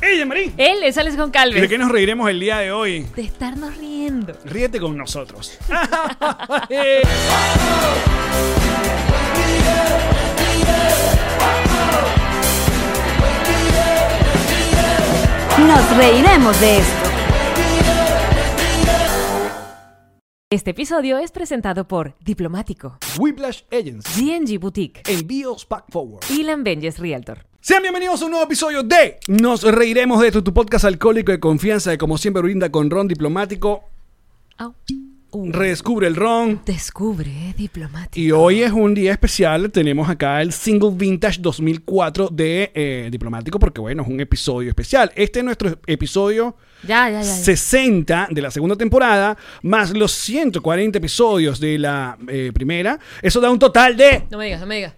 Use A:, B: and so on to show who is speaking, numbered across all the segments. A: Guille Marín.
B: Él es Alex
A: ¿Y de qué
B: Goncalves.
A: nos reiremos el día de hoy?
B: De estarnos riendo.
A: Ríete con nosotros.
C: Nos reiremos de esto.
B: Este episodio es presentado por Diplomático,
A: Whiplash Agency.
B: GNG Boutique,
A: Envíos Pack Forward.
B: y Benjes Realtor.
A: Sean bienvenidos a un nuevo episodio de Nos reiremos de tu, tu podcast alcohólico de confianza que como siempre brinda con ron diplomático.
B: Au. Uh,
A: Redescubre el ron.
B: descubre eh, Diplomático.
A: Y hoy es un día especial. Tenemos acá el Single Vintage 2004 de eh, Diplomático porque bueno, es un episodio especial. Este es nuestro episodio
B: Ya, ya, ya. ya.
A: 60 de la segunda temporada, más los 140 episodios de la eh, primera, eso da un total de
B: No me digas, no me digas.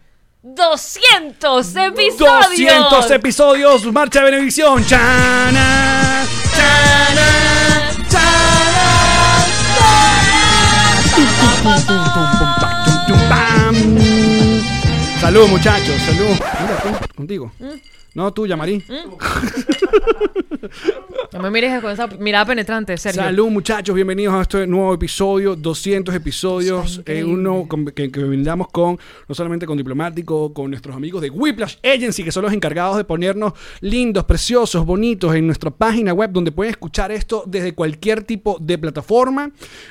B: ¡200 episodios!
A: 200 episodios. Marcha de Benedicción. Chana, chana, chana. Tum, tum, tum, pum, pa, tum, tum, pam. Salud, muchachos. Salud. Mira, tú, contigo. No, tú, Yamarí.
B: No me mires con esa mirada penetrante, Sergio.
A: Salud muchachos, bienvenidos a este nuevo episodio, 200 episodios,
B: Está
A: eh,
B: increíble.
A: uno con- que, que brindamos con, no solamente con Diplomático, con nuestros amigos de Whiplash Agency, que son los encargados de ponernos lindos, preciosos, bonitos en nuestra página web, donde pueden escuchar esto desde cualquier tipo de plataforma,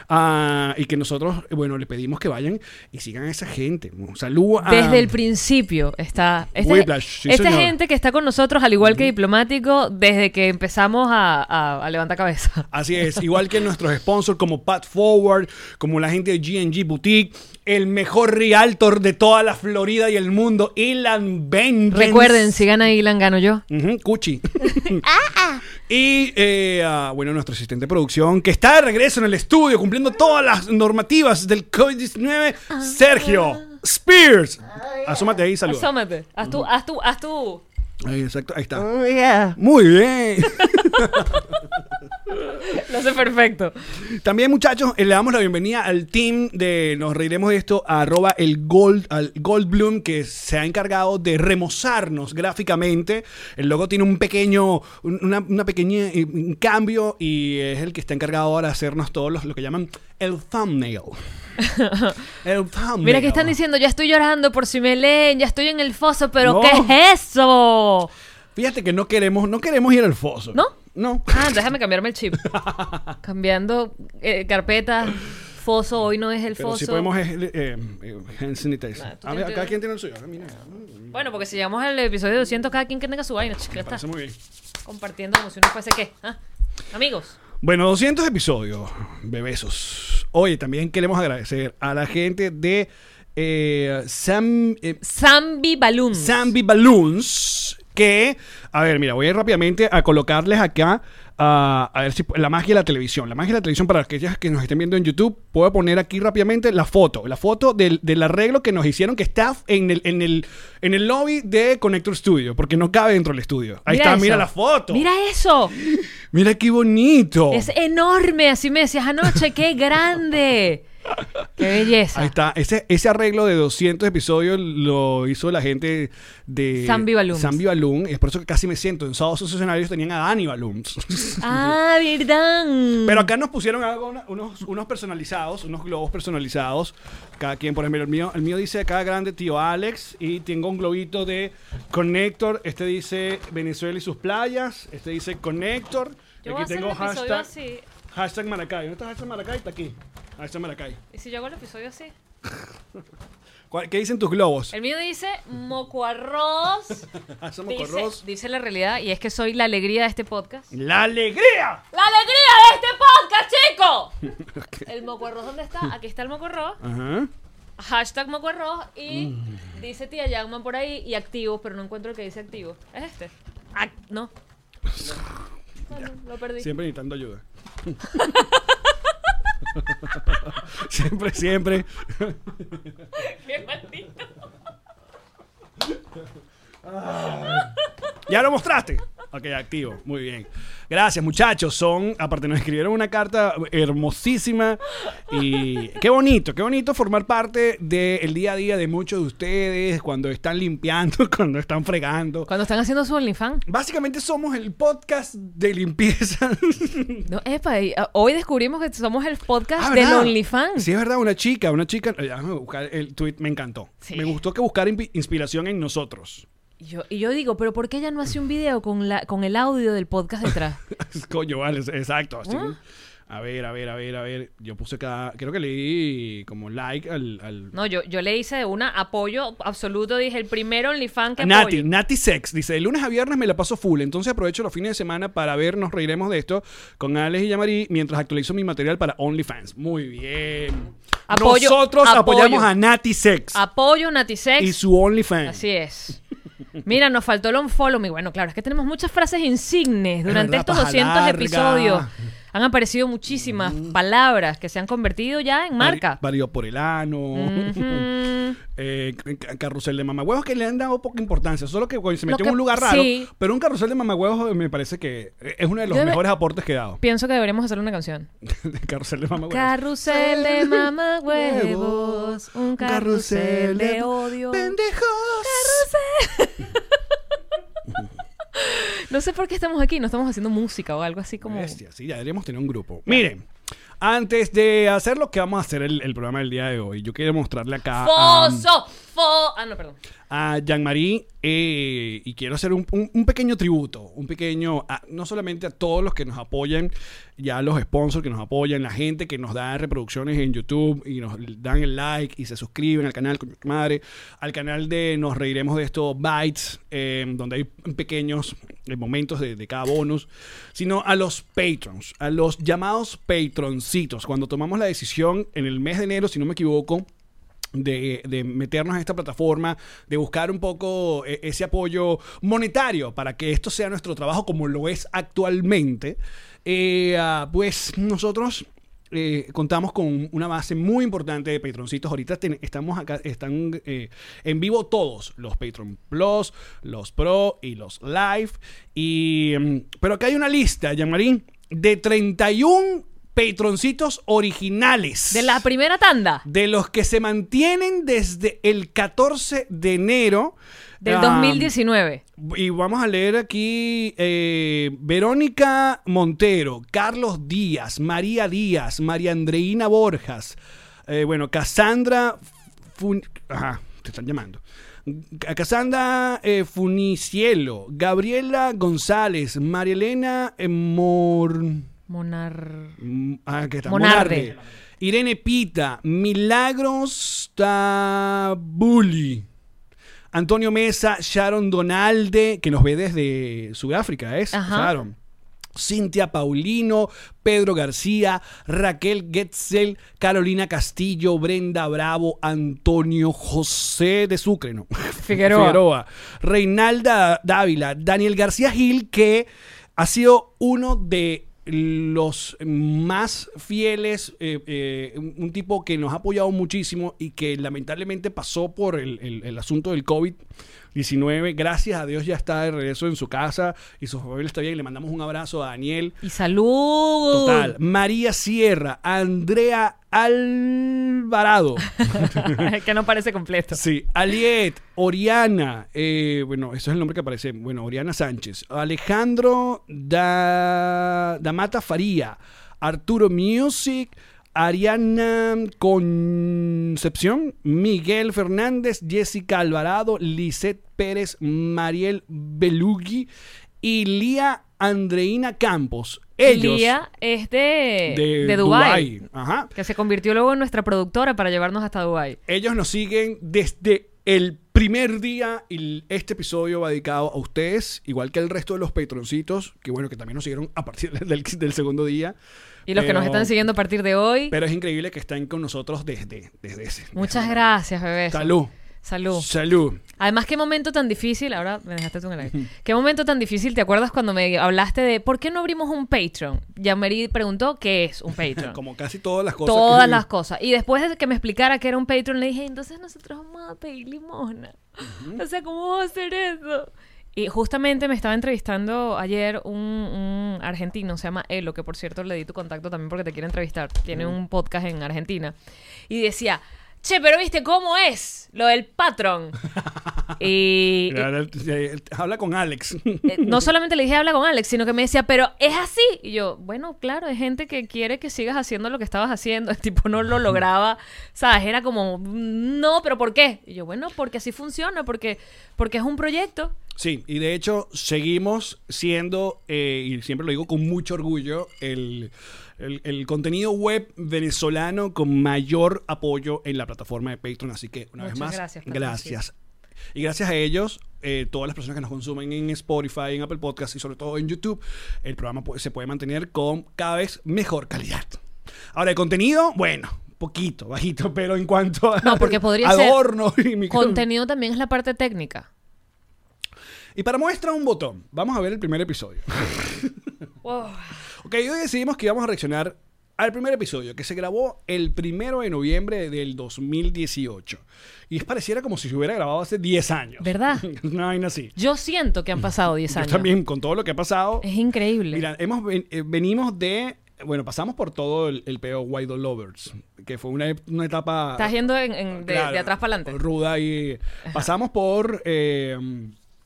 A: ah, y que nosotros, eh, bueno, le pedimos que vayan y sigan a esa gente. Un saludo a...
B: Desde el principio está. Esta,
A: Ah. Whiplash, sí,
B: esta
A: señor.
B: gente que está con nosotros, al igual que Diplomático, desde que empezamos a, a- a levantar cabeza.
A: Así es, igual que nuestros sponsors como Pat Forward, como la gente de GNG Boutique, el mejor realtor de toda la Florida y el mundo, Ilan Benjens.
B: Recuerden, si gana Ilan, gano yo.
A: Ujú, Cuchi. y eh, ah, bueno, nuestro asistente de producción, que está de regreso en el estudio cumpliendo todas las normativas del COVID-19, Sergio Spears. Asómate ahí, saluda.
B: Asómate. Haz tú, haz tú, haz tú.
A: Ahí, exacto, ahí está. Muy bien.
B: Lo hace perfecto.
A: También, muchachos, eh, le damos la bienvenida al team de Nos Reiremos de Esto, a arroba el Gold, al Goldblum, que se ha encargado de remozarnos gráficamente. El logo tiene un pequeño, un- una, una pequeña eh, un cambio y es el que está encargado ahora de hacernos todos los, lo que llaman el thumbnail. el thumbnail.
B: Mira que están diciendo, ya estoy llorando por si me leen, ya estoy en el foso, pero
A: No.
B: ¿qué es eso?
A: Fíjate que no queremos, no queremos ir al foso.
B: ¿No?
A: No.
B: Ah, déjame cambiarme el chip. Cambiando eh, carpeta, foso, hoy no es el
A: Pero
B: foso.
A: sí podemos eh, eh, eh, hand sanitizer.
B: Ah, tú
A: A ver,
B: tienes-
A: cada quien tiene el suyo. Ah, Mira,
B: Bueno, porque si llegamos al episodio 200, cada quien que tenga su vaina, chica, ya está.
A: parece muy bien.
B: Compartiendo como si uno fuese qué. ¿Ah? Amigos.
A: Bueno, 200 episodios, bebesos. Oye, también queremos agradecer a la gente de eh, Sam, eh,
B: Zambi Balloon.
A: Zambi Balloons, que, a ver, mira, voy a ir rápidamente a colocarles acá, ah, a ver si la magia de la televisión, la magia de la televisión para aquellas que nos estén viendo en YouTube, puedo poner aquí rápidamente la foto, la foto del, del arreglo que nos hicieron que está en el, en el, en el lobby de Connector Studio, porque no cabe dentro del estudio. Ahí está, mira la foto. Oh. Mira,
B: Mira eso.
A: qué bonito.
B: Es enorme. Así me decías anoche. ¡Qué grande! ¡Qué belleza!
A: Ahí está. Ese, ese arreglo de 200 episodios lo hizo la gente de...
B: Zambi Balloons.
A: Zambi Balloon. Es por eso que casi me siento. En sábados esos escenarios tenían a Dani Balloons.
B: Ah, verdad.
A: Pero acá nos pusieron algo- una- unos, unos personalizados, unos globos personalizados. Cada quien, por ejemplo, el mío, el mío dice acá grande tío Alex y tengo un globito de Connector. Este dice Venezuela y sus playas. Este dice Connector.
B: Yo voy a hacer el episodio así.
A: hashtag Maracay. ¿Dónde está hashtag Maracay? Está aquí. Hashtag Maracay.
B: ¿Y si yo hago el episodio así?
A: ¿Cuál- ¿Qué dicen tus globos?
B: El mío dice moco arroz.
A: Hashtag
B: dice,
A: Mocorros.
B: dice la realidad y es que soy la alegría de este podcast.
A: ¡La alegría!
B: ¡La alegría de este podcast, chico! ¿El moco arroz dónde está? Aquí está el moco arroz.
A: Ajá.
B: Hashtag moco arroz y
A: Mm.
B: dice tía Yagman por ahí y activos, pero no encuentro el que dice activos. ¿Es este? Ah, no. No, no, lo perdí.
A: Siempre necesitando ayuda. siempre, siempre.
B: Qué maldito.
A: Ya lo mostraste. Ok, activo. Muy bien. Gracias, muchachos. Son, aparte, nos escribieron una carta hermosísima. Y qué bonito, qué bonito formar parte del día a día de muchos de ustedes cuando están limpiando, cuando están fregando.
B: Cuando están haciendo su OnlyFans.
A: Básicamente somos el podcast de limpieza.
B: No, epa, y, ah, hoy descubrimos que somos el podcast
A: Ah,
B: del
A: ¿verdad?
B: OnlyFans.
A: Sí, es verdad, una chica, una chica. eh, Déjame buscar el tweet, me encantó.
B: Sí.
A: Me gustó que buscar inspiración en nosotros.
B: Y, yo, y yo digo, ¿pero por qué ella no hace un video con, la, con el audio del podcast detrás?
A: Coño, vale, exacto. así.
B: Ah.
A: A ver, a ver, a ver, a ver. Yo puse cada. Creo que le di como like al. al-
B: No, yo, yo le hice de una apoyo absoluto. Dije, el primer OnlyFans que
A: Nati,
B: apoyo.
A: Nati Sex dice: De lunes a viernes me la paso full, entonces aprovecho los fines de semana para ver, nos reiremos de esto con Alex y Yamari mientras actualizo mi material para OnlyFans. Muy bien.
B: Apoyo,
A: Nosotros
B: apoyo.
A: apoyamos a Nati Sex
B: Apoyo Natisex.
A: y su OnlyFans.
B: Así es. Mira, nos faltó el unfollow me. Bueno, claro, es que tenemos muchas frases insignes. Durante
A: verdad,
B: estos
A: paja
B: 200
A: larga.
B: episodios han aparecido muchísimas palabras que se han convertido ya en marca. Mm,
A: Vari- Válido por el ano.
B: Ujú.
A: eh, ca- carrusel de mamagüevos que le han dado poca importancia. Solo que coño, se
B: Lo
A: metió
B: que-
A: en un lugar raro.
B: sí.
A: Pero un carrusel de mamagüevos eh, me parece que eh, es uno de los
B: Yo debe-
A: mejores aportes que he dado.
B: Pienso que deberíamos hacer una canción.
A: de carrusel de mamagüevos.
B: Carrusel de mamahuevos, un carrusel de odio.
A: Pendejos.
B: No sé por qué estamos aquí, no estamos haciendo música o algo así como.
A: Bestia, sí, ya deberíamos tener un grupo. Miren, antes de hacer lo que vamos a hacer el, el programa del día de hoy, yo quiero mostrarle acá a,
B: Foso, fo. Ah, no, perdón.
A: a Jean-Marie eh, y quiero hacer un, un- un pequeño tributo, un pequeño, a- no solamente a todos los que nos apoyan, ya los sponsors que nos apoyan, la gente que nos da reproducciones en YouTube y nos dan el like y se suscriben al canal, coño, tu madre, al canal de Nos Reiremos de Esto, Bytes, eh, donde hay pequeños eh, momentos de, de cada bonus, sino a los patrons, a los llamados patroncitos. Cuando tomamos la decisión en el mes de enero, si no me equivoco, de, de meternos en esta plataforma, de buscar un poco eh, ese apoyo monetario para que esto sea nuestro trabajo como lo es actualmente, eh, ah, pues nosotros... eh, contamos con una base muy importante de patroncitos. Ahorita ten- estamos acá, están eh, en vivo todos los Patreon Plus, los Pro y los Live. Y, mm, pero acá hay una lista, Yamarín, de 31 patroncitos originales.
B: De la primera tanda
A: De los que se mantienen desde el 14 de enero
B: del
A: Ah,
B: 2019.
A: Y vamos a leer aquí eh, Verónica Montero, Carlos Díaz, María Díaz, María Andreina Borjas, eh, bueno, Cassandra. Fun- Ajá, te están llamando. Ca- Cassandra eh, Funicielo, Gabriela González, María Elena eh, Mor.
B: Monar.
A: Mm, ah, ¿qué tal?
B: Monarde.
A: Monarde. Irene Pita, Milagros Tabuli. Antonio Mesa, Sharon Donalde, que nos ve desde Sudáfrica, ¿es?
B: Ajá.
A: Sharon. Cintia Paulino, Pedro García, Raquel Getzel, Carolina Castillo, Brenda Bravo, Antonio José de Sucre, no.
B: Figueroa.
A: Reinalda Dávila, Daniel García Gil, que ha sido uno de los más fieles, eh, eh, un un tipo que nos ha apoyado muchísimo y que lamentablemente pasó por el, el- el asunto del COVID-19. Gracias a Dios ya está de regreso en su casa y su familia está bien. Le mandamos un abrazo a Daniel.
B: Y salud.
A: Total. María Sierra, Andrea Alvarado.
B: que no parece completo.
A: Sí, Aliet, Oriana, eh, bueno, eso es el nombre que aparece, bueno, Oriana Sánchez, Alejandro da, Damata Faría, Arturo Music, Ariana Concepción, Miguel Fernández, Jessica Alvarado, Lisette Pérez, Mariel Belugi y Lía Andreina Campos. Ellos
B: Lía es de,
A: de,
B: de Dubái.
A: Dubái. Ajá.
B: Que se convirtió luego en nuestra productora para llevarnos hasta Dubái.
A: Ellos nos siguen desde el primer día y l- este episodio va dedicado a ustedes, igual que el resto de los patroncitos, que bueno, que también nos siguieron a partir del, del segundo día.
B: Y los que nos
A: Pero-
B: están siguiendo a partir de hoy,
A: Pero es increíble que estén con nosotros desde, desde ese.
B: muchas gracias, bebés.
A: Salud.
B: Salud.
A: Salud.
B: Además, qué momento tan difícil. Ahora me dejaste tú en el aire. Qué momento tan difícil. ¿Te acuerdas cuando me hablaste de por qué no abrimos un Patreon? Yameri preguntó qué es un Patreon.
A: Como casi todas las cosas.
B: Todas
A: que-
B: las cosas. Y después de que me explicara que era un Patreon, le dije, entonces nosotros vamos a pedir limosna. O sea, ¿cómo vamos a hacer eso? Y justamente me estaba entrevistando ayer un, un argentino, se llama Elo, que por cierto le di tu contacto también porque te quiere entrevistar. Tiene un podcast en Argentina. Y decía, che, pero viste cómo es lo del patrón. y, y-
A: Era- era- Habla con Alex.
B: eh, no solamente le dije habla con Alex, sino que me decía, pero es así. Y yo, bueno, claro, hay gente que quiere que sigas haciendo lo que estabas haciendo. El tipo no lo lograba, ¿sabes? Era como, no, pero ¿por qué? Y yo, bueno, porque así funciona, porque, porque es un proyecto.
A: Sí, y de hecho seguimos siendo, eh, y siempre lo digo con mucho orgullo, el, el- el contenido web venezolano con mayor apoyo en la plataforma de Patreon. Así que, una vez
B: Muchas
A: más,
B: gracias, Patreon,
A: gracias. Y gracias a ellos, eh, todas las personas que nos consumen en Spotify, en Apple Podcasts y sobre todo en YouTube, el programa pu- se puede mantener con cada vez mejor calidad. Ahora, el contenido, bueno, poquito, bajito, pero en cuanto a
B: No, porque podría ser
A: adorno y micro-
B: Contenido también es la parte técnica.
A: Y para muestra un botón, vamos a ver el primer episodio. Ok, hoy decidimos que íbamos a reaccionar al primer episodio que se grabó el primero de noviembre del 2018. Y es pareciera como si se hubiera grabado hace 10 años.
B: ¿Verdad?
A: Una vaina así.
B: Yo siento que han pasado 10
A: Yo
B: años.
A: también, con todo lo que ha pasado.
B: Es increíble.
A: Mira, hemos ven- eh, venimos de. Bueno, pasamos por todo el, el peo White Dog Lovers, que fue una, ep- una etapa.
B: Estás yendo en- en- de,
A: Claro,
B: de atrás para adelante.
A: Ruda y. Pasamos por. eh,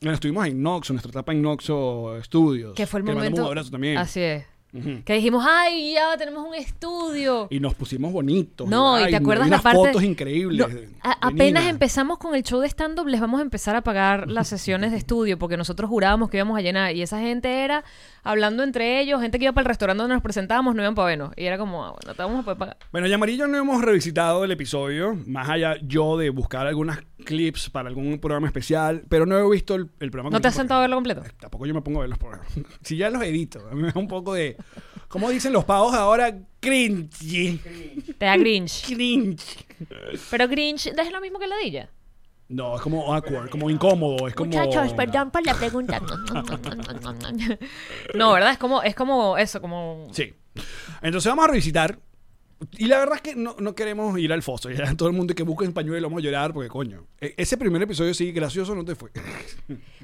A: bueno, estuvimos en Noxo, nuestra etapa en Noxo Studios.
B: Que fue el
A: le mandamos
B: momento.
A: un abrazo también.
B: Así es.
A: Ujú.
B: Que dijimos, ay, ya tenemos un estudio.
A: Y nos pusimos bonitos.
B: No,
A: Ay,
B: y te acuerdas
A: vi
B: la
A: unas
B: parte.
A: fotos increíbles.
B: No,
A: de-
B: a-
A: de
B: apenas
A: Nina.
B: empezamos con el show de stand-up, les vamos a empezar a pagar las sesiones de estudio, porque nosotros jurábamos que íbamos a llenar. Y esa gente era hablando entre ellos, gente que iba para el restaurante donde nos presentábamos, no iban para vernos. Y era como, ah, bueno, te vamos a poder pagar.
A: Bueno, ya amarillo no hemos revisitado el episodio, más allá yo de buscar algunas clips para algún programa especial, pero no he visto el, el programa.
B: ¿No te has
A: completo
B: sentado a verlo completo?
A: porque- Tampoco yo me pongo a ver los programas. si ya los edito, a mí me da un poco de... ¿Cómo dicen los pavos ahora? Cringe.
B: Te da Grinch.
A: Cringe.
B: Pero Grinch, ¿es lo mismo que ladilla?
A: No, es como awkward, como incómodo, es como...
B: Muchachos, perdón por la pregunta. no, ¿verdad? Es como, es como eso, como...
A: Sí. Entonces vamos a revisitar. Y la verdad es que no, no queremos ir al foso. Ya todo el mundo que busca en pañuelo vamos a llorar porque, coño, e- ese primer episodio sí, gracioso no te fue.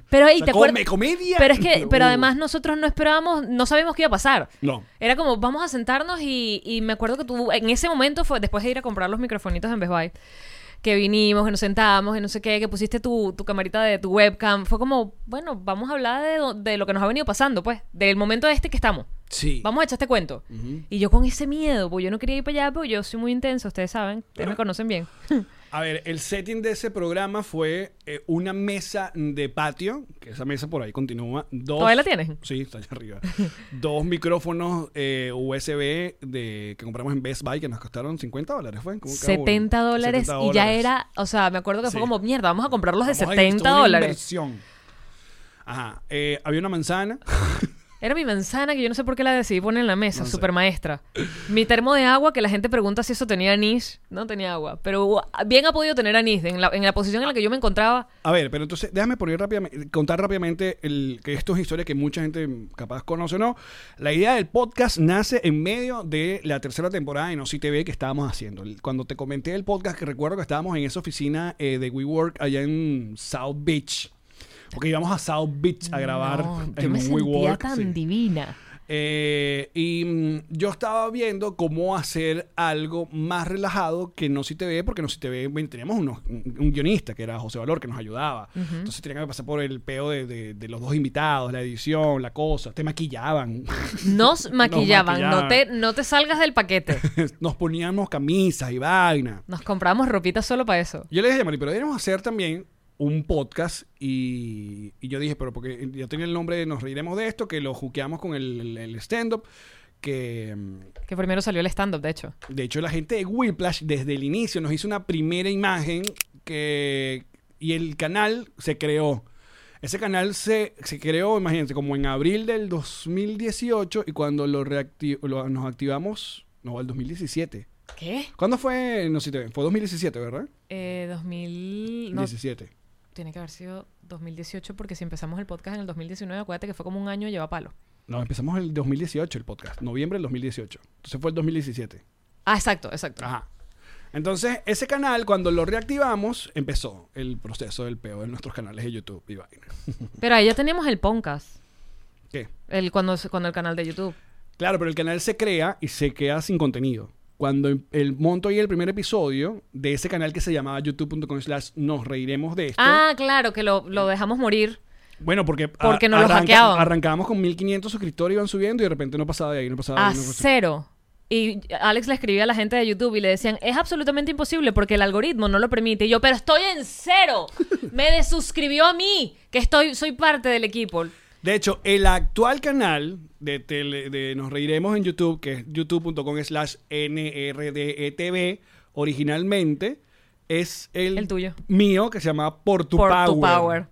B: Pero ahí
A: O sea,
B: te acuerdas...
A: come- comedia.
B: Pero es que, pero
A: Uh.
B: además nosotros no esperábamos, no sabíamos qué iba a pasar.
A: No.
B: Era como, vamos a sentarnos y, y me acuerdo que tú, en ese momento fue después de ir a comprar los microfonitos en Best Buy, que vinimos, que nos sentamos, que no sé qué, que pusiste tu, tu camarita de tu webcam. Fue como, bueno, vamos a hablar de, do- de lo que nos ha venido pasando, pues, del momento este que estamos.
A: Sí.
B: Vamos a echar este cuento. Y yo con ese miedo, porque yo no quería ir para allá, porque yo soy muy intenso, ustedes saben, ustedes me conocen bien.
A: A ver, el setting de ese programa fue eh, una mesa de patio, que esa mesa por ahí continúa. Dos,
B: ¿Todavía la tienes?
A: Sí, está allá arriba. dos micrófonos eh, USB de, que compramos en Best Buy que nos costaron 50 dólares, ¿fue? Como cada uno.
B: 70 dólares
A: 70
B: y ya
A: dólares.
B: era, o sea, me acuerdo que
A: Sí.
B: fue como, mierda, vamos a comprarlos de
A: Vamos a ir,
B: 70
A: esto es una
B: dólares.
A: inversión. Ajá. eh, había una manzana.
B: Era mi manzana que yo no sé por qué la decidí poner en la mesa,
A: No sé.
B: super maestra. Mi termo de agua, que la gente pregunta si eso tenía anís. No tenía agua, pero hubo- bien ha podido tener anís. En la, en la posición en la que yo me encontraba,
A: A ver, pero entonces déjame poner rápidamente, contar rápidamente el, que esto es historia que mucha gente capaz conoce o no. La idea del podcast nace en medio de la tercera temporada de No Si TV que estábamos haciendo. El- Cuando te comenté el podcast, que recuerdo que estábamos en esa oficina eh, de WeWork allá en South Beach. Porque íbamos a South Beach a grabar
B: no, yo
A: en
B: me
A: un
B: sentía
A: WeWork.
B: tan
A: sí.
B: divina.
A: Eh, y mm, yo estaba viendo cómo hacer algo más relajado que No Si TV, porque No Si TV bueno, teníamos unos- un, un guionista que era José Valor que nos ayudaba. Entonces tenía que pasar por el peo de, de- de los dos invitados, la edición, la cosa. Te maquillaban,
B: Nos maquillaban,
A: maquillaban.
B: No, te, no te salgas del paquete.
A: nos poníamos camisas y vaina.
B: Nos compramos ropita solo para eso.
A: Yo le dije a Mari, pero deberíamos hacer también un podcast y, y yo dije, pero porque yo tenía el nombre de Nos Reiremos de Esto, que lo juqueamos con el, el- el stand-up, que... mm,
B: Que primero salió el stand-up, de hecho.
A: De hecho, la gente de Whiplash desde el inicio nos hizo una primera imagen que y el canal se creó. Ese canal se, se creó, imagínense, como en abril del 2018 y cuando lo, reacti- lo- nos activamos, no, el 2017.
B: ¿Qué?
A: ¿Cuándo fue? No sé si te- fue 2017, ¿verdad?
B: Eh, 2000... no,
A: 17.
B: tiene que haber sido 2018 porque si empezamos el podcast en el 2019, acuérdate que fue como un año lleva palo.
A: No, empezamos el 2018 el podcast, noviembre del 2018. Entonces fue el 2017.
B: Ah, exacto, exacto.
A: Ajá. Entonces, ese canal, cuando lo reactivamos, empezó el proceso del peo en nuestros canales de YouTube y vaina.
B: Pero ahí ya teníamos el podcast.
A: ¿Qué?
B: El, cuando, se- cuando el canal de YouTube.
A: Claro, pero el canal se crea y se queda sin contenido. Cuando em- el monto y el primer episodio de ese canal que se llamaba youtube.com slash nos reiremos de esto.
B: Ah, claro, que lo, lo dejamos morir.
A: Bueno, porque, a-
B: Porque no lo hackeaban.
A: arrancábamos con 1500 suscriptores, iban subiendo y de repente no pasaba de ahí, no pasaba de
B: a
A: ahí. no pasaba-
B: cero. Y Alex le escribía a la gente de YouTube y le decían, es absolutamente imposible porque el algoritmo no lo permite. Y yo, pero estoy en cero. Me desuscribió a mí, que estoy, soy parte del equipo.
A: De hecho, el actual canal de, tele- de Nos Reiremos en YouTube, que es youtube.com slash NRDETV, E originalmente es el,
B: El tuyo.
A: mío que se llama Por tu
B: por
A: Power.
B: tu power.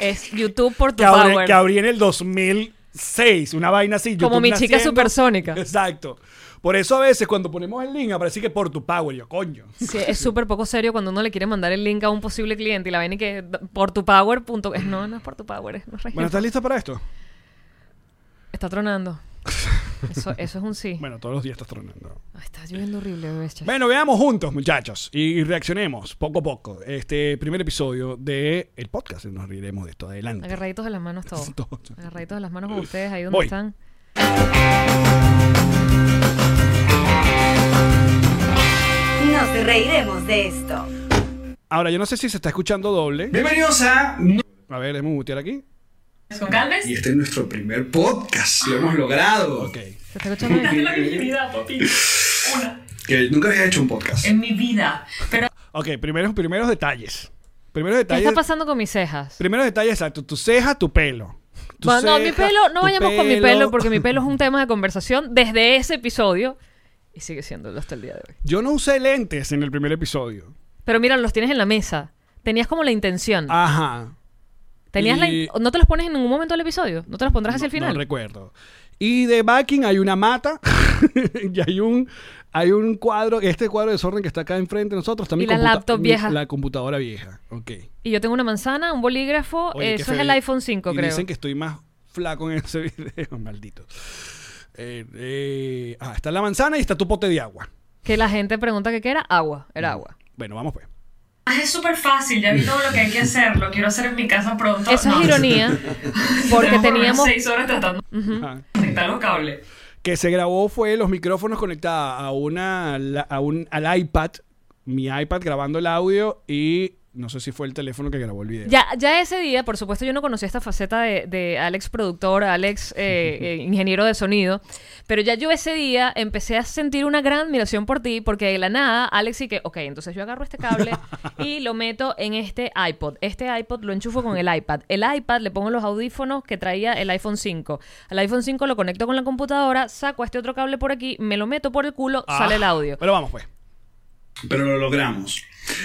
B: Es YouTube por tu
A: que, abrí,
B: power.
A: que abrí en el 2006, una vaina así.
B: Como
A: YouTube
B: mi chica
A: naciendo.
B: supersónica.
A: Exacto. Por eso a veces cuando ponemos el link aparece que por tu power, yo coño.
B: Sí, es súper poco serio cuando uno le quiere mandar el link a un posible cliente y la ven y que por tu power. punto- No, no es por tu power. es- no es real.
A: Bueno, ¿estás lista para esto?
B: Está tronando. Eso, eso es un sí.
A: Bueno, todos los días estás tronando.
B: Ay, está lloviendo horrible, bebé.
A: Bueno, veamos juntos, muchachos, y reaccionemos poco a poco. Este primer episodio de el podcast, nos reiremos de esto. Adelante.
B: Agarraditos de las manos todos.
A: Todo.
B: Agarraditos de las manos como ustedes ahí donde
A: Voy.
B: están.
C: Nos reiremos de esto.
A: Ahora, yo no sé si se está escuchando doble.
D: Bienvenidos a...
A: A ver, déjame mutear aquí.
B: ¿Con Calves?
D: Y este es nuestro primer podcast, lo hemos logrado.
A: Ok.
B: ¿Se está escuchando bien?
E: la virginidad, papi. Una.
D: Que nunca había hecho un podcast.
E: En mi vida. Pero
A: Ok, primeros, primeros detalles. Primeros
B: ¿Qué
A: detalles.
B: está pasando con mis cejas?
A: Primeros detalles, exacto. Tu ceja, tu pelo. Tu
B: Bueno, no, mi
A: ceja,
B: pelo, no
A: tu
B: vayamos con mi pelo porque mi pelo es un tema de conversación desde ese episodio y sigue siéndolo hasta el día de hoy.
A: Yo no usé lentes en el primer episodio.
B: Pero mira, los tienes en la mesa. Tenías como la intención.
A: Ajá.
B: Tenías la in-
A: Ah, y-
B: ¿No te los pones en ningún momento del episodio? ¿No te los pondrás hacia el
A: No
B: final?
A: recuerdo. Y de backing hay una mata y hay un hay un cuadro, este cuadro de desorden que está acá enfrente de nosotros también
B: Y la laptop vieja.
A: la computadora vieja. Ok.
B: y yo tengo una manzana, un bolígrafo.
A: Oye, qué
B: Oh, eso es
A: feo.
B: el iPhone 5,
A: Y
B: creo.
A: Dicen que estoy más flaco en ese video, maldito. Eh, eh, ah, está la manzana y está tu pote de agua.
B: Que la gente pregunta que qué era agua. Era agua.
A: Bueno, vamos pues.
E: es súper fácil, ya vi todo lo que
D: Mm.
E: hay que hacer. Lo quiero hacer en mi casa pronto.
B: Eso
E: No.
B: es ironía. Porque
E: Tenemos por lo menos
B: teníamos.
E: seis horas tratando
A: Ah.
E: de conectar los cables.
A: que se grabó fue los micrófonos conectados a una la- a un, al iPad, mi iPad grabando el audio y no sé si fue el teléfono que grabó el video.
B: Ya, ya ese día, por supuesto, yo no conocía esta faceta de, de Alex productor, Alex eh, eh, ingeniero de sonido, pero ya yo ese día empecé a sentir una gran admiración por ti, porque de la nada, Alex y que, ok, entonces yo agarro este cable y lo meto en este iPod. Este iPod lo enchufo con el iPad. El iPad le pongo los audífonos que traía el iPhone 5. Al iPhone 5 lo conecto con la computadora, saco este otro cable por aquí, me lo meto por el culo,
A: Ah,
B: sale el audio.
A: Pero vamos pues.
D: Pero lo logramos.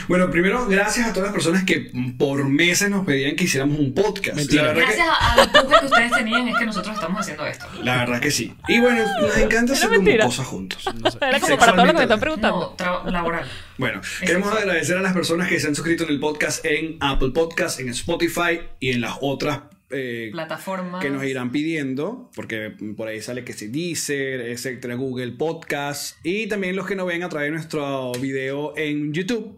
D: Bueno, primero, gracias a todas las personas que por meses nos pedían que hiciéramos un podcast.
A: Mentira.
D: La verdad
E: Gracias a, a los pocos que ustedes tenían es que nosotros estamos haciendo esto.
D: que, la verdad que sí. Y bueno, nos encanta hacer como
B: mentira.
D: cosas juntos.
B: Era como para todo lo que me están preguntando.
E: No, tra- laboral.
D: Bueno, queremos agradecer a las personas que se han suscrito en el podcast en Apple Podcast, en Spotify y en las otras eh,
E: Plataforma.
D: que nos irán pidiendo, porque por ahí sale que se Deezer, etcétera, Google Podcast, y también los que nos ven a través de nuestro video en YouTube,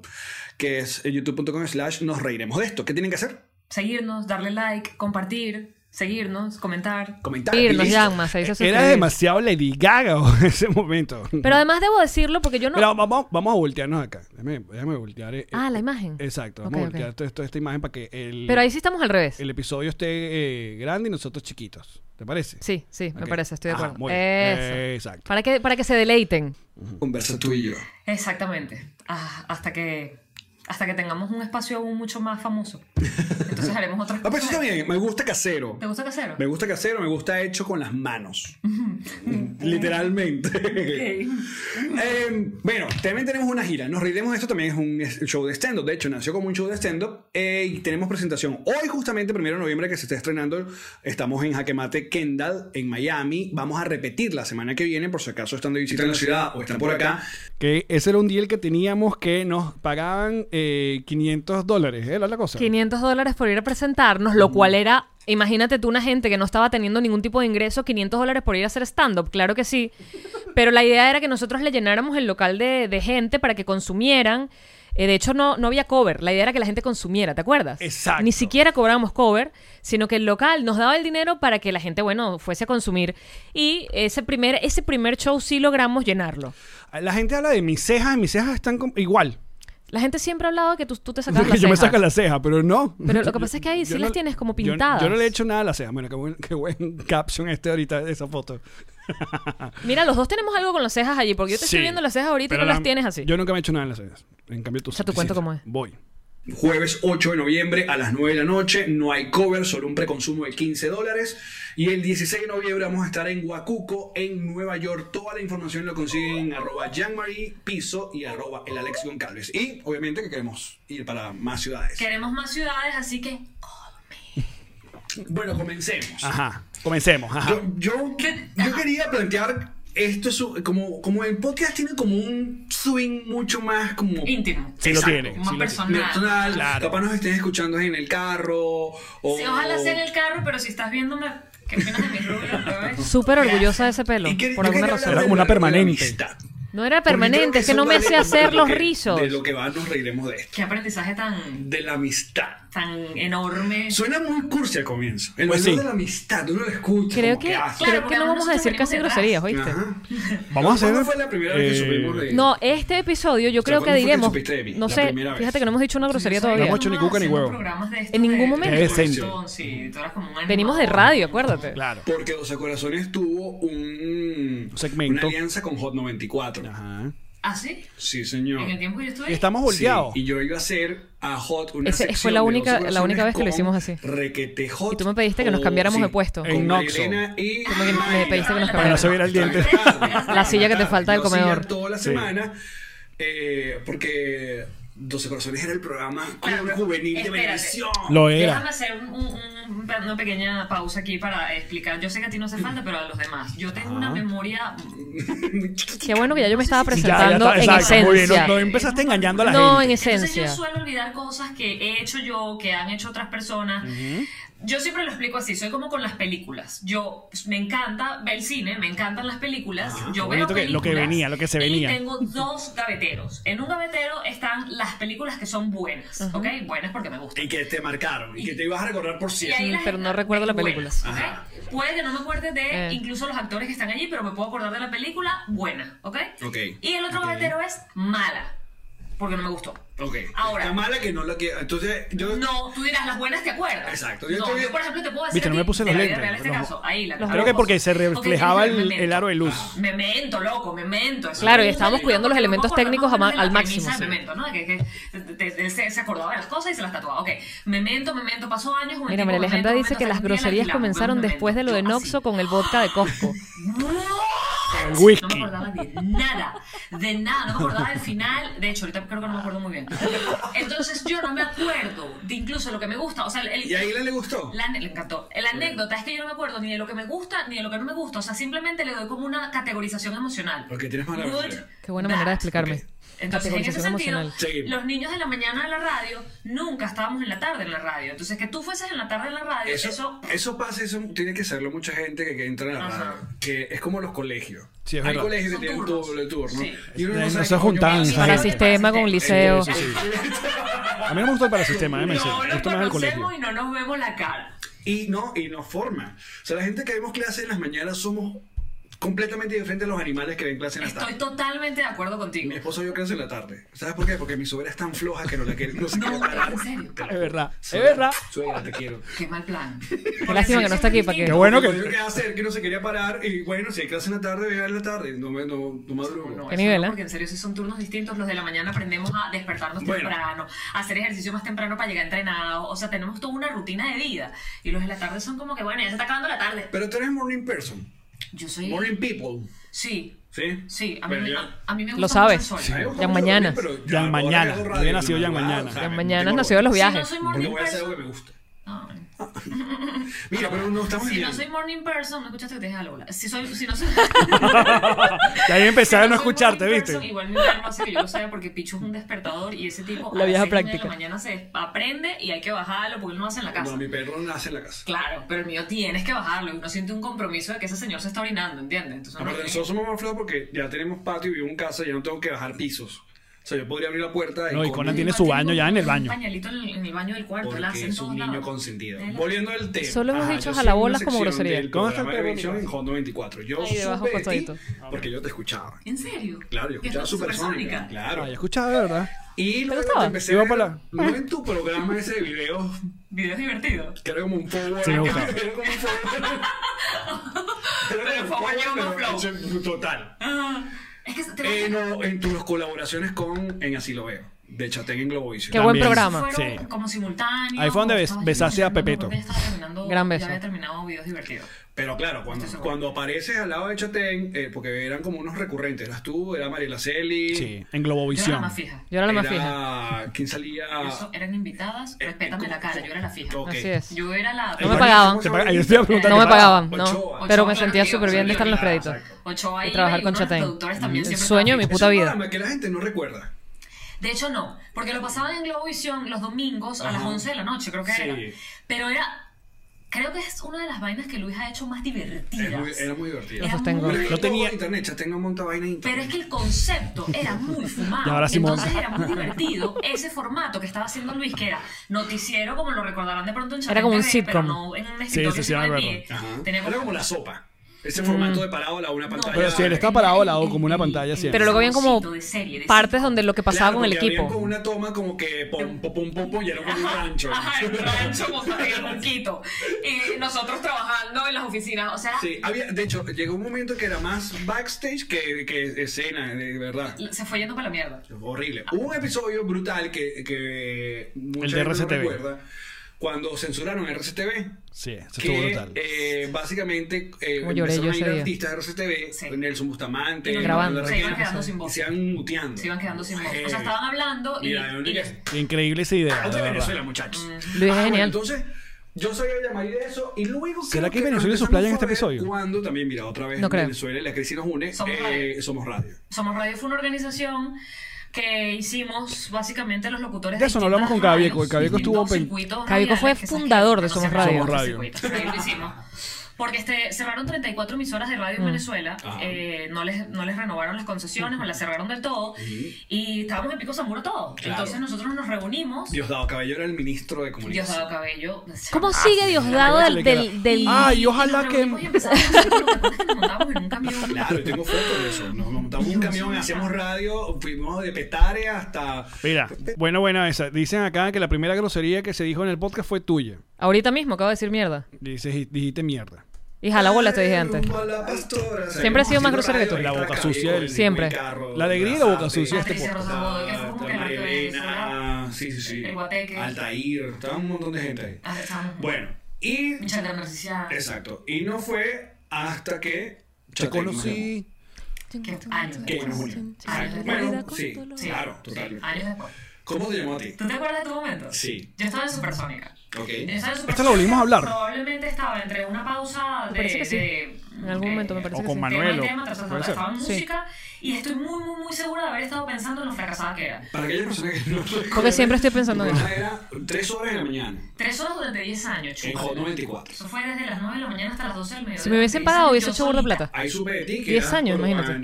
D: que es youtube.com slash nos reiremos de esto. ¿Qué tienen que hacer?
E: Seguirnos, darle like, compartir, seguirnos, comentar.
D: Comentar. y
B: Irnos,
D: listo.
B: llama, se hizo
A: Era
B: suscribir.
A: demasiado Lady Gaga en ese momento.
B: Pero además debo decirlo porque yo no...
A: Pero vamos, vamos a voltearnos acá. Déjame, déjame voltear. eh,
B: Ah,
A: eh,
B: la imagen.
A: Exacto, vamos
B: Ok,
A: a voltear
B: ok.
A: toda- toda esta imagen para que el,
B: Pero ahí sí estamos al revés.
A: el episodio esté eh, grande y nosotros chiquitos. ¿Te parece?
B: Sí, sí, me
A: Ok.
B: parece, estoy de
A: Ajá,
B: acuerdo.
A: muy bien. Eh,
B: Eso.
A: Exacto.
B: Para que, para que se deleiten.
D: Conversa tú y yo.
E: Exactamente. Ah, hasta que hasta que tengamos un espacio aún mucho más famoso. Entonces haremos otras
D: Ah, pues
E: cosas.
D: eso está bien. Me gusta casero.
E: ¿Te gusta casero?
D: Me gusta casero, me gusta hecho con las manos. Literalmente. Eh, bueno, también tenemos una gira. Nos reiremos de esto. También es un es- show de stand-up. De hecho, nació como un show de stand-up. eh, y tenemos presentación hoy, justamente, primero de noviembre, que se está estrenando. Estamos en Jaquemate Kendall, en Miami. Vamos a repetir la semana que viene, por si acaso están de visita en la ciudad o están por acá.
A: Que ese era un deal que teníamos que nos pagaban eh, 500 dólares. ¿eh? Era la cosa.
B: 500 dólares por ir a presentarnos, lo cual era... Imagínate tú una gente que no estaba teniendo ningún tipo de ingreso, 500 dólares por ir a hacer stand-up, claro que sí. Pero la idea era que nosotros le llenáramos el local de, de gente para que consumieran. Eh, de hecho, no, no había cover. La idea era que la gente consumiera, ¿te acuerdas?
A: Exacto.
B: Ni siquiera cobrábamos cover, sino que el local nos daba el dinero para que la gente, bueno, fuese a consumir. Y ese primer, ese primer show sí logramos llenarlo.
A: La gente habla de mis cejas, y mis cejas están como- igual.
B: La gente siempre ha hablado de que tú, tú te sacas
A: Porque
B: las
A: yo me
B: cejas.
A: saco la ceja, pero no.
B: Pero lo que pasa es que ahí sí las tienes como
A: yo no-
B: pintadas.
A: Yo, no le he hecho nada a la ceja. Bueno, qué buen, qué buen caption este ahorita de esa foto.
B: Mira, los dos tenemos algo con las cejas allí, porque yo te estoy
A: Sí,
B: viendo las cejas ahorita y
A: pero
B: no las
A: la-
B: tienes así.
A: Yo nunca me he hecho nada en las cejas. En cambio, tú sí
B: sea, ¿tu cuento
A: te hiciste.
B: cómo es?
A: Voy.
D: Jueves 8 de noviembre a las 9 de la noche, no hay cover, solo un preconsumo de 15 dólares. Y el 16 de noviembre vamos a estar en Huacuco, en Nueva York. Toda la información lo consiguen en arroba Jean-Marie Piso y arroba el Alex Goncalves. Y obviamente que queremos ir para más ciudades.
E: Queremos más ciudades, así que.
D: Bueno, comencemos.
A: Ajá. Comencemos. Ajá.
D: Yo, yo, yo quería plantear esto es un- como, como el podcast tiene como un swing mucho más como
E: Íntimo.
A: Sí lo
D: Exacto.
A: tiene.
E: Más
A: sí lo
E: personal.
D: personal.
A: Claro.
D: Capaz nos estén escuchando en el carro. O,
E: Sí, ojalá sea en el carro, pero si estás viéndome, qué pena de mis rubios, ¿ves?
B: Súper orgullosa de ese pelo,
D: Y que-
B: por
D: yo
B: alguna
D: quería
B: razón.
D: hablar
A: Era
D: de
A: como una
D: la- de la
A: permanente.
D: amistad.
B: No era
D: Porque creo
B: permanente, es que
D: eso
B: no me
D: vale
B: sé
D: de
B: hacer
D: lo
B: los
D: que-
B: rizos.
D: De lo que va, nos reiremos de esto.
E: Qué aprendizaje tan,
D: De la amistad.
E: tan enorme.
D: Suena muy cursi al comienzo. El
A: Pues
D: valor
A: sí.
D: de la amistad, uno lo escucha.
B: Creo
D: como
B: que,
D: ah, sí.
E: Claro,
B: creo
E: porque
B: que no vamos a
E: nosotros
B: decir casi
E: venimos
B: groserías,
E: atrás.
B: ¿oíste?
D: Ajá.
A: Vamos a hacer.
D: ¿Cuándo fue la primera vez que
A: eh,
D: supimos de
B: No, este episodio yo
D: O
B: creo
D: sea,
B: que
D: ¿cuándo fue que
B: diremos.
D: supiste de mí?
B: No
D: La
B: sé,
D: primera vez.
B: fíjate que no hemos dicho una grosería
E: Soy
B: todavía.
A: No hemos hecho ni
E: como
A: cuca ni
E: haciendo
A: huevo.
E: programas de estos
B: En ningún
E: de-
B: momento.
E: de
A: Es decente.
E: corazón, sí, tú eras como un
B: Venimos de
E: animador.
B: radio, acuérdate.
A: Claro.
D: Porque 12 Corazones tuvo un
A: Un segmento.
D: Una alianza con Hot 94.
A: Ajá.
E: ¿Ah, sí?
D: Sí, señor.
E: En el tiempo que yo estuve.
A: Estamos volteados.
D: Sí, y yo iba a hacer a Hot una
B: Ese- fue
D: sección
B: la
D: de
B: única-
D: 12
B: la única vez que lo
D: con
B: hicimos así.
D: Requete Hot.
B: Y tú me pediste que nos
D: o-
B: cambiáramos de puesto.
A: En
D: Con
A: Noxo.
D: Marilena y
B: me- me pediste que
E: Ah,
B: nos
A: Para no se viera el diente.
B: La silla que te falta del
D: Yo hacía
B: comedor.
D: toda la
A: Sí.
D: semana eh, porque 12 Corazones era el programa juvenil de
E: Espérate.
D: Venevisión.
A: Lo
E: Déjame
A: era.
E: hacer un- un- un- una pequeña pausa aquí para explicar. Yo sé que a ti no hace falta, pero a los demás. Yo tengo una memoria.
B: Qué bueno que ya yo me estaba
A: Ya, ya está,
B: presentando en
A: exacto, muy bien.
B: esencia.
A: No, no empezaste engañando a la
B: No, en
A: gente.
E: Entonces yo
B: esencia.
E: suelo olvidar cosas que he hecho yo, que han hecho otras personas. Yo siempre lo explico así, soy como con las películas. Yo pues, me encanta ver el cine, me encantan las películas. yo veo
A: bonito que- Ah, lo que
E: películas
A: venía, lo que se
E: y
A: venía.
E: tengo dos gaveteros. En un gavetero están las películas que son buenas, ¿ok? Buenas porque me gustan.
D: Y que te marcaron y que te ibas a recordar por
E: Y
D: siempre.
E: ahí las
B: pero no
E: están
B: recuerdo la película.
E: buenas, ¿ok?
D: Ajá.
E: Puede que no me acuerde de
B: Eh.
E: incluso los actores que están allí, pero me puedo acordar de la película buena, ¿ok?
D: Ok.
E: Y el otro
D: Ok.
E: gavetero es mala, porque no me gustó.
D: Ok.
E: Ahora.
D: Está mala que no la que. Entonces, yo.
E: No, tú dirás las buenas te acuerdas.
D: Exacto. Yo
E: Yo, no,
D: estoy-
E: yo por ejemplo te puedo decir.
A: Viste,
E: a
A: no
E: ti
A: me puse
E: de
A: los
E: la vida
A: lentes,
E: real, este
A: los-
E: caso, ahí, la
B: los
E: cara
A: Creo
E: de
A: que porque
E: cosas.
A: se
E: Ok, tienes
A: reflejaba el,
E: memento.
A: el aro de luz.
E: Memento, loco, memento. eso.
B: Claro, y
E: Me
B: estábamos
E: gusta,
B: cuidando los
E: porque
B: elementos
E: me acuerdo
B: técnicos
E: más o menos
B: a ma- al
E: de la premisa
B: máximo,
E: de
B: sí.
E: memento, ¿no? Que, que te- te- se, se acordaba de las cosas y se las tatuaba. Ok, memento, memento, pasó años. un
B: Mira,
E: tipo,
B: María Alejandra
E: memento,
B: dice que las
E: memento, hasta un día
B: groserías
E: la
B: comenzaron
E: alquilamos,
B: después de lo
E: memento,
B: de
E: yo así.
B: Noxo con el vodka de Costco.
A: El
E: No
A: whisky.
E: me acordaba de nada, de nada, no me acordaba del final. De hecho, ahorita creo que no me acuerdo muy bien. Entonces, yo no me acuerdo de incluso lo que me gusta. O sea, el,
D: ¿Y a Aguila le gustó?
E: la, ane- le encantó. La anécdota es que yo no me acuerdo ni de lo que me gusta ni de lo que no me gusta. O sea, simplemente le doy como una categorización emocional.
D: Porque tienes mala
E: Good,
D: memoria.
B: Qué buena
E: bad.
B: manera de explicarme.
E: Entonces, en ese
B: Categorización
E: sentido,
B: emocional.
D: Seguimos.
E: los niños de la mañana de la radio nunca estábamos en la tarde en la radio. Entonces, que tú fueses en la tarde en la radio, eso.
D: Eso, eso pasa, eso tiene que saberlo mucha gente que, que entra a la
E: Ajá.
D: radio. Que es como los colegios.
A: Sí, es
D: Hay
A: verdad.
D: colegios que
E: Son
D: tienen
E: turnos.
D: doble turno.
E: Sí.
D: Y uno
A: No
D: no sabe
A: se
D: qué coño
A: juntaban,
D: pasa.
A: esa
B: Para
A: gente.
B: sistema con liceo.
A: Sí, sí. A mí no me gustó el parasistema, déjame decir.
E: no
A: Me
E: nos
A: gustó más el colegio.
E: conocemos y no nos vemos la cara.
D: Y no, y nos forma. O sea, la gente que vemos clase en las mañanas somos completamente diferentes a los animales que ven clase en la
E: Estoy
D: tarde.
E: totalmente de acuerdo
D: Mi
E: contigo.
D: esposo vio clase en la tarde. ¿Sabes por qué? Porque mi suegra es tan floja que no la quiere. No, se quiere
E: No,
D: parar.
E: en serio.
A: Es verdad. Es
D: Suegra,
A: verdad.
D: Suegra, te quiero.
E: Qué mal plan.
B: lástima que no está aquí, ¿para qué?
E: que
A: Qué bueno
D: Porque yo
A: que.
D: qué hacer, que no se quería parar. Y bueno, si hay clase en la tarde, vea en la tarde. No, me- no, no madrugo.
E: No,
B: ¿Qué
E: eso
B: nivel,
E: no,
B: eh?
E: Porque en serio, si son turnos distintos, los de la mañana aprendemos a despertarnos
D: Bueno.
E: temprano, a hacer ejercicio más temprano para llegar entrenados. O sea, tenemos toda una rutina de vida. Y los de la tarde son como que, bueno, ya se está acabando la tarde.
D: Pero tú eres morning person.
E: Yo soy.
D: Morning people.
E: Sí,
D: ¿Sí?
E: sí, a mí,
D: Bueno,
E: me-
D: yo-
E: a, a mí me gusta.
B: Lo
E: mucho
B: sabes.
E: el sol.
B: Sí.
D: me gusta
B: Ya
D: mucho
B: mañana.
D: dormir, pero yo
A: Ya
D: ahora
A: mañana.
D: hago radio
A: Hubiera
D: en la
A: nacido ya
D: madrugada,
A: mañana.
D: o sea,
B: Ya
D: me-
B: mañana
D: tengo-
B: nació de los
E: Si no
B: viajes.
E: soy
D: Porque
E: morning
D: voy a hacer algo que
E: person,
D: me gusta.
E: No.
D: Mira, pero no estamos
E: Si
D: bien.
E: no soy morning person, no escuchaste que te dije algo. Si, soy, si no soy.
A: Y ahí empecé a
E: Si
A: no
E: soy
A: escucharte,
E: morning
A: ¿viste?
E: person, Igual mi perro hace que yo lo sea porque Pichu es un despertador y ese tipo. a
B: La
E: las
B: vieja
E: seis y media de
B: práctica.
E: la mañana se aprende y hay que bajarlo porque él no hace en la casa.
D: No, mi perro nace en la casa.
E: Claro, pero el mío tienes que bajarlo y uno siente un compromiso de que ese señor se está orinando, ¿entiendes? Entonces uno
D: Aparte,
E: tiene-
D: nosotros somos más flojos porque ya tenemos patio y vivo en casa, ya no tengo que bajar pisos. O sea, yo podría abrir la puerta y
A: No, y
D: con-
A: Conan tiene su baño ya en el
E: Un
A: baño.
E: pañalito en el, en el baño del cuarto, la
D: porque
E: hacen
D: es un
E: todos
D: niño
E: lados.
D: consentido.
E: Dela.
D: Volviendo al tema.
B: Solo hemos
D: Ajá,
B: dicho
D: yo
B: jalabolas
D: soy
B: como
D: una
B: grosería.
D: sección del
A: ¿Cómo está el
D: programa de
A: perro,
D: Visión en Hot 94. Yo
B: Ahí debajo,
D: supe de ti
B: pasadito.
D: porque yo te escuchaba.
E: ¿En serio?
D: Claro, yo
E: Que
D: escuchaba
E: es
D: Supersónica. Claro.
A: Ay, escuchaba, de verdad.
D: Y luego
B: gustaba?
D: te empecé
A: Ah, Iba
D: a ver,
A: para la-
D: no en tu programa ese de videos,
E: Videos divertidos.
D: que era como un power.
A: Sí, me gustaba.
D: Era como un power.
E: Pero fue
D: power,
E: llevando
D: pero
E: flow.
D: hecho- Total.
E: Ah, es que te
D: Eh, no, en tus colaboraciones con En Así lo veo, de Chatén en Globovisión.
B: Qué buen
A: También.
B: programa.
E: fueron
A: Sí.
E: como simultáneos.
A: Ahí fue donde bes-
E: Estabas
A: besaste a Pepeto.
E: terminando, porque estaba terminando-
B: Gran beso.
E: Ya había terminado videos divertidos.
D: Pero claro, cuando,
E: Estoy seguro.
D: cuando apareces al lado de Chatén, eh, porque eran como unos recurrentes, eras tú, era Mariela Celi,
A: Sí, en
E: Yo era la
A: Globovisión.
E: más fija.
B: Yo era la más fija.
D: ¿Quién salía?
E: Eso eran invitadas,
D: Ah. Eh,
E: respétame
D: ¿cómo-
E: la cara, yo era la fija.
D: Ok.
B: Así es.
E: Yo era la
B: No me
D: Mariela,
B: pagaban.
D: ¿cómo se
A: Te
D: llama?
A: pag- yo estoy preguntando,
B: No me
A: ¿te
B: pagaban, no.
D: Ochoa.
B: Pero me
E: Ochoa,
B: sentía
E: Ochoa,
B: súper bien de estar en los
D: Ochoa,
B: créditos.
D: exacto.
E: Ochoa
B: Y
E: ahí,
B: trabajar
E: y
B: con
E: unos
B: Chatén.
E: productores también
B: El
E: siempre
B: sueño de mi
E: estaban
B: puta
D: Es un
B: vida.
D: programa que la gente no recuerda.
E: De hecho, no, porque lo pasaban en Globovisión los domingos a
D: Ajá.
E: las 11 de la noche, creo que
D: Sí.
E: era. Pero era. Creo que es una de las vainas que Luis ha hecho más divertidas.
D: Es muy- era muy divertido.
E: Era
B: sostengo.
E: muy-
D: Pero
A: No tenía-
D: internet, Chatén no monta vaina en
E: Pero es
D: internet.
E: que el concepto era muy fumado.
A: Y ahora sí
E: entonces
A: monta.
E: era muy divertido ese formato que estaba haciendo Luis, que era noticiero, como lo recordarán de pronto en Chatén
B: Era como un
E: TV, pero
B: sitcom.
E: no en un escritorio
A: sí, sí,
E: sino
A: me
E: de
A: acuerdo.
E: pie.
D: Ajá.
E: Tenía
D: Era como la sopa. Ese
B: Mm.
D: formato de parado a la una pantalla.
A: Pero si él está parado al lado como una pantalla siempre.
B: Pero luego habían como
E: de serie, de
B: partes
E: sitcom.
B: donde lo que pasaba
D: Claro,
B: con el
D: porque habían Como
B: equipo.
D: una toma como que pom, pom, pom, pom, pom, y era como un rancho.
E: Em, Ajá, el rancho montaje, el junquito. Y nosotros trabajando en las oficinas. O sea,
D: Sí, había, de hecho, llegó un momento que era más backstage que, que escena, de verdad.
E: se fue yendo para la mierda.
D: Horrible. Hubo un episodio brutal que, que mucha
A: El de
D: gente no
A: RCTV.
D: recuerda, cuando censuraron RCTV.
A: Sí, eso estuvo
D: Que
A: brutal.
D: eh, básicamente eh,
B: Cómo lloré
D: empezaron
B: yo
D: a ir
B: ese día.
D: artistas de RCTV,
E: Sí.
D: Nelson Bustamante,
E: Y nos-
B: Grabando.
E: Se iban quedando sin voz.
D: se iban muteando.
E: Se iban quedando sin voz. O
D: Eh,
E: sea, estaban hablando y.
D: Mira,
E: y-
A: Increíble esa idea.
D: Otra
A: de verdad.
D: Venezuela, muchachos.
B: Mm. Luis es
D: Ah, bueno,
B: genial.
D: entonces, yo sabía llamar de eso y luego.
A: ¿Será
D: creo
A: que Venezuela y sus playas en este
D: empezamos a ver
A: episodio?
D: Cuando también, mira, otra vez
B: No creo.
D: Venezuela y la crisis nos une,
E: Somos
D: eh, somos radio.
E: Somos Radio fue una organización que hicimos básicamente los locutores
A: De eso no hablamos con Cavieco, porque Cavieco estuvo pen-
B: Cavieco fue fundador de Somos Radio.
A: Somos Radio.
E: lo hicimos. Porque este, cerraron 34 emisoras de
B: Mm.
E: radio en Venezuela,
D: Ajá.
E: eh, no, les, no les renovaron las concesiones, o las cerraron del todo, y estábamos en Pico Zamuro todos.
D: Claro.
E: Entonces nosotros nos reunimos,
D: Diosdado Cabello era el ministro de comunicación.
E: Diosdado Cabello.
B: ¿Cómo sigue Diosdado
A: Ah,
B: del,
A: sí.
B: del, del-
A: Ay, ojalá
E: nos
A: que.
E: reunimos y empezamos a hacer lo que nos montábamos en un camión.
D: Claro, yo tengo fotos de eso. Nos montamos un camión, hacíamos radio, fuimos de Petare hasta.
A: Mira, bueno, buena esa. Dicen acá que la primera grosería que se dijo en el podcast fue tuya.
B: Ahorita mismo acabo de decir mierda.
A: Dices, dijiste mierda.
B: Y jalabolas te dije antes.
D: Rumbo a la pastora.
B: Siempre ha sido más grosero que tú.
A: La boca sucia del-
B: Siempre.
A: La alegría y la boca sucia
E: este podcast.
D: Elena, sí, sí, sí.
E: El Guateque.
D: Altair, estaba un montón de gente ahí.
E: Ah, estábamos-
D: Bueno, y.
E: Chandra Narcisa.
D: Exacto. Y no fue hasta que.
A: Te
D: Chateco
A: conocí.
E: Que años
D: Que nos
E: después.
D: unió.
E: Años después.
D: Ah, Bueno, sí,
E: Sí,
D: claro,
E: sí,
D: total.
E: Años después.
D: ¿Cómo te llamó a ti?
E: ¿Tú te acuerdas de tu momento?
D: Sí.
E: Yo estaba en Supersónica.
D: Ok.
E: Yo estaba en Supersónica.
A: lo volvimos a hablar.
E: Probablemente estaba entre una pausa de.
B: parece que sí.
E: de-
B: En algún momento me
E: de-
A: o
B: parece que
A: con
B: sí.
A: Manuel.
E: tema y
A: Manuelo,
E: tema, tras otra,
A: puede ser.
E: Estaba en
B: Sí.
E: música y estoy muy, muy, muy segura de haber estado pensando en lo fracasada que era.
D: Para aquella persona que no recuerda,
B: Porque siempre estoy pensando
D: tu
B: en eso.
D: programa Era 3 horas de la mañana.
E: Tres horas durante 10 años,
D: En
E: chulo.
D: Hot 94.
E: Eso fue desde las 9 de la mañana hasta las 12 del mediodía.
B: Si me hubiesen
E: Diez
B: pagado
E: años
B: hubiese
E: yo
B: hecho burda de
E: solita.
B: plata.
D: Ahí supe de ti que
B: Diez
D: eras
B: años,
D: por-
B: imagínate.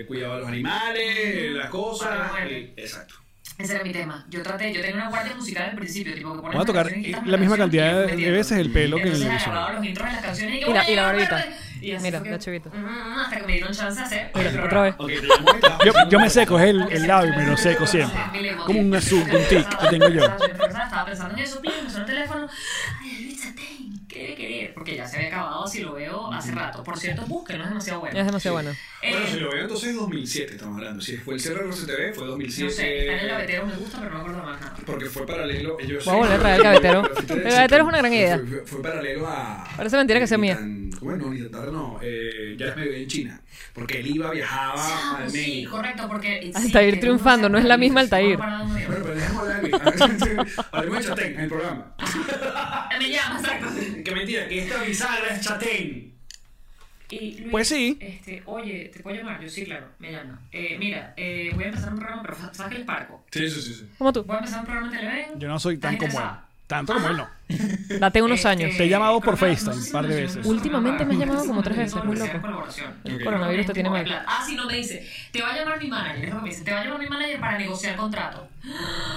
D: eh, cuidaba a los animales, las cosas.
E: Vale,
D: y- exacto.
E: Ese era mi tema. Yo traté, yo tenía una guardia musical al principio, tipo que
A: Voy a tocar la misma cantidad de- de veces el pelo que en el
E: Entonces,
A: episodio.
E: agarraba los intros de las canciones y, yo,
B: Y la- y la
E: "Bueno,
B: barbita".
E: verde. Y así
B: Mira,
E: fue que-
B: la chivita.
E: Mm, Hasta que me dieron chance de hacer.
B: Mira,
E: el
B: otra
E: programa.
B: vez.
D: Ok, te llamó y te-
A: Yo, yo me seco es el, el labio, me lo seco siempre. Como un azul, un tic que tengo yo.
E: Estaba pensando en eso, plim, me sonó el teléfono. Ay, Luis Satén, ¿qué debe querer? Porque ya se había acabado, si lo veo hace rato. Por cierto, búsquenlo, es demasiado bueno.
B: Es demasiado bueno.
D: Bueno, si
E: Eh,
D: lo veo entonces es 2007 estamos hablando. Si fue el cierre de RCTV fue
E: No sé, está en el
D: 2007.
E: gavetero, me gusta, pero no me acuerdo más nada.
D: Porque fue paralelo. Ellos
B: Voy a volver a traer el gavetero. El gavetero es una gran idea.
D: Fue, fue paralelo a.
B: Parece mentira que sea
D: ni
B: mía.
D: tan- ¿cómo es? No, Inglaterra no, eh, ya me en China. Porque él iba, viajaba al
E: Sí,
D: México.
E: correcto, porque.
B: Altair triunfando, no es la misma Altair.
E: Altair
D: Bueno, pero dejemos hablar de mí. Hablemos de Chatén en el programa.
E: Me llama, exacto.
D: Que mentira, que esta bisagra es Chatén.
E: Y Luis,
A: Pues sí.
E: Este, oye, ¿te puedo llamar? Yo sí, claro, me llama. Eh, mira, eh, voy a empezar un programa, pero fa- ¿sabes que el parco?
D: Sí, sí, sí. sí.
B: Como tú.
E: Voy a empezar un programa en Televen.
A: Yo no soy tan
E: ¿Estás
A: como él.
E: interesada?
A: Tanto como él no.
B: Date unos
E: Este,
B: años.
A: Te he llamado por
E: creo que-
A: FaceTime
E: no sé
A: un
E: si
A: par de
E: mencioné
A: veces.
E: mucho,
B: Últimamente me has llamado como tres veces,
E: todo lo
B: muy
E: que sea
B: loco.
E: colaboración.
B: El
D: Ok.
B: coronavirus te tiene
E: Como
B: mal.
E: plan, Ah, sí, no me dice. Te va a llamar mi manager. es lo que me dice, Te va a llamar mi manager para negociar contrato.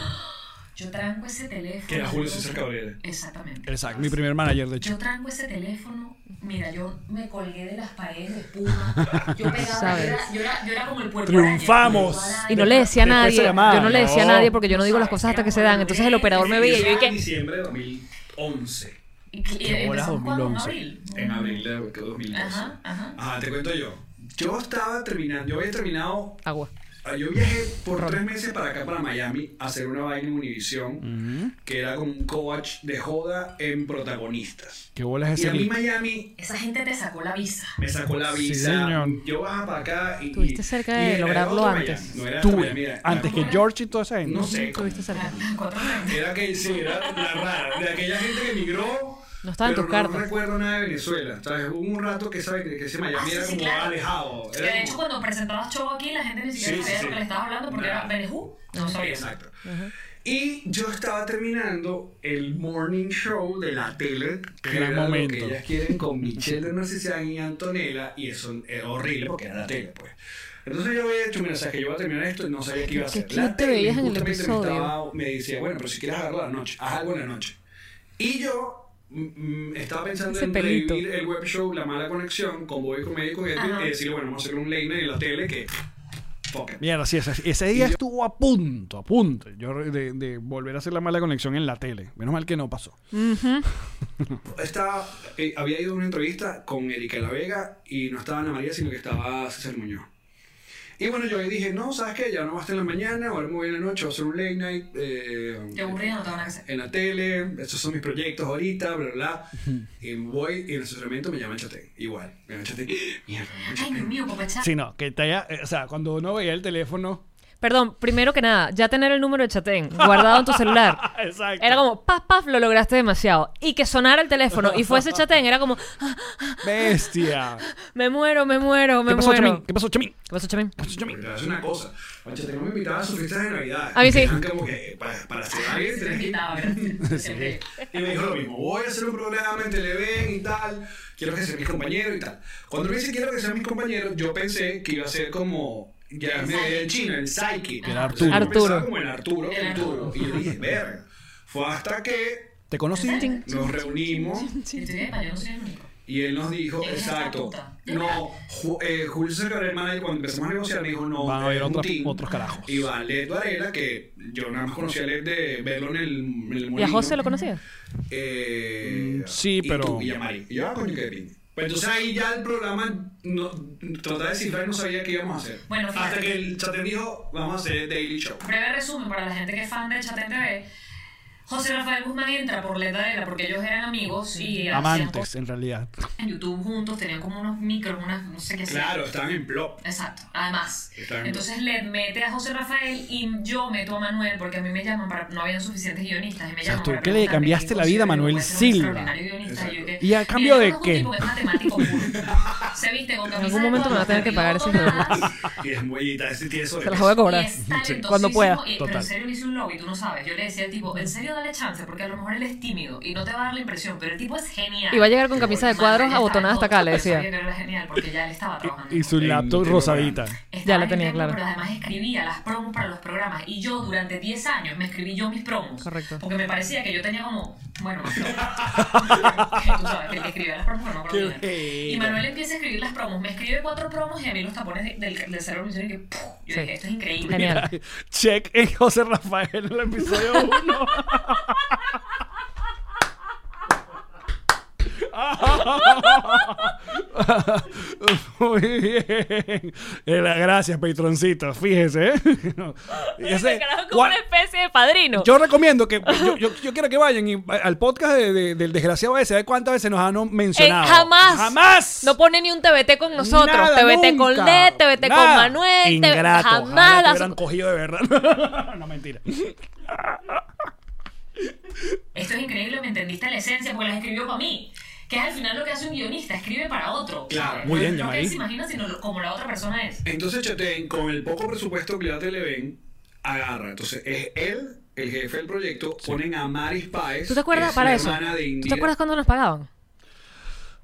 E: Yo tranco ese teléfono.
D: Que era Julio César Cabrera.
E: Exactamente.
A: Exacto, mi primer manager, de hecho.
E: Yo tranco ese teléfono, mira, yo me colgué de las paredes de espuma, yo pegaba, yo
B: ¿Sabes?
E: era, yo era, yo era como el puerto
A: Triunfamos.
B: Y no le decía a
A: Después
B: nadie.
A: se llamaba,
B: Yo no le decía a
A: no.
B: nadie porque yo no digo las cosas hasta que se dan. Entonces el operador me veía y yo
D: Iniciaba En
B: dije,
D: diciembre de 2011.
E: Y, y
A: Qué bola,
E: empezó cuando, en
A: 2011.
E: abril.
D: En abril de 2012.
E: Ajá, ajá.
D: Ah, te cuento yo. Yo estaba terminando, yo había terminado
B: agua.
D: Ah, Yo viajé por tres meses para acá, para Miami, a hacer una vaina en Univision, que era como un coach de joda en protagonistas.
A: ¿Qué bolas es
D: Y
A: ese
D: a mí
A: link?
D: Miami
E: Esa gente te sacó la visa.
D: me sacó la
A: Sí,
D: visa.
A: señor.
D: yo bajaba para acá y...
B: Estuviste
D: y-
B: cerca de
D: y era
B: lograrlo
D: otro
B: antes.
D: Miami, no era
A: Tú,
D: otro Miami, era-
A: antes que
D: era-
A: George y toda esa gente.
D: No sé. cómo-
B: Estuviste cerca.
E: Cuatro meses.
D: Era que sí, era la rara. De aquella gente que emigró...
B: No estaba en
D: pero
B: tus
D: no
B: cartas.
D: recuerdo nada de Venezuela. ¿sabes? Hubo un rato que, sabe, que ese Miami
E: Ah, sí,
D: era
E: sí,
D: como
E: claro.
D: alejado.
E: Que
D: Era
E: de hecho
D: como-
E: cuando presentabas show aquí, la gente ni siquiera
D: Sí, sí,
E: sabía de
D: sí.
E: lo que le estabas hablando porque
D: Nada.
E: era Benejú. No sabía.
D: Exacto. Y yo estaba terminando el morning show de la tele, que
A: Gran
D: era lo
A: momento.
D: que ellas quieren con Michelle de Narcisian y Antonella, y eso es horrible porque era la tele, pues. Entonces yo había hecho un mensaje, yo iba a terminar esto y no sabía qué iba a
B: ¿Qué-
D: hacer.
B: qué
D: La
B: te
D: tele
B: veías en el
D: justamente
B: episodio?
D: Me, estaba- me decía, bueno, pero si quieres agarrar la noche, haz algo en la noche. Y yo mm, mm, estaba pensando
B: Ese
D: en
B: pelito.
D: revivir el web show La Mala Conexión con Bobby Comedia con Edwin y decirle, bueno, vamos a hacer un late night en la tele que... Fuck it.
A: Mierda, sí, ese, ese día estuvo a punto, a punto yo re- de, de volver a hacer la mala conexión en la tele. Menos mal que no pasó.
D: Estaba, eh, había ido a una entrevista con Erika La Vega y no estaba Ana María, sino que estaba César Muñoz. Y bueno, yo le dije, no, ¿sabes qué? Ya no basta en la mañana, ahora me voy en la noche, voy a hacer un late night eh,
E: Te aburrido, no te van a hacer.
D: en la tele, estos son mis proyectos ahorita, bla, bla, bla. y voy y en el asesoramiento me llaman Chatén, igual. Me llaman Chatén, mierda, me llaman
E: Ay, Dios
D: Chatén.
E: mío, papachá.
B: Ah.
A: Sí, no, que te haya- eh, o sea, cuando uno veía el teléfono.
B: Perdón, primero que nada, ya tener el número de chatén guardado en tu celular.
A: Exacto.
B: Era como, paf, paf, lo lograste demasiado. Y que sonara el teléfono y fuese chatén, era como, "Ah,
A: Bestia.
B: me muero, me muero, me
A: ¿Qué pasó,
B: muero.
A: Chamín? ¿Qué pasó, Chamín?
B: ¿Qué pasó, Chamín?
D: Porque te voy a decir una cosa, a Chatén no me invitaba a sus fiestas de Navidad.
B: A mí sí.
D: Eran como que, para, para hacer alguien,
E: Se te
D: tenés que
E: invitaba, ¿verdad? Sí.
D: Y me dijo lo mismo, voy a hacer un programa en Televen y tal, quiero que sean mis compañeros y tal. Cuando me dice quiero que sean mis compañeros, yo pensé que iba a ser como, ya me veía en China, en Psyche.
A: Era Arturo.
D: yo pensaba
B: Arturo.
D: como en Arturo,
E: Era
D: Arturo. Y yo dije, verga. Fue hasta que
A: ¿Te conocí?
D: nos reunimos
E: Y tú, epa, yo no soy el único.
D: y él nos dijo,
E: Eres
D: exacto,
E: estatuta.
D: no, Ju- eh, Julio César el manager, cuando empezamos a negociar, me dijo, no,
A: Van a haber
D: es un
A: otra-
D: team.
A: otros carajos.
D: Y va Led Varela, que yo nada más conocía a Led de verlo en el, en el
B: ¿Y a
D: molino.
B: José lo conocías?
D: Eh,
A: Mm, sí,
D: y
A: pero-
D: tú, Y a Mari. Y yo, ah, coño, qué pinche. Pues entonces ahí ya el programa no, trataba de descifrar y no sabía qué íbamos a hacer.
E: Bueno, fíjate.
D: Hasta que el chatén dijo, vamos a hacer Daily Show.
E: Breve resumen para la gente que es fan de Chatén TV. José Rafael Guzmán entra por Led Varela porque ellos eran amigos y hacían
A: Amantes,
E: cosas
A: en realidad.
E: en YouTube juntos, tenían como unos micros, unas, no sé qué hacían.
D: Claro, estaban en plop.
E: Exacto, además.
D: Está bien.
E: Entonces Led mete a José Rafael y yo meto a Manuel porque a mí me llaman para. No habían suficientes guionistas. Y me llaman
A: tú
E: para
A: que le
E: preguntarme
A: cambiaste
E: quién
A: la vida a
E: considero
A: Manuel
E: que puede ser un
A: Silva.
E: extraordinario guionista. Y, yo que-
A: ¿Y a
E: Mira,
A: cambio de
E: no es un
A: qué?
E: tipo que es matemático puro. Se viste con camisa
B: algún
E: de
B: momento me va a tener que pagar
E: cuadros,
B: esos
E: piloto, nada.
D: Y es muy. Y tal, tiene eso de
B: Te las voy a
E: Y
B: cobrar.
E: es talentosísimo,
B: Cuando pueda.
E: y- Pero
A: Total.
E: en serio le hice un lobby, tú no sabes. Yo le decía al tipo, en serio dale chance, porque a lo mejor él es tímido y no te va a dar la impresión, pero el tipo es genial.
B: Y va a llegar con camisa de cuadros
E: Manuel estaba
B: abotonada hasta acá, le
E: todo, pero
B: decía.
E: sabía que era genial porque ya él estaba trabajando.
A: Y su
D: En
A: laptop
D: Telegram.
A: rosadita.
B: Ya
E: Estaba
B: la
E: en
B: tenía, claro.
E: interno, Pero además escribía las promos para los programas. Y yo durante 10 años me escribí yo mis promos.
B: Correcto.
E: Porque me parecía que yo tenía como. Bueno, más promos. Tú sabes, que el que escribía las promos, pero no me acuerdo
A: Qué
E: quién era. Y
A: bello.
E: Manuel empieza a escribir las promos. Me escribe cuatro promos y a mí los tapones de- del, del cerebro me hicieron que. ¡puf! Yo
B: Sí.
E: dije, esto es increíble.
B: Genial.
A: Check en José Rafael en el episodio 1. Muy bien. Eh, la- Gracias, patroncito. Fíjese. ¿eh? No. Y ese-
E: Me quedaron como
A: ¿cuál-
E: una especie de padrino.
A: yo recomiendo que. Yo, yo- yo quiero que vayan y- al podcast de- de- del desgraciado ese. ¿Sabe cuántas veces nos han
E: Eh,
A: mencionado?
E: jamás.
A: Jamás.
E: No pone ni un TBT con nosotros.
A: Nada,
E: TBT
A: nunca.
E: con Led, TBT con
A: Nada.
E: Manuel. te-
A: Ingrato. Ojalá
E: Jamás
A: te
E: las-
A: hubieran cogido de verdad. no, mentira.
B: Esto es increíble, me entendiste la esencia, porque las escribió para mí. Que es al final lo que hace un guionista, escribe para otro.
D: Claro,
B: ¿sabes?
A: muy bien,
B: No que
A: Yamari.
B: él se imagina, sino lo- como la otra persona es.
D: Entonces Chatein, con el poco presupuesto que ya te le ven, agarra. Entonces es él, el jefe del proyecto, ponen a Maris Páez.
E: ¿Tú te acuerdas
D: que es
E: para
D: la
E: eso?
D: hermana de
E: ¿Tú te
D: Indira.
E: acuerdas cuando nos pagaban?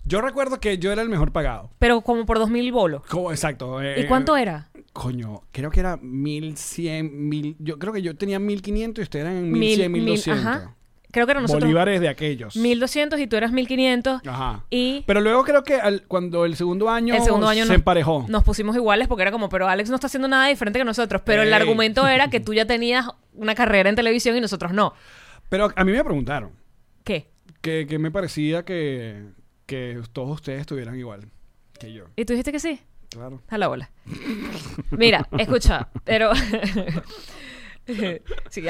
A: Yo recuerdo que yo era el mejor pagado.
E: Pero como por dos mil bolos.
A: ¿Cómo? Exacto. eh,
E: ¿Y cuánto era?
A: Coño, creo que era 1100, 1000. Yo creo que yo tenía 1500 y ustedes eran
E: Mil-
A: 1100,
E: mil-
A: 1200.
E: ajá. Creo que era nosotros.
A: Bolívares de aquellos.
E: 1200 y tú eras 1500.
A: Ajá.
E: Y
A: Pero luego creo que al- cuando el segundo año,
E: el segundo año
A: se
E: nos-
A: emparejó.
E: Nos pusimos iguales porque era como, pero Alex no está haciendo nada diferente que nosotros. Pero el
A: Ey.
E: argumento era que tú ya tenías una carrera en televisión y nosotros no.
A: Pero a mí me preguntaron
E: ¿Qué?
A: que, que me parecía que, que todos ustedes estuvieran igual que yo.
E: ¿Y tú dijiste que sí?
A: Claro.
E: A la bola. Mira, escucha, pero. sí,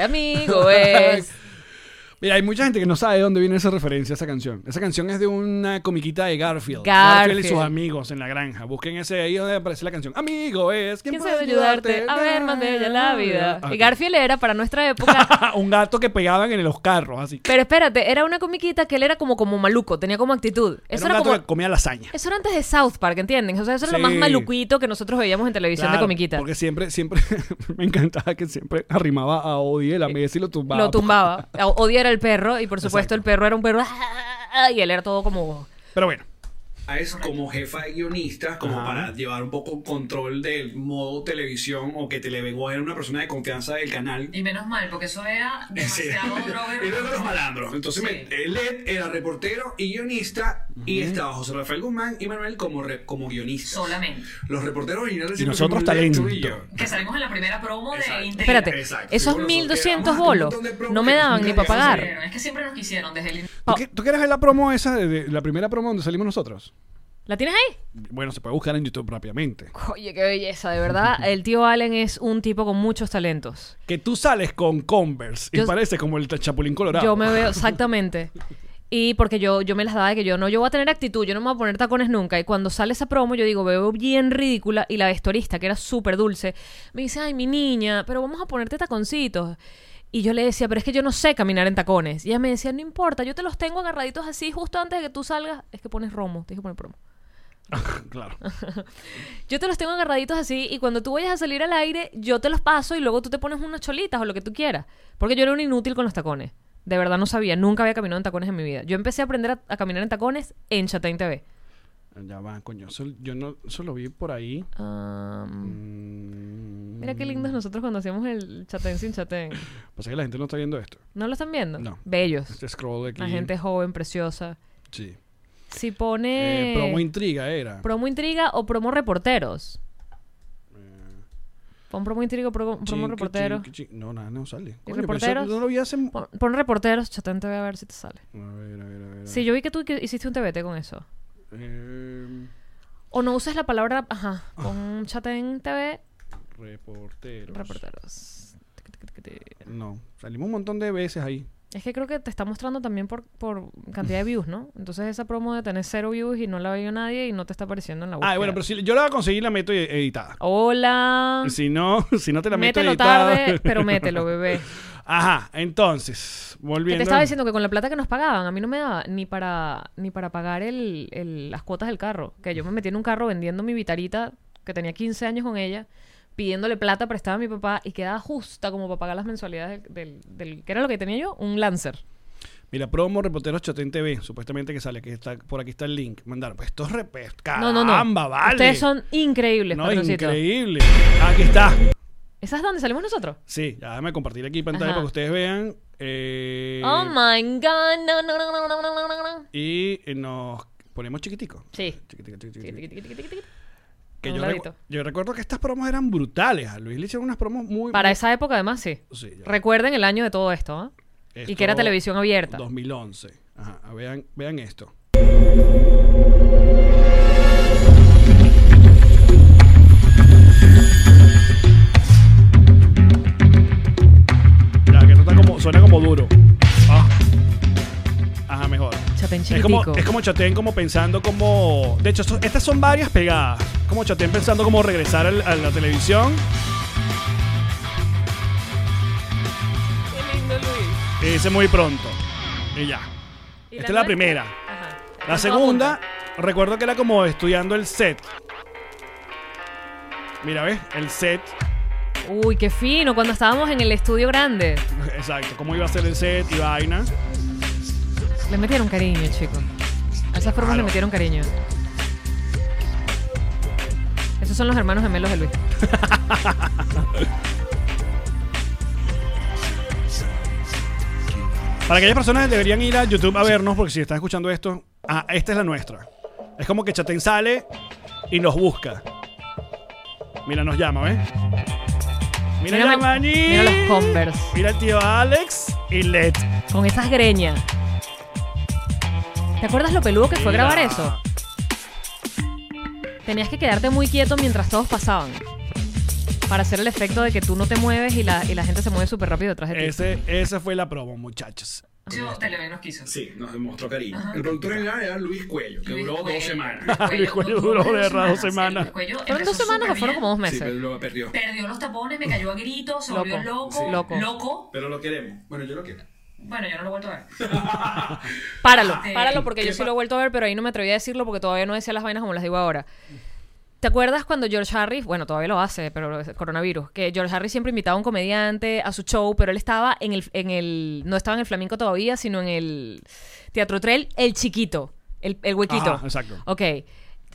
E: amigo, es.
A: Mira, hay mucha gente que no sabe de dónde viene esa referencia, esa canción. Esa canción es de una comiquita de Garfield. y sus
E: Garfield.
A: amigos en la granja. Busquen ese ahí donde aparece la canción. Amigo es, ¿quién,
E: ¿Quién puede ayudarte a ver más bella la vida? Y Garfield era para nuestra época.
A: Ah, un gato que pegaban en los carros, así.
E: Pero espérate, era una comiquita que él era como, como maluco, tenía como actitud.
A: Era
E: Eso
A: un
E: era,
A: gato
E: como.
A: que comía lasaña.
E: Eso era antes de South Park, ¿entienden? O sea, eso era lo más
A: Sí.
E: maluquito que nosotros veíamos en televisión de
A: Claro,
E: comiquita.
A: Porque siempre, siempre, me encantaba que siempre arrimaba a Odie la mesa y lo tumbaba.
E: Lo tumbaba. Odio era el perro y por supuesto el perro era un perro ¡ah! y él era todo como
A: Pero bueno.
D: a eso como jefa de guionistas, como
A: Ajá.
D: para llevar un poco control del modo televisión o que Televengo era una persona de confianza del canal.
B: Y menos mal, porque eso era
D: Sí.
B: demasiado Robert.
D: Era uno de los malandros. Entonces,
B: Sí.
D: me- eh, Led era reportero y guionista, y estaba José Rafael Guzmán y Manuel como, re- como guionistas.
B: Solamente.
D: Los reporteros originales
A: Y
D: siempre
A: nosotros
D: fuimos Led,
A: talento.
D: tú y yo.
B: Que salimos en la primera promo
D: Exacto.
B: de Internet.
E: Espérate,
D: Exacto.
E: esos
D: Nosotros
E: 1200
D: quedamos hasta un
E: bolos
D: montón de promo
E: no me
D: que
E: daban
D: nunca
E: ni para
D: llegamos a
E: pagar.
B: Es que siempre nos quisieron desde el in-
E: Oh.
A: ¿Tú, qui- tú quieres ver la promo esa, de, de- la primera promo donde salimos nosotros?
E: ¿La tienes ahí?
A: Bueno, se puede buscar en YouTube rápidamente.
E: Oye, qué belleza, de verdad. El tío Allen es un tipo con muchos talentos.
A: Que tú sales con Converse y
E: Yo-
A: parece como el chapulín colorado.
E: Yo me veo exactamente. Y porque yo, yo me las daba de que yo no, yo voy a tener actitud, yo no me voy a poner tacones nunca. Y cuando sale esa promo, yo digo, veo bien ridícula. Y la vestorista, que era súper dulce, me dice, ay, mi niña, pero vamos a ponerte taconcitos. Y yo le decía, pero es que yo no sé caminar en tacones. Y ella me decía, no importa, yo te los tengo agarraditos así justo antes de que tú salgas. Es que pones romo, te dije poner promo.
A: claro.
E: Yo te los tengo agarraditos así y cuando tú vayas a salir al aire, yo te los paso y luego tú te pones unas cholitas o lo que tú quieras. Porque yo era un inútil con los tacones. De verdad no sabía, nunca había caminado en tacones en mi vida. Yo empecé a aprender a, a caminar en tacones en Chatain TV.
A: Ya va, coño. eso- yo no solo vi por ahí.
E: Am,
A: Mm,
E: mira qué lindos nosotros cuando hacíamos el Chatain sin Chatain.
A: Pasa que la gente no está viendo esto.
E: ¿No lo están viendo?
A: No.
E: Bellos.
A: Este scroll de aquí.
E: La gente joven, preciosa.
A: Sí.
E: Si
A: Eh,
E: pone
A: promo intriga era.
E: promo intriga o promo reporteros.
A: Mm.
E: Pon promo intriga o promo, promo
A: Chin, que
E: reporteros.
A: chin, que chin. No, nada, no sale. Coño,
E: reporteros?
A: pensé- No lo vi hace.
E: Pon, pon reporteros, Chatain TV a ver si te sale.
A: A ver, a ver, a ver.
E: Sí, yo vi que tú que hiciste un TBT con eso.
A: Eh,
E: O no uses la palabra, ajá, con chat en TV,
A: reporteros.
E: reporteros.
A: No, salimos un montón de veces ahí.
E: Es que creo que te está mostrando también por, por cantidad de views, ¿no? Entonces esa promo de tener cero views y no la veo nadie y no te está apareciendo en la búsqueda.
A: Ah, bueno, pero si yo la voy a conseguir la meto e-, editada.
E: Hola.
A: Si no, si no te la meto
E: Ah. mételo
A: editada.
E: tarde, pero mételo, bebé.
A: Ajá, entonces,
E: Que
A: volviendo.
E: te estaba diciendo que con la plata que nos pagaban, a mí no me daba ni para, ni para pagar el, el- las cuotas del carro. Que yo me metí en un carro vendiendo mi vitarita, que tenía 15 años con ella, pidiéndole plata prestada a mi papá y quedaba justa como para pagar las mensualidades del, del, del- ¿Qué era lo que tenía yo? Un Lancer.
A: Mira, promo reporteros Chatén TV, supuestamente que sale, que está por aquí está el link. Mandar, pues estos repes.
E: No, no, no.
A: Caramba, vale.
E: Ustedes son increíbles,
A: no,
E: patroncito.
A: increíble. Aquí está.
E: ¿Esa es donde salimos nosotros?
A: Sí, ya déjame compartir aquí pantalla
E: Ajá.
A: para que ustedes vean. eh,
E: Oh my God. No, no, no, no, no, no, no, no.
A: y eh, nos ponemos chiquitico.
E: Sí.
A: Chiquitico, chiquitico,
E: Tiqui,
A: chiquitico.
E: tiqui, tiqui, tiqui, tiqui.
A: Que
E: A un
A: yo,
E: ladito.
A: recu- yo recuerdo que estas promos eran brutales. A Luis le hicieron unas promos muy.
E: Para
A: muy-
E: esa época, además, sí.
A: Sí, ya.
E: Recuerden el año de todo esto, ¿ah? Y que era
A: Esto-
E: televisión abierta.
A: 2011. Ajá, vean, vean esto. Ya, que no está como, suena como duro. Ah. Ajá, mejor.
B: Chapén
A: Es como,
B: chiquitico.
A: es como Chatén como pensando como... De hecho, esto- estas son varias pegadas. Como Chatén pensando como regresar al- a la televisión.
B: Qué lindo, Luis.
A: Y eh, dice muy pronto. Y ya.
B: ¿Y
A: Esta es la
B: nuestra?
A: primera.
B: Ajá.
A: La
B: Están todas
A: segunda,
B: juntas.
A: recuerdo que era como estudiando el set. Mira, ¿ves? El set.
B: Uy, qué fino, cuando estábamos en el estudio grande.
A: Exacto. ¿Cómo iba a ser el set y vaina?
B: Le metieron cariño, chico. A esas formas le
A: Claro.
B: metieron cariño. Esos son los hermanos gemelos de Luis.
A: Para aquellas personas que deberían ir a YouTube a vernos, porque si están escuchando esto, ah, esta es la nuestra. Es como que Chatén sale y nos busca. Mira, nos llama, ¿ves? Mira,
B: Mira,
A: llama allí.
B: mira los Converse.
A: Mira el tío Alex y Let.
B: Con esas greñas. ¿Te acuerdas lo peludo que fue
A: Mira.
B: grabar eso? Tenías que quedarte muy quieto mientras todos pasaban. Para hacer el efecto de que tú no te mueves y la, y la gente se mueve súper rápido detrás de ti.
A: Ese, esa fue la promo, muchachos.
E: Yo, Televé nos quiso.
D: Sí, nos demostró cariño. El productor general era Luis Cuello, que
E: Luis
D: duró
E: Cuello.
D: dos semanas.
A: Luis Cuello duró de verdad dos semanas.
E: Luis Cuello
B: ¿Fueron
E: empezó
B: dos semanas o
E: súper
B: fueron
E: bien.
B: como dos
D: Sí, pero
B: meses?
D: lo perdió.
E: Perdió los tapones, me cayó a gritos, se
B: Loco.
E: volvió loco,
B: Sí. Loco.
E: loco.
D: Pero lo queremos. Bueno, yo lo quiero.
E: Bueno, yo no lo he vuelto a ver.
B: Páralo,
E: Sí.
B: páralo porque yo sí lo he vuelto a ver, pero ahí no me atreví a decirlo porque todavía no decía las vainas como las digo ahora. ¿Te acuerdas cuando George Harris, bueno, todavía lo hace, pero es coronavirus, que George Harris siempre invitaba a un comediante a su show, pero él estaba en el, en el no estaba en el flamenco todavía, sino en el Teatro Trel, el chiquito, el, el huequito.
A: Ajá, exacto.
B: Ok.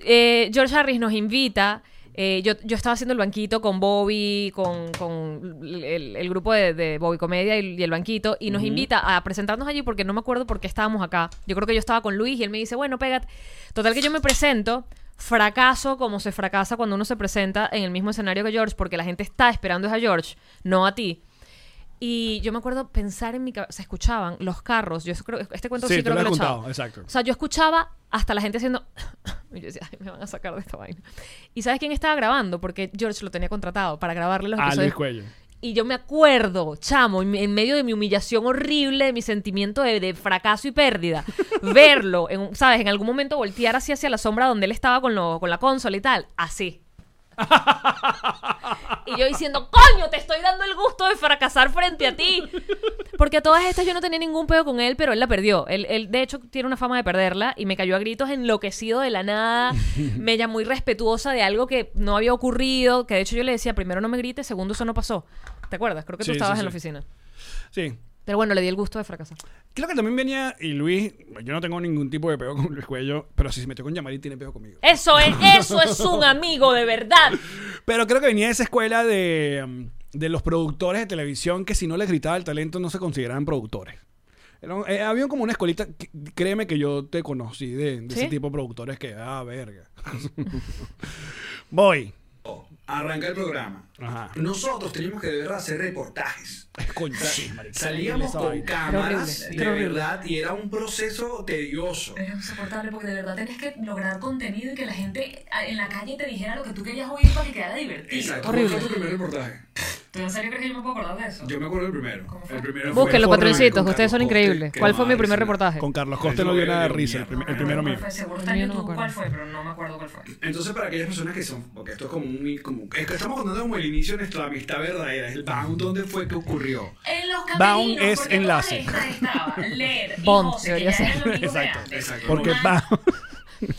B: Eh, George Harris nos invita. eh, yo, yo estaba haciendo el banquito con Bobby, con, con el, el grupo de, de Bobby Comedia y, y el banquito, y nos invita a presentarnos allí porque no me acuerdo por qué estábamos acá. Yo creo que yo estaba con Luis y él me dice, bueno, pégate. Total que yo me presento, fracaso como se fracasa cuando uno se presenta en el mismo escenario que George, porque la gente está esperando es a George, no a ti. Y yo me acuerdo pensar en mi cabeza, se escuchaban los carros, yo creo, este cuento sí,
A: Sí, tú
B: creo
A: lo has
B: que lo he echado.
A: contado, exacto.
B: O sea, yo escuchaba hasta la gente haciendo. y yo decía, ay, me van a sacar de esta vaina. ¿Y sabes quién estaba grabando? Porque George lo tenía contratado para grabarle los
A: A
B: episodios.
A: Ah, Luis Cuello.
B: Y yo me acuerdo, chamo, en en medio de mi humillación horrible, de mi sentimiento de, de fracaso y pérdida, verlo, en, un- ¿sabes? En algún momento voltear así hacia la sombra donde él estaba con, lo- con la consola y tal, así. Y yo diciendo, coño, te estoy dando el gusto de fracasar frente a ti. Porque a todas estas yo no tenía ningún pedo con él, pero él la perdió. Él, él, de hecho, tiene una fama de perderla y me cayó a gritos enloquecido de la nada. Me llamó irrespetuosa de algo que no había ocurrido. Que de hecho yo le decía, primero no me grites, segundo eso no pasó. ¿Te acuerdas? Creo que
A: Sí,
B: tú estabas
A: sí,
B: en la
A: sí.
B: oficina.
A: Sí.
B: Pero bueno, le di el gusto de fracasar.
A: Creo que también venía, y Luis, yo no tengo ningún tipo de peo con Luis Cuello, pero si se metió con Yamari tiene peo conmigo.
B: Eso es, eso es un amigo de verdad.
A: Pero creo que venía de esa escuela de, mm, de los productores de televisión que si no les gritaba el talento no se consideraban productores. Era un- eh, había como una escuelita, que- créeme que yo te conocí de, de ese
B: ¿Sí?
A: tipo de productores que, ah, verga. Voy.
D: Arranca el programa.
A: Ajá.
D: Nosotros teníamos que de verdad hacer reportajes.
A: Coño,
D: O sea,
A: sí, marica,
D: salíamos
A: esa
D: con
A: vaina.
D: cámaras
B: horrible,
D: de
B: era horrible.
D: verdad y era un proceso tedioso.
E: Es insoportable porque de verdad tenés que lograr contenido y que la gente a- en la calle te dijera lo que tú querías oír para que quedara divertido.
D: Exacto. ¿Cuál fue tu primer reportaje?
E: ¿Tú en serio crees que yo me puedo acordar de eso?
D: Yo me acuerdo del primero.
E: ¿Cómo fue?
D: El primero
B: Búsquenlo,
D: fue-
B: patroncitos,
D: con
B: ustedes son
D: Carlos Coste,
B: increíbles.
D: que
B: ¿Cuál fue mi
D: madre,
B: primer
D: sí.
B: reportaje?
A: Con Carlos Coste no dio nada de risa, el, prim- el primero mío.
E: Fue, seguro está en
B: Yo no me
E: YouTube
B: acuerdo.
E: cuál fue, pero no me acuerdo cuál fue.
D: Entonces, para aquellas personas que son, porque esto es como un. Como, es que estamos contando como el inicio de nuestra amistad verdadera. Es el bound, ¿dónde fue que ocurrió?
E: En los
A: Bound
E: camerinos. porque
A: es
E: todas
A: enlace.
E: estas Estaba, leer, y
B: Bond,
E: José,
B: debería
E: que ya
B: ser.
E: eran amigos de
A: Exacto,
E: antes.
D: exacto.
A: Porque
E: Román,
A: va.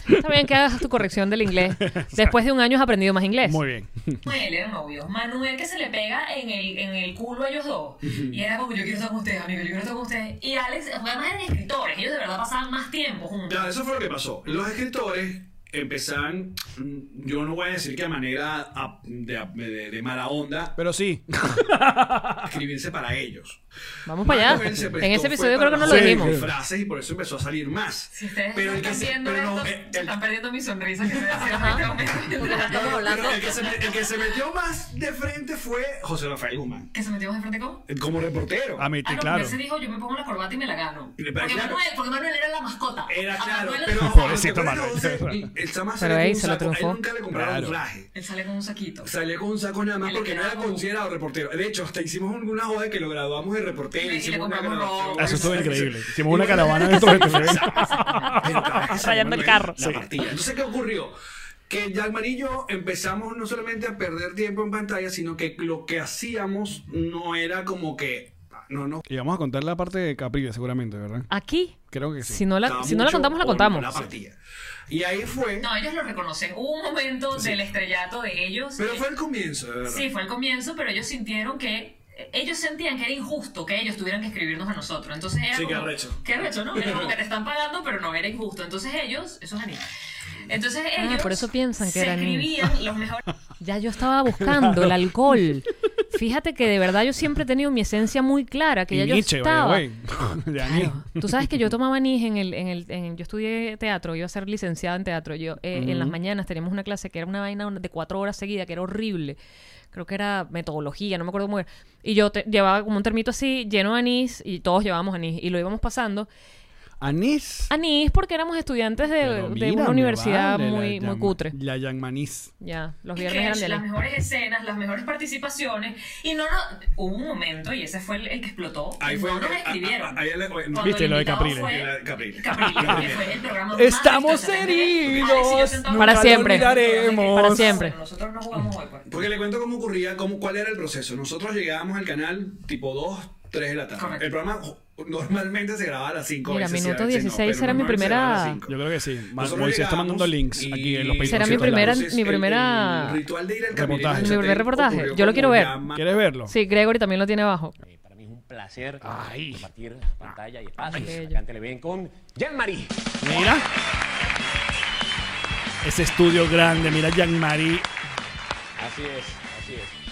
B: Está bien que hagas tu corrección del inglés. Después de un año has aprendido más inglés.
A: Muy bien.
E: Manuel era novio. Manuel que se le pega en el, en el culo a ellos dos. Y era como, yo quiero estar con ustedes, amigo, yo quiero estar con ustedes. Y Alex, además eran escritores, ellos de verdad pasaban más tiempo juntos.
D: Ya, eso fue lo que pasó. Los escritores. eh, empezaban, mm, yo no voy a decir que a manera a- de, de- de mala onda,
A: Pero sí.
D: a escribirse para ellos.
B: Vamos para allá.
D: Más bien se prestó
B: En ese
D: fue
B: episodio creo
D: para
B: que no lo
D: hacer
B: dijimos.
D: frases y por eso empezó a salir más.
E: Si ustedes
D: Pero el
E: están
D: que se-
E: viendo
D: pero no,
E: esto,
D: eh, el-
E: están perdiendo mi sonrisa que se ve hacia este momento.
F: Estamos hablando.
D: Pero el que, se, me- el que se metió más de frente fue José Rafael Guzmán.
E: ¿Que se metió más de frente con?
D: Como reportero.
A: A mí,
E: Ah, no,
A: claro.
E: porque él se dijo, yo me pongo la corbata y me la gano.
D: Pero,
E: Porque
D: claro.
E: Manuel, porque Manuel era la mascota.
D: Era
E: A
D: claro,
E: Manuel-
D: pero
A: Pobrecito
D: ¿te acuerdas
A: Manuel.
D: de José? El chama
B: Pero
D: salió
B: ahí
D: con un
B: se lo
D: saco, a él
B: triunfó.
D: nunca le compraron
A: Claro.
D: un traje.
E: Él sale con un saquito.
D: Salió con un saco nada más
E: Y le
D: porque no era
E: quedaba un-
D: considerado reportero. De hecho, hasta hicimos alguna joda que lo graduamos de reportero.
E: Y le- y le
D: hicimos una
E: compramos
D: graduación.
E: ropa. Eso
A: estuvo increíble. Hicimos
D: Y
A: una
D: bueno,
A: caravana este de estos reporteros.
D: Exacto.
B: Rayando el carro.
D: La partida. Entonces, ¿qué ocurrió? Que ya amarillo empezamos no solamente a perder tiempo en pantalla, sino que lo que hacíamos no era como que. No, no.
A: Y vamos a contar la parte de Caprile, seguramente, ¿verdad?
B: Aquí,
A: Creo que sí.
B: si no la,
D: gustaba
B: si no la
D: mucho
B: contamos, la
D: o no
B: contamos.
D: La partida. Y ahí fue.
E: No, ellos lo reconocen. Hubo un momento del estrellato de ellos.
D: Pero
E: que-
D: fue el comienzo, de verdad.
E: Sí, fue el comienzo, pero ellos sintieron que. Ellos sentían que era injusto que ellos tuvieran que escribirnos a nosotros. Entonces era.
D: Sí,
E: como-
D: qué arrecho.
E: Qué arrecho, ¿no? Era como que te están pagando, pero no era injusto. Entonces ellos. Eso es anime. Entonces
B: Ah,
E: ellos.
B: por eso piensan que
E: se
B: era anime.
E: escribían los mejores.
B: Ya yo estaba buscando el alcohol. Fíjate que de verdad yo siempre he tenido mi esencia muy clara, que
A: Y
B: ya
A: Nietzsche,
B: yo
A: by the
B: estaba.
A: way. De Aní.
B: Claro. Tú sabes que yo tomaba Nietzsche en el, en el, en- yo estudié teatro, iba a ser licenciada en teatro. Yo eh, en las mañanas teníamos una clase que era una vaina de cuatro horas seguida, que era horrible. Creo que era metodología, no me acuerdo muy bien. Y yo te- llevaba como un termito así, lleno de anís, y todos llevábamos anís, y lo íbamos pasando.
A: Anís.
B: Anís porque éramos estudiantes de,
A: Pero
B: de
A: mírame,
B: una universidad
A: vale, la
B: muy, muy
A: llama-
B: cutre.
A: La Yanmanís.
B: Ya, los
E: Y
B: viernes
E: que
B: eran de
E: las
B: la...
E: mejores escenas, las mejores participaciones. Y no, no. Hubo un momento, y ese fue el, el que explotó.
D: Ahí fue.
E: No nos
D: a- a-
E: escribieron.
D: a- ahí le- bueno,
E: Cuando
A: Viste
E: el
A: lo de
E: invitado
A: Caprile.
E: fue-
D: La- Caprile.
E: Caprile, que fue el programa más
A: Estamos
E: interesante de-
A: heridos.
E: Alex y yo sentados-
A: nunca
B: Para
A: lo
B: siempre.
A: olvidaremos.
B: Para siempre.
E: Bueno, Nosotros no jugamos hoy, pues.
D: Porque le cuento cómo ocurría, cómo, cuál era el proceso. Nosotros llegábamos al canal tipo 2, 3 de la tarde.
E: Correcto.
D: El programa jo- normalmente se grababa a las 5.
B: Mira, minuto 16 era mi primera-
A: Yo creo que sí. Ma- Moisés está mandando links aquí en los
B: Será mi primera- mi primera-
D: ritual de ir
A: Reportaje.
D: al Capitolio
A: Mi
D: Chateau
B: primer reportaje.
D: ocurrió
B: Yo lo
D: como
B: quiero ver.
D: ya ma-
A: ¿Quieres verlo?
B: Sí, Gregory también lo tiene abajo.
G: Eh, Para mí es un placer
A: Ay.
G: compartir pantalla y espacio
B: bello.
G: acá en Televen con Jean-Marie.
A: Mira. Ese estudio grande, mira Jean-Marie.
G: Así es, así es.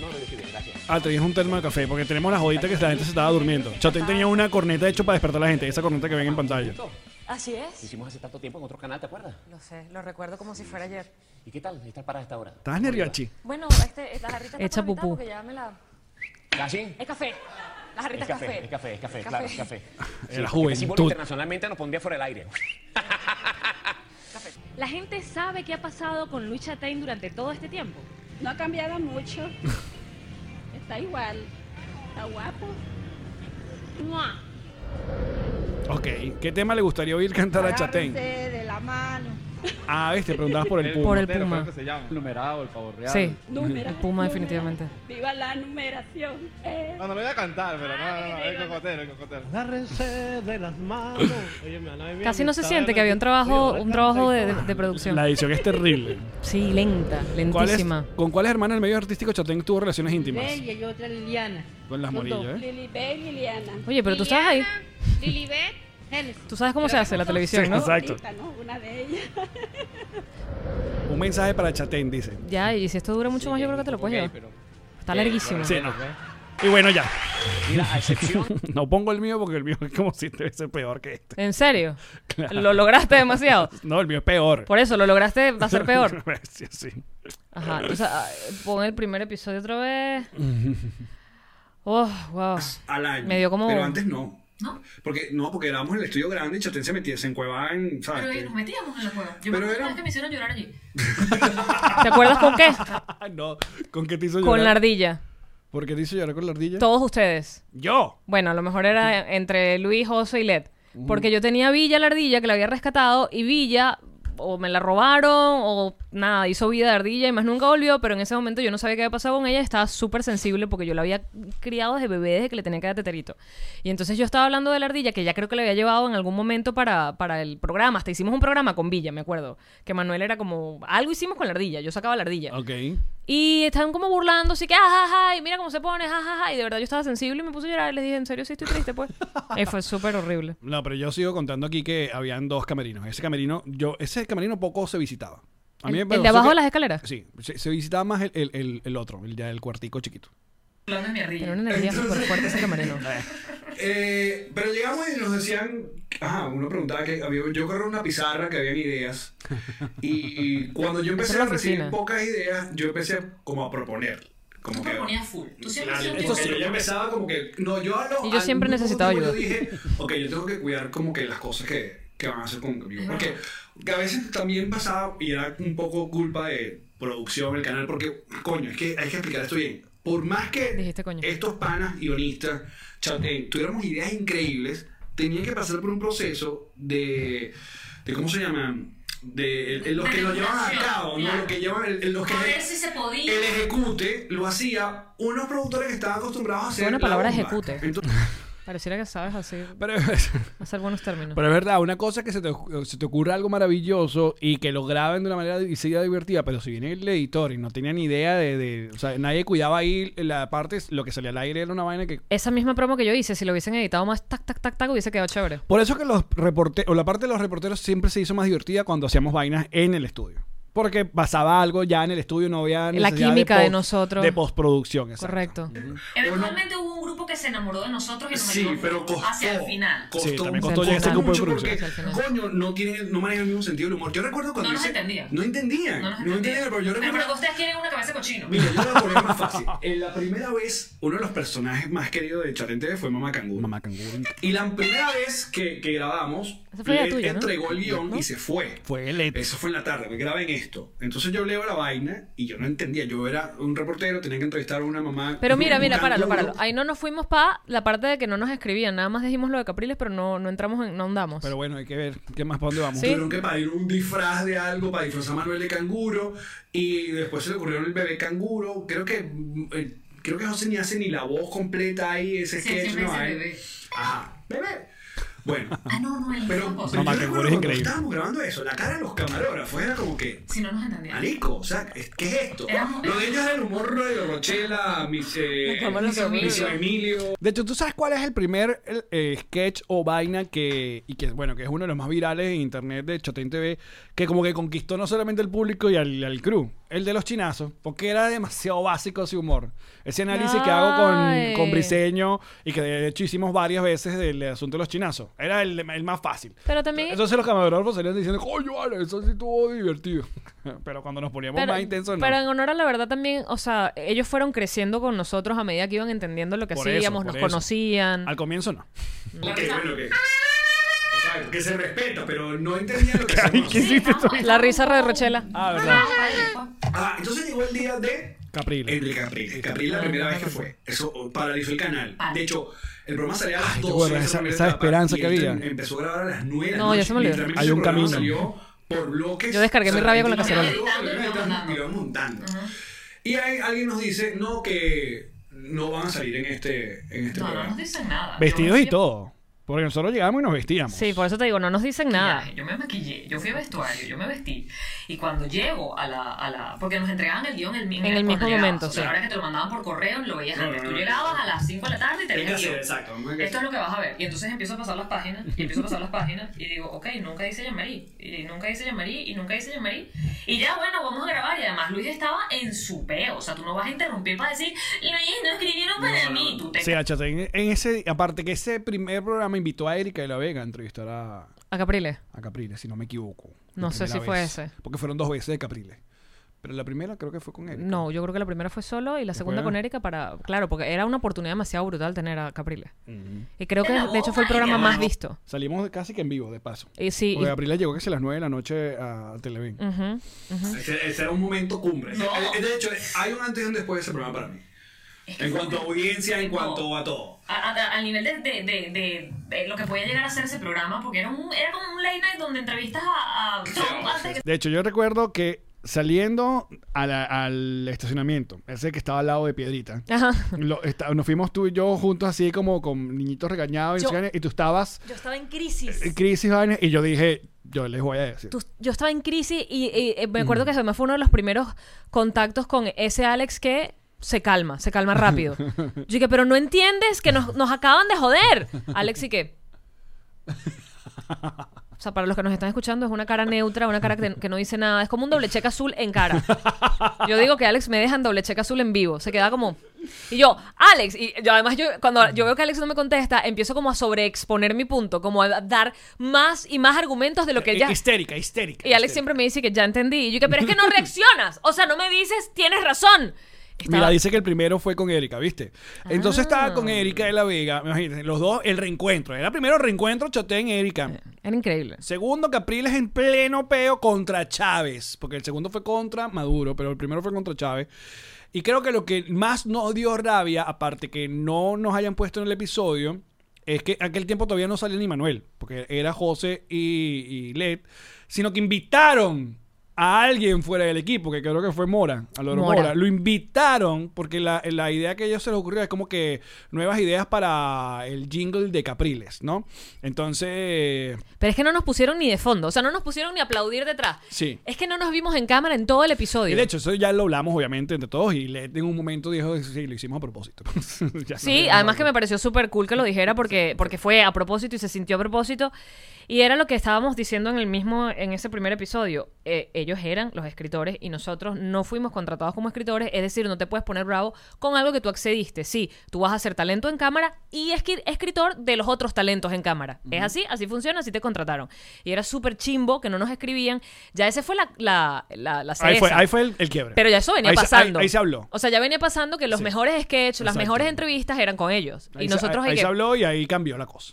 G: No, no, yo estoy bien, gracias.
A: Ah, te dije un termo de café, porque tenemos la jodita que la gente se estaba durmiendo. Chotín tenía una corneta hecho para despertar a la gente, esa corneta que ven en pantalla.
F: Así es.
G: Hicimos hace tanto tiempo en otro canal, ¿te acuerdas?
F: Lo sé, lo recuerdo como si fuera ayer.
G: ¿Y qué tal estar para esta hora?
A: ¿Estás nervioso?
F: Bueno, este, la jarrita está
B: Echa
F: por la mitad
B: pupú.
F: porque ya me la...
G: ¿Casi?
F: Es café. La jarrita
G: Es
F: es
G: café,
F: café.
G: es café, es café, claro, es café.
A: En la
G: porque Si vuelvo
A: juventud.
G: internacionalmente nos pondría fuera del aire.
H: ¿La gente sabe qué ha pasado con Luis Chatain durante todo este tiempo?
I: No ha cambiado mucho. Está igual. Está guapo.
H: ¡Mua!
A: Ok, ¿qué tema le gustaría oír cantar a Chatén?
I: Agárrense de la mano.
A: Ah, ves, te preguntabas por el puma.
B: Por el puma.
J: numerado, el favor real.
B: Sí,
I: Número.
B: el puma definitivamente.
I: Viva la numeración. Eh.
J: No, no lo voy a cantar, pero no, no, no, el cocotero, el cocotero. de las manos.
B: Casi no se siente que había un trabajo, un trabajo de, de- de producción.
A: La edición es terrible.
B: Sí, lenta,
A: ¿Cuál es-
B: lentísima.
A: ¿Con cuáles hermanas del medio artístico Chatén tuvo relaciones íntimas?
I: y otra Liliana.
A: Con las morillas, ¿eh?
I: Lilibel y Liliana.
B: Oye, pero tú estabas ahí.
H: Lilibet,
B: Tú sabes cómo se hace la televisión,
A: Sí,
B: ¿no?
A: exacto.
I: Ahorita, ¿no? Una de ellas.
A: Un mensaje para Chatén, dice.
B: Ya, y si esto dura mucho más, yo creo que te lo puedes llevar.
F: eh,
B: Está
G: eh,
B: larguísimo.
A: Sí, no. Y bueno, ya.
G: Mira, a excepción
A: No pongo el mío porque el mío es como si debe ser peor que este.
B: ¿En serio? Lo lograste demasiado.
A: No, el mío es peor.
B: Por eso, lo lograste, va a ser peor.
A: sí, sí.
B: Ajá. O sea, ah, pon el primer episodio otra vez. Oh, wow.
D: al año.
B: Me dio como-
D: Pero antes no.
E: ¿No?
D: Porque, no, porque éramos en el estudio grande y Chatén se metía, se encuevaba en, ¿sabes?
E: Pero ahí
D: Que-
E: nos metíamos en la cueva. Yo
D: Pero
E: me acuerdo
D: era-
E: una vez que me hicieron llorar allí.
B: ¿Te acuerdas con qué?
A: no, ¿con qué te hizo llorar?
B: Con la ardilla.
A: ¿Por qué te hizo llorar con la ardilla?
B: Todos ustedes.
A: Yo.
B: Bueno, a lo mejor era entre Luis, José y Led. Porque yo tenía a Villa la ardilla que la había rescatado y Villa o me la robaron o nada, hizo vida de ardilla y más nunca volvió, pero en ese momento yo no sabía qué había pasado con ella, estaba súper sensible porque yo la había criado desde bebé, desde que le tenía que dar teterito. Y entonces yo estaba hablando de la ardilla que ya creo que la había llevado en algún momento para, para el programa, hasta hicimos un programa con Villa, me acuerdo, que Manuel era como, algo hicimos con la ardilla, yo sacaba la ardilla.
A: Ok.
B: Y estaban como burlando, así que, ajá, ajá, y mira cómo se pone, ajá, ajá. Y de verdad yo estaba sensible y me puse a llorar y les dije, en serio, sí estoy triste, pues. Eh, fue súper horrible.
A: No, pero yo sigo contando aquí que habían dos camerinos. Ese camerino, yo, ese camerino poco se visitaba. A mí
B: ¿El-
A: me
B: el de
A: pareció
B: abajo
A: que-
B: de las escaleras?
A: Sí, se, se visitaba más el, el- el- el otro, el, ya el cuartico chiquito.
E: Hablando de mi arriba.
B: Tiene una energía súper fuerte ese camarero.
D: Eh, pero llegamos y nos decían, ajá, uno preguntaba que había, yo corro una pizarra que habían ideas y, y cuando
B: Esa
D: yo empecé
B: es la
D: a recibir
B: oficina.
D: pocas ideas, yo empecé como a proponer. Como
E: Tú
D: que,
E: proponías full. Tú siempre
D: Claro,
E: hacías
D: porque
E: full.
D: yo ya empezaba como que, no, yo a lo-
B: Y yo
D: al
B: siempre
D: mismo
B: necesitaba
D: tiempo
B: ayuda.
D: Yo dije, ok, yo tengo que cuidar como que las cosas que, que van a hacer conmigo. Porque que a veces también pasaba y era un poco culpa de producción del canal, porque, coño, es que hay que explicar esto bien. Por más que
B: Dijiste coño.
A: Eh.
D: estos panas guionistas chateen, tuviéramos ideas increíbles, tenían que pasar por un proceso de, de ¿cómo se llama? De, el- el- los que lo llevan a cabo, ¿no? Los que llevan, el- el- los que
E: A ver si se podía.
D: el ejecute lo hacía unos productores que estaban acostumbrados a hacer.
B: Buena
D: la
B: palabra,
D: bomba.
B: ejecute.
D: Entonces-
B: Pareciera que sabes así,
A: Pero,
B: hacer buenos términos.
A: pero es verdad, una cosa es que se te, ocu- se te ocurra algo maravilloso y que lo graben de una manera y sea divertida, pero si viene el editor y no tenía ni idea de, de- O sea, nadie cuidaba ahí la parte, lo que salía al aire era una vaina que
B: Esa misma promo que yo hice, si lo hubiesen editado más tac, tac, tac, tac, hubiese quedado chévere.
A: Por eso que los reporteros, o la parte de los reporteros siempre se hizo más divertida cuando hacíamos vainas en el estudio. Porque pasaba algo ya en el estudio, no había
B: La
A: necesidad
B: química de
A: post-
B: nosotros.
A: De postproducción, exacto.
B: Correcto.
E: Eventualmente hubo un grupo que se enamoró de nosotros y nos
D: Sí,
E: ayudó
D: pero costó.
E: hacia el final.
D: Costó,
A: Sí, también
B: costó llegar a ese
D: mucho
B: grupo de
D: porque,
B: producción.
D: coño, no, tiene, no maneja el mismo sentido del humor. Yo recuerdo cuando.
E: No nos
D: hice-
E: entendía.
D: No entendían.
E: No nos
D: no
E: entendía.
D: entendían, pero yo
E: Pero,
D: recuerdo.
E: pero ustedes quieren una cabeza de cochino.
D: Mira, yo lo voy a poner más fácil. En la primera vez, uno de los personajes más queridos de Chalén TV fue Mamá Canguro.
A: Mamá canguro.
D: Y la primera vez que, que grabamos,
B: Esa fue la
D: él
B: tuya, ¿no?
D: entregó el guión
B: ¿No?
D: y se fue.
A: Fue el et-
D: Eso fue en la tarde, me graben esto. Entonces yo leo la vaina y yo no entendía. Yo era un reportero, tenía que entrevistar a una mamá.
B: Pero mira,
D: un
B: mira, páralo,
D: canguro.
B: páralo. Ahí no nos fuimos para la parte de que no nos escribían. Nada más dijimos lo de Capriles, pero no, no entramos en, no andamos.
A: Pero bueno, hay que ver qué más para dónde vamos.
B: Sí.
D: Tuvieron que pedir un disfraz de algo para disfrazar a Manuel de canguro. Y después se le ocurrió el bebé canguro. Creo que. mm, eh, creo que José ni hace ni la voz completa ahí, ese
E: Sí,
D: sketch.
E: siempre
D: no
E: dice
D: hay.
E: bebé.
D: Ajá, bebé. Bueno.
E: Ah, no, no, el
D: Pero,
E: grupo.
D: pero
A: Mamá
D: yo
A: canguro
D: recuerdo
A: es
D: cuando
A: increíble.
D: estábamos grabando eso, la cara de los camarógrafos era como que.
E: Si no nos entendían.
D: Marico, o sea, es- ¿qué es esto?
E: Éramos-
D: Lo de ellos era el humor de Rochela, mis, eh, mis Emilio. Emilio.
A: De hecho, ¿tú sabes cuál es el primer el, eh, sketch o vaina que, y que, bueno, que es uno de los más virales en internet de Chotén TV, que como que conquistó no solamente al público y al, al crew, el de los chinazos, porque era demasiado básico ese humor. Ese análisis que hago
B: Ay.
A: con, con Briseño y que de hecho hicimos varias veces del asunto de los chinazos. Era el, el más fácil.
B: Pero también-
A: Entonces los camarógrafos salían diciendo, coño, vale, eso sí estuvo divertido. pero cuando nos poníamos más intensos, no.
B: pero en honor a la verdad también, o sea, ellos fueron creciendo con nosotros a medida que iban entendiendo lo que
A: Por eso,
B: hacíamos,
A: por
B: nos
A: eso.
B: conocían.
A: Al comienzo, no.
D: Ok, bueno, que. o sea, que se respeta, pero no entendía lo que hacíamos.
B: La risa de Rochela.
A: Ah, verdad.
D: Ah, entonces llegó el día de
A: Capriles.
D: El de Capriles. Capriles la primera vez que fue. Eso paralizó el canal.
B: Ah.
D: De hecho, el programa salía a las
A: Ay, te
D: 12.
A: acuerdas, esa-
D: primera
A: esa
D: etapa,
A: esperanza
D: y
A: que
D: él
A: había.
D: Empezó a grabar a las 9 de la
B: No,
D: noche.
B: ya se me olvidó.
D: Literalmente
A: Hay
D: ese
A: un
D: programa
A: camino.
D: salió por bloques.
B: Yo descargué mi rabia con la
D: gente
B: cacerola.
D: lo iba editando, Y lo iba montando. Y ahí alguien nos dice, no, que no van a salir en este, en este
E: No, no
D: programa.
E: nos dicen nada.
A: Vestidos
E: yo,
A: y todo. Porque nosotros llegábamos y nos vestíamos.
B: Sí, por eso te digo, no nos dicen nada.
E: Yo me maquillé, yo fui a vestuario, yo me vestí. Y cuando llego a la. A la porque nos entregaban el guión el mismo
B: En el
E: cuando
B: mismo
E: llegabas.
B: momento,
E: O sea,
B: sí.
E: La verdad es que te lo mandaban por correo, lo veías
D: No,
E: antes.
D: no,
E: Tú
D: no,
E: llegabas
D: no.
E: a las 5 de la tarde y te
D: Hay que
E: veías el
D: hacer,
E: guión.
D: exacto. vamos a-
E: Esto es lo que vas a ver. Y entonces empiezo a pasar las páginas, y empiezo a pasar las páginas, y digo, ok, nunca dice Yamarí, y nunca dice Yamarí, y nunca dice Yamarí. Y ya, bueno, vamos a grabar. Y además Luis estaba en su peo. O sea, tú no vas a interrumpir para decir, Luis, no escribieron para mí. Tú te
A: Sí, achate, en, en ese, aparte que ese primer programa invitó a Erika de la Vega a entrevistar a,
B: A Capriles.
A: a Capriles, si no me equivoco. La
B: No sé
A: primera
B: si fue
A: vez.
B: ese.
A: Porque fueron dos veces de Capriles. Pero la primera creo que fue con Erika.
B: No, yo creo que la primera fue solo y la segunda
A: Después-
B: con Erika para... Claro, porque era una oportunidad demasiado brutal tener a Capriles. Y creo que
E: Era
B: de hecho fue el
E: bomba,
B: programa
E: era
B: más
E: bomba.
B: visto.
A: Salimos de- casi que en vivo, de paso.
B: Y sí,
A: Porque
B: y-
A: Capriles llegó casi a las 9 de la noche a Televen.
B: ujú.
D: Ese, ese era un momento cumbre. Eh, De hecho, hay un antes y un después de ese programa para mí. En cuanto a audiencia, en cuanto a todo.
E: A- a- al nivel de, de, de- de- de lo que podía llegar a ser ese programa, porque era, un, era como un late night donde entrevistas a, a Trump antes de que
A: De hecho, yo recuerdo que saliendo a la- al estacionamiento, ese que estaba al lado de Piedrita,
B: Ajá.
A: lo- está- nos fuimos tú y yo juntos así como con niñitos regañados y no
B: Yo-
A: sé qué, y tú estabas Eh,
B: Yo estaba en crisis.
A: crisis vainas, y yo dije Yo les voy a decir.
B: tú- yo estaba en crisis y, y, eh, me acuerdo que además fue uno de los primeros contactos con ese Alex que se calma, se calma rápido. Yo dije, pero no entiendes que nos, nos acaban de joder. Alex y qué. O sea, para los que nos están escuchando, es una cara neutra, una cara que, que no dice nada. Es como un doble cheque azul en cara. Yo digo que Alex me dejan doble cheque azul en vivo. Se queda como. Y yo, Alex, y yo, además yo, cuando yo veo que Alex no me contesta, empiezo como a sobreexponer mi punto, como a dar más y más argumentos de lo que ya.
A: Hi- Eh, Histérica, histérica.
B: Y
A: histérica.
B: Alex siempre me dice que ya entendí. Y yo que, pero es que no reaccionas. O sea, no me dices, tienes razón. Estaba-
A: Mira, dice que el primero fue con Erika, ¿viste? Entonces
B: Ah.
A: estaba con Erika de la Vega, imagínate, los dos, el reencuentro. Era primero reencuentro, choté en Erika.
B: Era increíble.
A: Segundo, Capriles en pleno peo contra Chávez, porque el segundo fue contra Maduro, pero el primero fue contra Chávez. Y creo que lo que más nos dio rabia, aparte que no nos hayan puesto en el episodio, es que aquel tiempo todavía no salía ni Manuel, porque era José y, y Led, sino que invitaron a alguien fuera del equipo, que creo que fue Mora, a Loro
B: Mora.
A: Mora. Lo invitaron porque la, la idea que a ellos se les ocurrió es como que nuevas ideas para el jingle de Capriles, ¿no? Entonces,
B: Pero es que no nos pusieron ni de fondo. O sea, no nos pusieron ni a aplaudir detrás.
A: Sí.
B: Es que no nos vimos en cámara en todo el
A: Y
B: episodio.
A: de hecho, eso ya lo hablamos, obviamente, entre todos. Y le, en un momento dijo, sí, lo hicimos a propósito. Ya no
B: Sí,
A: digamos
B: además que me
A: algo.
B: pareció súper cool que lo dijera porque, porque fue a propósito y se sintió a propósito. Y era lo que estábamos diciendo en el mismo, en ese primer episodio. Eh, ellos eran los escritores y nosotros no fuimos contratados como escritores. Es decir, no te puedes poner bravo con algo que tú accediste. Sí, tú vas a ser talento en cámara y esqui- escritor de los otros talentos en cámara. Es así, así funciona, así te contrataron. Y era súper chimbo que no nos escribían. Ya ese fue la, la, la, la
A: Ahí fue,
B: cereza.
A: ahí fue el, el quiebre.
B: Pero ya eso venía
A: Ahí se-
B: pasando.
A: ahí, ahí se habló.
B: O sea, ya venía pasando que los
A: Sí.
B: mejores sketches, las
A: Exacto.
B: mejores entrevistas eran con ellos.
A: Ahí
B: y
A: se-
B: nosotros
A: ahí,
B: hay
A: ahí
B: que-
A: se habló y ahí cambió la cosa.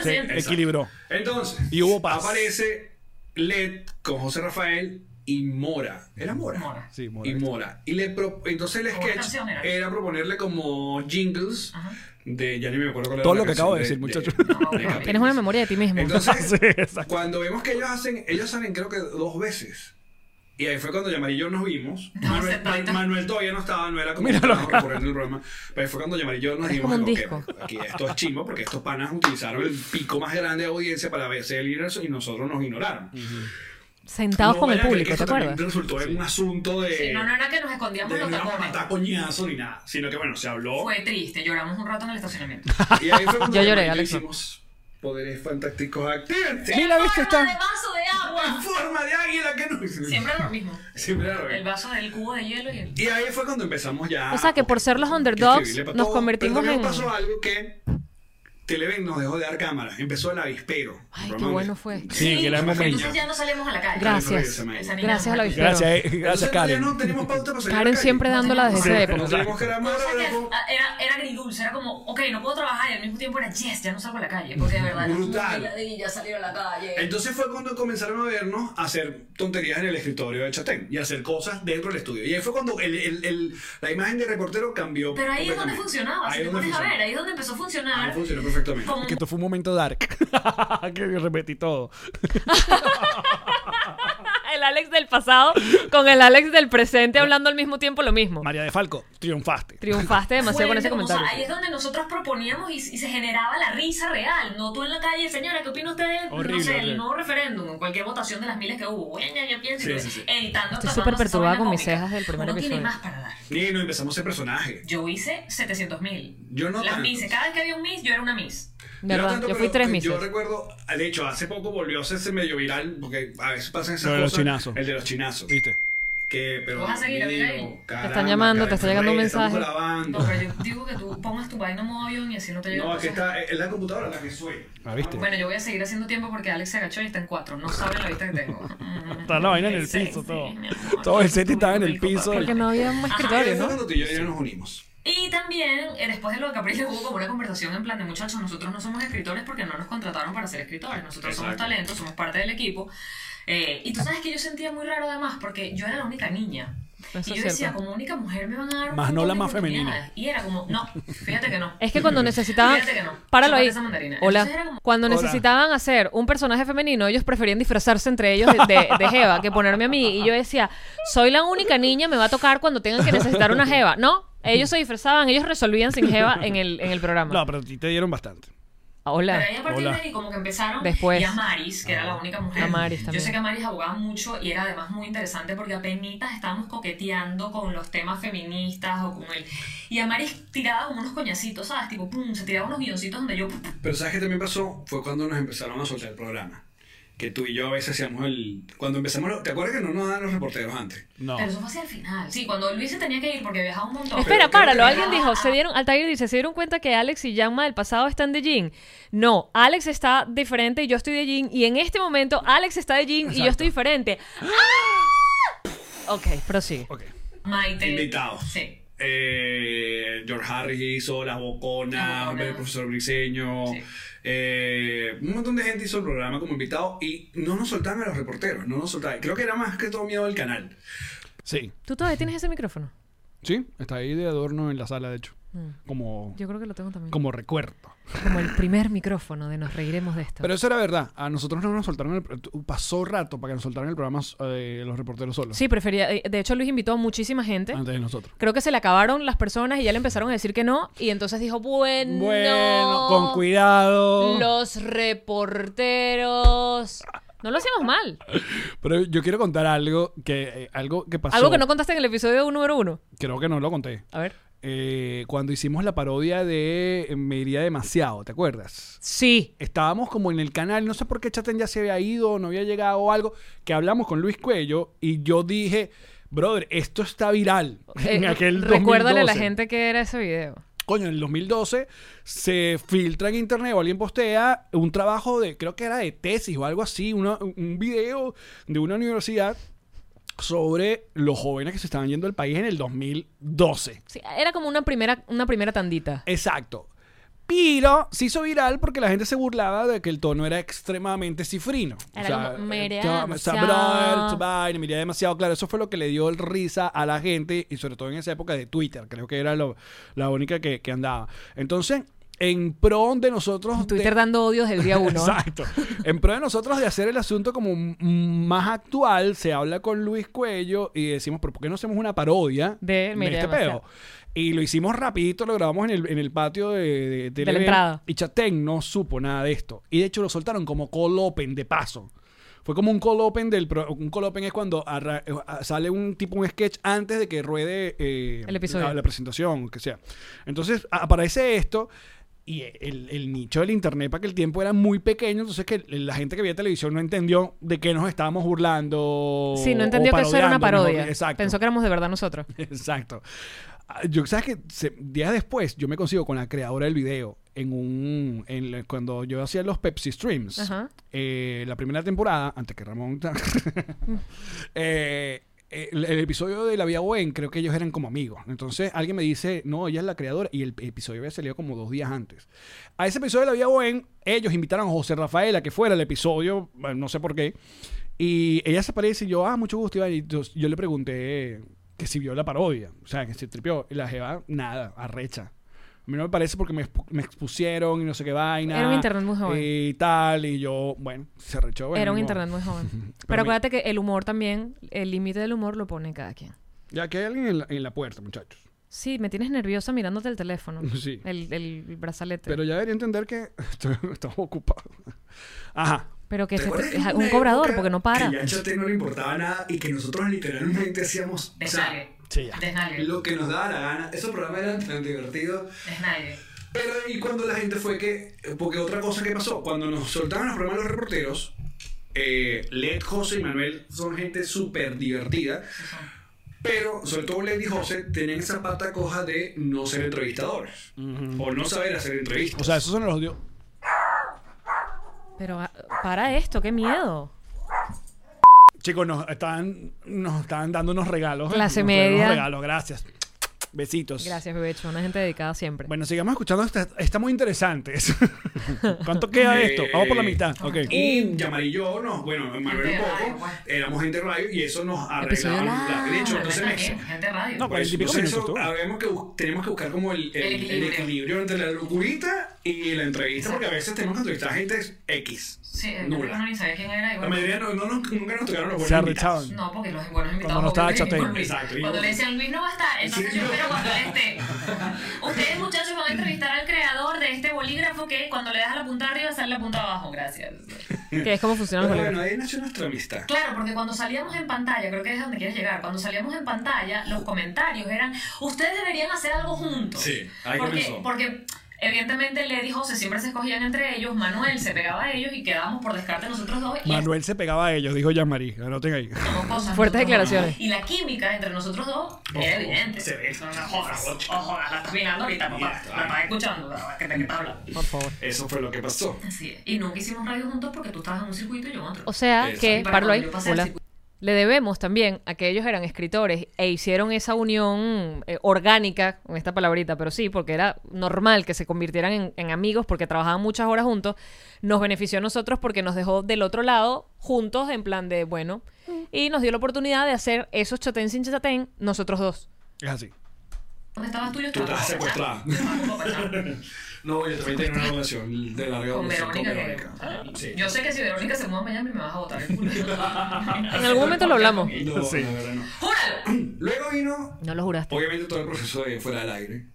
A: Se equilibró.
D: Entonces,
A: Y hubo paz.
D: aparece Led con José Rafael y Mora. ¿Era Mora?
E: Mora.
A: Sí, Mora.
D: Y Mora. Y le pro- entonces el
E: Como
D: sketch
E: canción era.
D: era proponerle como jingles de. Ya ni me acuerdo cuál era
A: Todo
D: la
A: lo que acabo de
D: canción
A: decir,
E: muchacho.
D: de- de-
B: Tienes una memoria de ti mismo.
D: Entonces,
A: Sí, exacto.
D: cuando vemos que ellos hacen, ellos salen creo que dos veces. Y ahí fue cuando Yamari y yo nos vimos. Manuel, Ma- Manuel todavía no estaba, no era como
A: Míralo
D: estábamos recorriendo el programa. Pero ahí fue cuando Yamari y yo nos
B: Es
D: dimos
B: como un
D: ok,
B: disco.
D: aquí esto es chimo porque estos panas utilizaron el pico más grande de audiencia para verse el líder y nosotros nos ignoraron.
B: Sentados
D: No
B: con el
D: vayan a creer
B: público,
D: que
B: ¿te
D: eso también
B: acuerdas?
D: resultó en un asunto de.
E: Sí, no, no era que nos escondíamos
D: de no
E: los
D: íbamos a
E: tacones.
D: matar coñazo ni nada, sino que bueno, se habló.
E: Fue triste, lloramos un rato en el estacionamiento.
D: Y ahí fue cuando
B: Yo
D: Yamari
B: lloré,
D: y yo
B: Alex.
D: hicimos poderes fantásticos activos.
A: Mira, viste,
E: ¡Forma de
A: está.
E: vaso de agua!
D: En forma de águila que no.
E: Siempre era lo mismo.
D: Siempre era lo mismo.
E: El vaso del cubo de hielo y el...
D: Y ahí fue cuando empezamos ya.
B: O sea, que por ser los
D: que
B: underdogs,
D: escribirle pa'
B: nos
D: todo.
B: convertimos
D: Pero también
B: en-
D: pasó algo que Televen nos dejó de dar cámaras. Empezó el avispero.
B: Ay, qué
D: Ramón.
B: bueno fue.
A: Sí, que era el momento.
E: Entonces ya no salimos a la calle.
B: Gracias.
E: Esa niña
B: Gracias a la
E: no-
B: visita.
A: Gracias, eh,
D: Entonces,
A: gracias,
D: ya
A: Karen.
D: No tenemos pauta para salir a la
B: Karen
D: calle.
B: siempre dándola desde esa
E: Sí,
D: No
B: época.
D: tenemos que grabar,
E: O sea
D: ahora
E: que
D: no-
E: Era, era agridulce, era como, ok, no puedo trabajar y al mismo tiempo era yes, ya no salgo a la calle. Porque de verdad,
D: Brutal.
E: ya salir a la calle.
D: Entonces fue cuando comenzaron a vernos a hacer tonterías en el escritorio de Chatén y a hacer cosas dentro del estudio. Y ahí fue cuando el- el- el- la imagen de reportero cambió.
E: Pero ahí es donde
D: completamente.
E: funcionaba,
D: Ahí
E: si
D: es
E: te
D: donde
E: pones a ver,
D: funcionó.
E: ahí es donde empezó a
D: Ahí
E: funcionar.
D: funcionó perfectamente.
E: Como
A: Que esto fue un momento dark. que yo repetí todo.
B: El Alex del pasado con el Alex del presente hablando al mismo tiempo lo mismo.
A: María de Falco, triunfaste.
B: Triunfaste demasiado con
E: Fuente,
B: ese
E: como, o sea, ahí
B: comentario.
E: es donde nosotros proponíamos y, y se generaba la risa real. No tú en la calle, señora, ¿qué opina usted?
A: Horrible,
E: no sé,
A: horrible.
E: el nuevo referéndum, o cualquier votación de las miles que hubo. Bueno, yo pienso,
D: Sí,
E: y
D: sí, sí.
E: editando,
B: Estoy
E: tapándose
B: súper
E: esa
B: perturbada
E: vaina
B: con mis
E: cómica.
B: cejas del primer
E: Uno tiene
B: episodio.
E: más para dar.
D: Y no empezamos el personaje.
E: Yo hice 700 mil.
D: Yo no
E: Las
D: tanto.
E: miss, cada vez que había un miss, yo era una miss.
B: De
D: Yo no
B: verdad,
D: tanto,
B: yo fui
D: pero
B: tres
D: Yo
B: meses.
D: recuerdo, de hecho, hace poco volvió a hacerse medio viral, porque a veces pasan esas
A: Lo de los
D: cosas.
A: chinazos.
D: El de los chinazos.
A: ¿Viste?
D: Que, pero,
E: ¿Vas a seguir,
D: amigo,
E: amiga, ahí?
D: caramba,
B: están llamando, te está llegando un
D: Ferrer, estamos
B: mensaje.
E: No,
D: grabando.
E: pero yo digo que tú pongas tu vaina en modo avión y así no te llega.
D: No, aquí está, es la computadora la que suena.
A: Ah, ¿viste?
E: Bueno, yo voy a seguir haciendo tiempo porque Alex se agachó y está en cuatro. No saben la vista que tengo. Mm.
A: Está la vaina en el
E: Sí,
A: piso,
E: sí,
A: todo.
E: mi amor.
A: Todo el set estaba en el
E: Rico,
A: piso.
E: papi.
B: Porque no había más
D: Y ahí
B: escritorio,
D: fue
B: ¿no?
D: cuando tú y yo ya nos unimos.
E: Y también, eh, después de lo de Capriles, hubo como una conversación en plan de muchachos, nosotros no somos escritores porque no nos contrataron para ser escritores, nosotros somos
D: Exacto.
E: talentos, somos parte del equipo. Eh, y tú sabes que yo sentía muy raro además porque yo era la única niña.
B: Eso es
E: y yo decía,
B: cierto.
E: como única mujer me van a dar... un
A: Más no
E: montón
A: la
E: de
A: más femenina.
E: oportunidades. Y era como, no, fíjate que no.
B: Es que cuando necesitaban.
E: Fíjate que no.
B: Páralo
E: Chúpate
B: ahí.
E: esa mandarina.
B: Hola.
E: Entonces era como-
B: Cuando
A: Hola.
B: necesitaban hacer un personaje femenino, ellos preferían disfrazarse entre ellos de, de- de Jeva que ponerme a mí. Y yo decía, soy la única niña, me va a tocar cuando tengan que necesitar una Jeva. No, ellos se disfrazaban, ellos resolvían sin Jeva en el, en el programa.
A: No, pero a ti te dieron bastante.
B: Hola.
E: Pero ahí a partir
A: Hola.
E: de ahí como que empezaron.
B: Después.
E: Y a Maris, que era
D: Ah.
E: la única mujer.
B: A Maris
E: Yo
B: también.
E: sé que Maris abogaba mucho y era además muy interesante porque apenas estábamos coqueteando con los temas feministas o con el... Y a Maris tiraba como unos coñacitos, ¿sabes? Tipo, pum, se tiraba unos guioncitos donde yo...
D: Pero ¿sabes qué también pasó? Fue cuando nos empezaron a soltar el programa. Que tú y yo a veces hacíamos el... Cuando empezamos... ¿Te acuerdas que no nos daban los reporteros antes?
A: No.
E: Pero eso fue hacia el final. Sí, cuando Luis se tenía que ir porque viajaba un montón.
B: Espera,
D: Pero creo
B: páralo.
D: que-
B: Alguien dijo, se dieron, Altair dice, ¿se dieron cuenta que Alex y Yanma del pasado están de Jin? No, Alex está diferente y yo estoy de Jin. Y en este momento, Alex está de Jin y yo estoy diferente. ¡Ah! Ok, prosigue.
A: Ok.
E: Maite.
D: Invitados.
E: Sí.
D: Eh, George Harris hizo Las
E: Las
D: Boconas,
E: Boconas.
D: el profesor Briseño.
E: Sí.
D: eh, un montón de gente hizo el programa como invitado y no nos soltaban a los reporteros, no nos soltaban. Creo que era más que todo miedo al canal.
A: Sí.
B: ¿Tú todavía tienes ese micrófono?
A: Sí, está ahí de adorno en la sala, de hecho.
B: Mm.
A: Como,
B: Yo creo que lo tengo también.
A: como recuerdo.
B: Como el primer micrófono de Nos Reiremos de Esto.
A: Pero eso era verdad. A nosotros no nos soltaron el... pro- Pasó rato para que nos soltaran el programa eh, los reporteros solos.
B: sí, prefería. eh, De hecho, Luis invitó a muchísima gente.
A: Antes de nosotros.
B: Creo que se le acabaron las personas y ya le empezaron a decir que no. Y entonces dijo, bueno.
A: Bueno, con cuidado.
B: Los reporteros. No lo hacíamos mal.
A: Pero yo quiero contar algo que, eh, algo que pasó.
B: Algo que no contaste en el episodio número uno.
A: Creo que no lo conté.
B: A ver.
A: Eh, cuando hicimos la parodia de Me iría demasiado, ¿te acuerdas?
B: Sí.
A: Estábamos como en el canal, no sé por qué Chaten ya se había ido, no había llegado o algo, que hablamos con Luis Cuello y yo dije, brother, esto está viral. en
B: Eh,
A: aquel
B: recuérdale a la
A: 2012.
B: gente que era ese video.
A: Coño, en el 2012 se filtra en internet o alguien postea un trabajo de, creo que era de tesis o algo así, una- un video de una universidad sobre los jóvenes que se estaban yendo del país en el 2012.
B: Sí, era como una primera, una primera tandita.
A: Exacto. Pero se hizo viral porque la gente se burlaba de que el tono era extremadamente cifrino.
B: Era como, "Me iré
A: eh,
B: demasiado".
A: brother, tu vaina, me iré demasiado. Claro, eso fue lo que le dio el risa a la gente y sobre todo en esa época de Twitter. Creo que era lo- la única que, que andaba. Entonces, en pro de nosotros...
B: Twitter
A: de-
B: dando odios del día uno.
A: Exacto. En pro de nosotros de hacer el asunto como m- más actual, se habla con Luis Cuello y decimos, pero ¿por qué no hacemos una parodia
B: De Miriam
A: este
B: Maceo?
A: peo? Y lo hicimos rapidito, lo grabamos en el, en el patio de, de,
B: la
A: TLB,
B: entrada.
A: Y Chatén no supo nada de esto. Y de hecho lo soltaron como call open de paso. Fue como un call open del pro- un call open es cuando arra- eh, sale un tipo un sketch antes de que ruede eh,
B: El episodio.
A: la, la presentación, que sea. Entonces a- aparece esto y el, el nicho del internet para aquel tiempo era muy pequeño, entonces que la gente que veía televisión no entendió de qué nos estábamos burlando.
B: Sí, no
A: o
B: entendió que eso era una
A: parodiando,
B: parodia.
A: mejor- Exacto.
B: Pensó que éramos de verdad nosotros.
A: Exacto. Ah, Yo, ¿sabes que Días después, yo me consigo con la creadora del video en un... en la- cuando yo hacía los Pepsi Streams,
B: Ajá.
A: eh, la primera temporada, antes que Ramón... ta- eh, el, el episodio de La Vía Buen, creo que ellos eran como amigos. Entonces alguien me dice, no, ella es la creadora. Y el episodio había salido como dos días antes. A ese episodio de La Vía Buen, ellos invitaron a José Rafael a que fuera el episodio, bueno, no sé por qué. Y ella se aparece y yo, ah, mucho gusto, Iván. Y yo, yo le pregunté que si vio la parodia, o sea, que si tripió. Y la jeva, nada, arrecha. A mí no me parece porque me, expu- me expusieron y no sé qué vaina.
B: Era un internet muy joven.
A: Y tal, y yo, bueno, se arrechó. bueno,
B: era un
A: ni modo.
B: internet muy joven. Pero,
A: Pero mi-
B: acuérdate que el humor también, el límite del humor lo pone cada quien.
A: Ya que hay alguien en la, en la puerta, muchachos.
B: Sí, me tienes nerviosa mirándote el teléfono.
A: Sí.
B: El, el brazalete.
A: Pero
B: Pero,
A: ya debería entender que estoy, estamos ocupados. Ajá.
B: que se-
D: ¿Recuerdas
B: Este, es
D: que
B: un
D: una
B: cobrador,
D: época
B: porque no para.
D: Que ya a Chatea no le importaba nada y que nosotros literalmente hacíamos... o sea,
E: Desnalgue.
A: Sí, ya.
E: Desnalgue.
D: lo que nos daba la gana. Esos programas eran tan divertidos.
E: Desnalgue.
D: Pero y cuando la gente fue que. Porque otra cosa que pasó, cuando nos soltaban los programas los reporteros, eh, Led, José y Manuel son gente súper divertida. Pero sobre todo Led y José tenían esa pata coja de no ser entrevistadores. O no saber hacer entrevistas.
A: O sea, esos son los odios.
B: Pero ah, para esto, qué miedo.
A: Chicos, nos están, nos están dando unos regalos.
B: Clase
A: Nos traen unos
B: media.
A: regalos, gracias. Besitos.
B: Gracias, Bebecho. Una gente dedicada siempre.
A: Bueno, sigamos escuchando. Está, está muy interesante. eso. ¿Cuánto queda de esto? Vamos por la mitad. Ok.
D: Eh, Y Yamar y yo, no, bueno, Manuel un
E: Gente de radio,
D: poco,
E: pues.
D: éramos gente de radio y eso nos
B: Episodio
D: arreglaba. la- De hecho, entonces me-
E: Desnalgue, Gente Ah, de radio.
A: No,
D: Por
A: cuarenta y
D: eso,
A: pico
D: entonces
A: minutos,
D: eso,
A: tú.
D: habemos que bus- tenemos que buscar como el, el-
E: El
D: el
E: equilibrio.
D: equilibrio entre la locurita y la entrevista, porque a veces tenemos que entrevistar gente X.
E: Sí, el
D: Nula.
E: no ni sabía quién era. y
D: La
E: bueno,
D: mayoría no, no nos- nunca nos tocaron los buenos
A: Se
D: invitados.
A: arrechaban.
E: No, porque los buenos invitados.
A: no estaba
E: obviamente,
A: Chatein.
E: porque
D: Exacto, y-
E: Cuando le decían Luis no va a estar, entonces
D: Sí,
E: yo
D: no.
E: espero cuando él esté. Ustedes, muchachos, van a entrevistar al creador de este bolígrafo que cuando le das a la punta arriba sale la punta abajo. Gracias.
B: Que es como funcionan
D: Pero
B: los
D: bueno,
B: libros.
D: ahí nació nuestra amistad.
E: Claro, porque cuando salíamos en pantalla, creo que es donde quieres llegar, cuando salíamos en pantalla, los comentarios eran, ustedes deberían hacer algo juntos.
D: Sí, ahí
E: porque,
D: comenzó.
E: Porque evidentemente Led y José siempre se escogían entre ellos, Manuel se pegaba a ellos y quedábamos por descarte nosotros dos. y
A: Manuel se pegaba a ellos, dijo Jean-Marie. Anoten ahí.
E: como
B: Fuertes
E: cosas, nosotros dos.
B: declaraciones.
E: Y la química entre nosotros dos era evidente.
D: se ve.
E: No, no jodas, no jodas, la estás mirando ahorita, papá. La estás escuchando, la que te que te habla.
B: Por favor.
D: Eso fue lo que pasó.
E: Así es. Y nunca hicimos radio juntos porque tú estabas en un circuito y yo en otro.
B: O sea
D: Exacto.
B: que,
E: Y para
B: parlo ahí,
E: cuando yo pasé al
B: hola.
E: circuito-
B: Le debemos también a que ellos eran escritores e hicieron esa unión eh, orgánica, con esta palabrita, pero sí, porque era normal que se convirtieran en, en amigos porque trabajaban muchas horas juntos. Nos benefició a nosotros porque nos dejó del otro lado juntos en plan de, bueno, y nos dio la oportunidad de hacer esos chotén sin chatén nosotros dos.
A: Es así.
E: ¿Dónde estabas tú y yo
D: Tú
E: estaba? Ah,
D: estás
E: pues,
D: secuestrada. No, yo también tenía una relación de larga
E: Con
D: duración
E: Verónica. que-
D: Sí.
E: Yo sé que si Verónica se mueve a Miami me vas a botar el culo.
B: En algún momento lo hablamos.
D: No, la verdad no.
E: ¡Júralo!
D: Luego vino,
B: No lo juraste.
D: obviamente, todo el proceso de fuera del aire.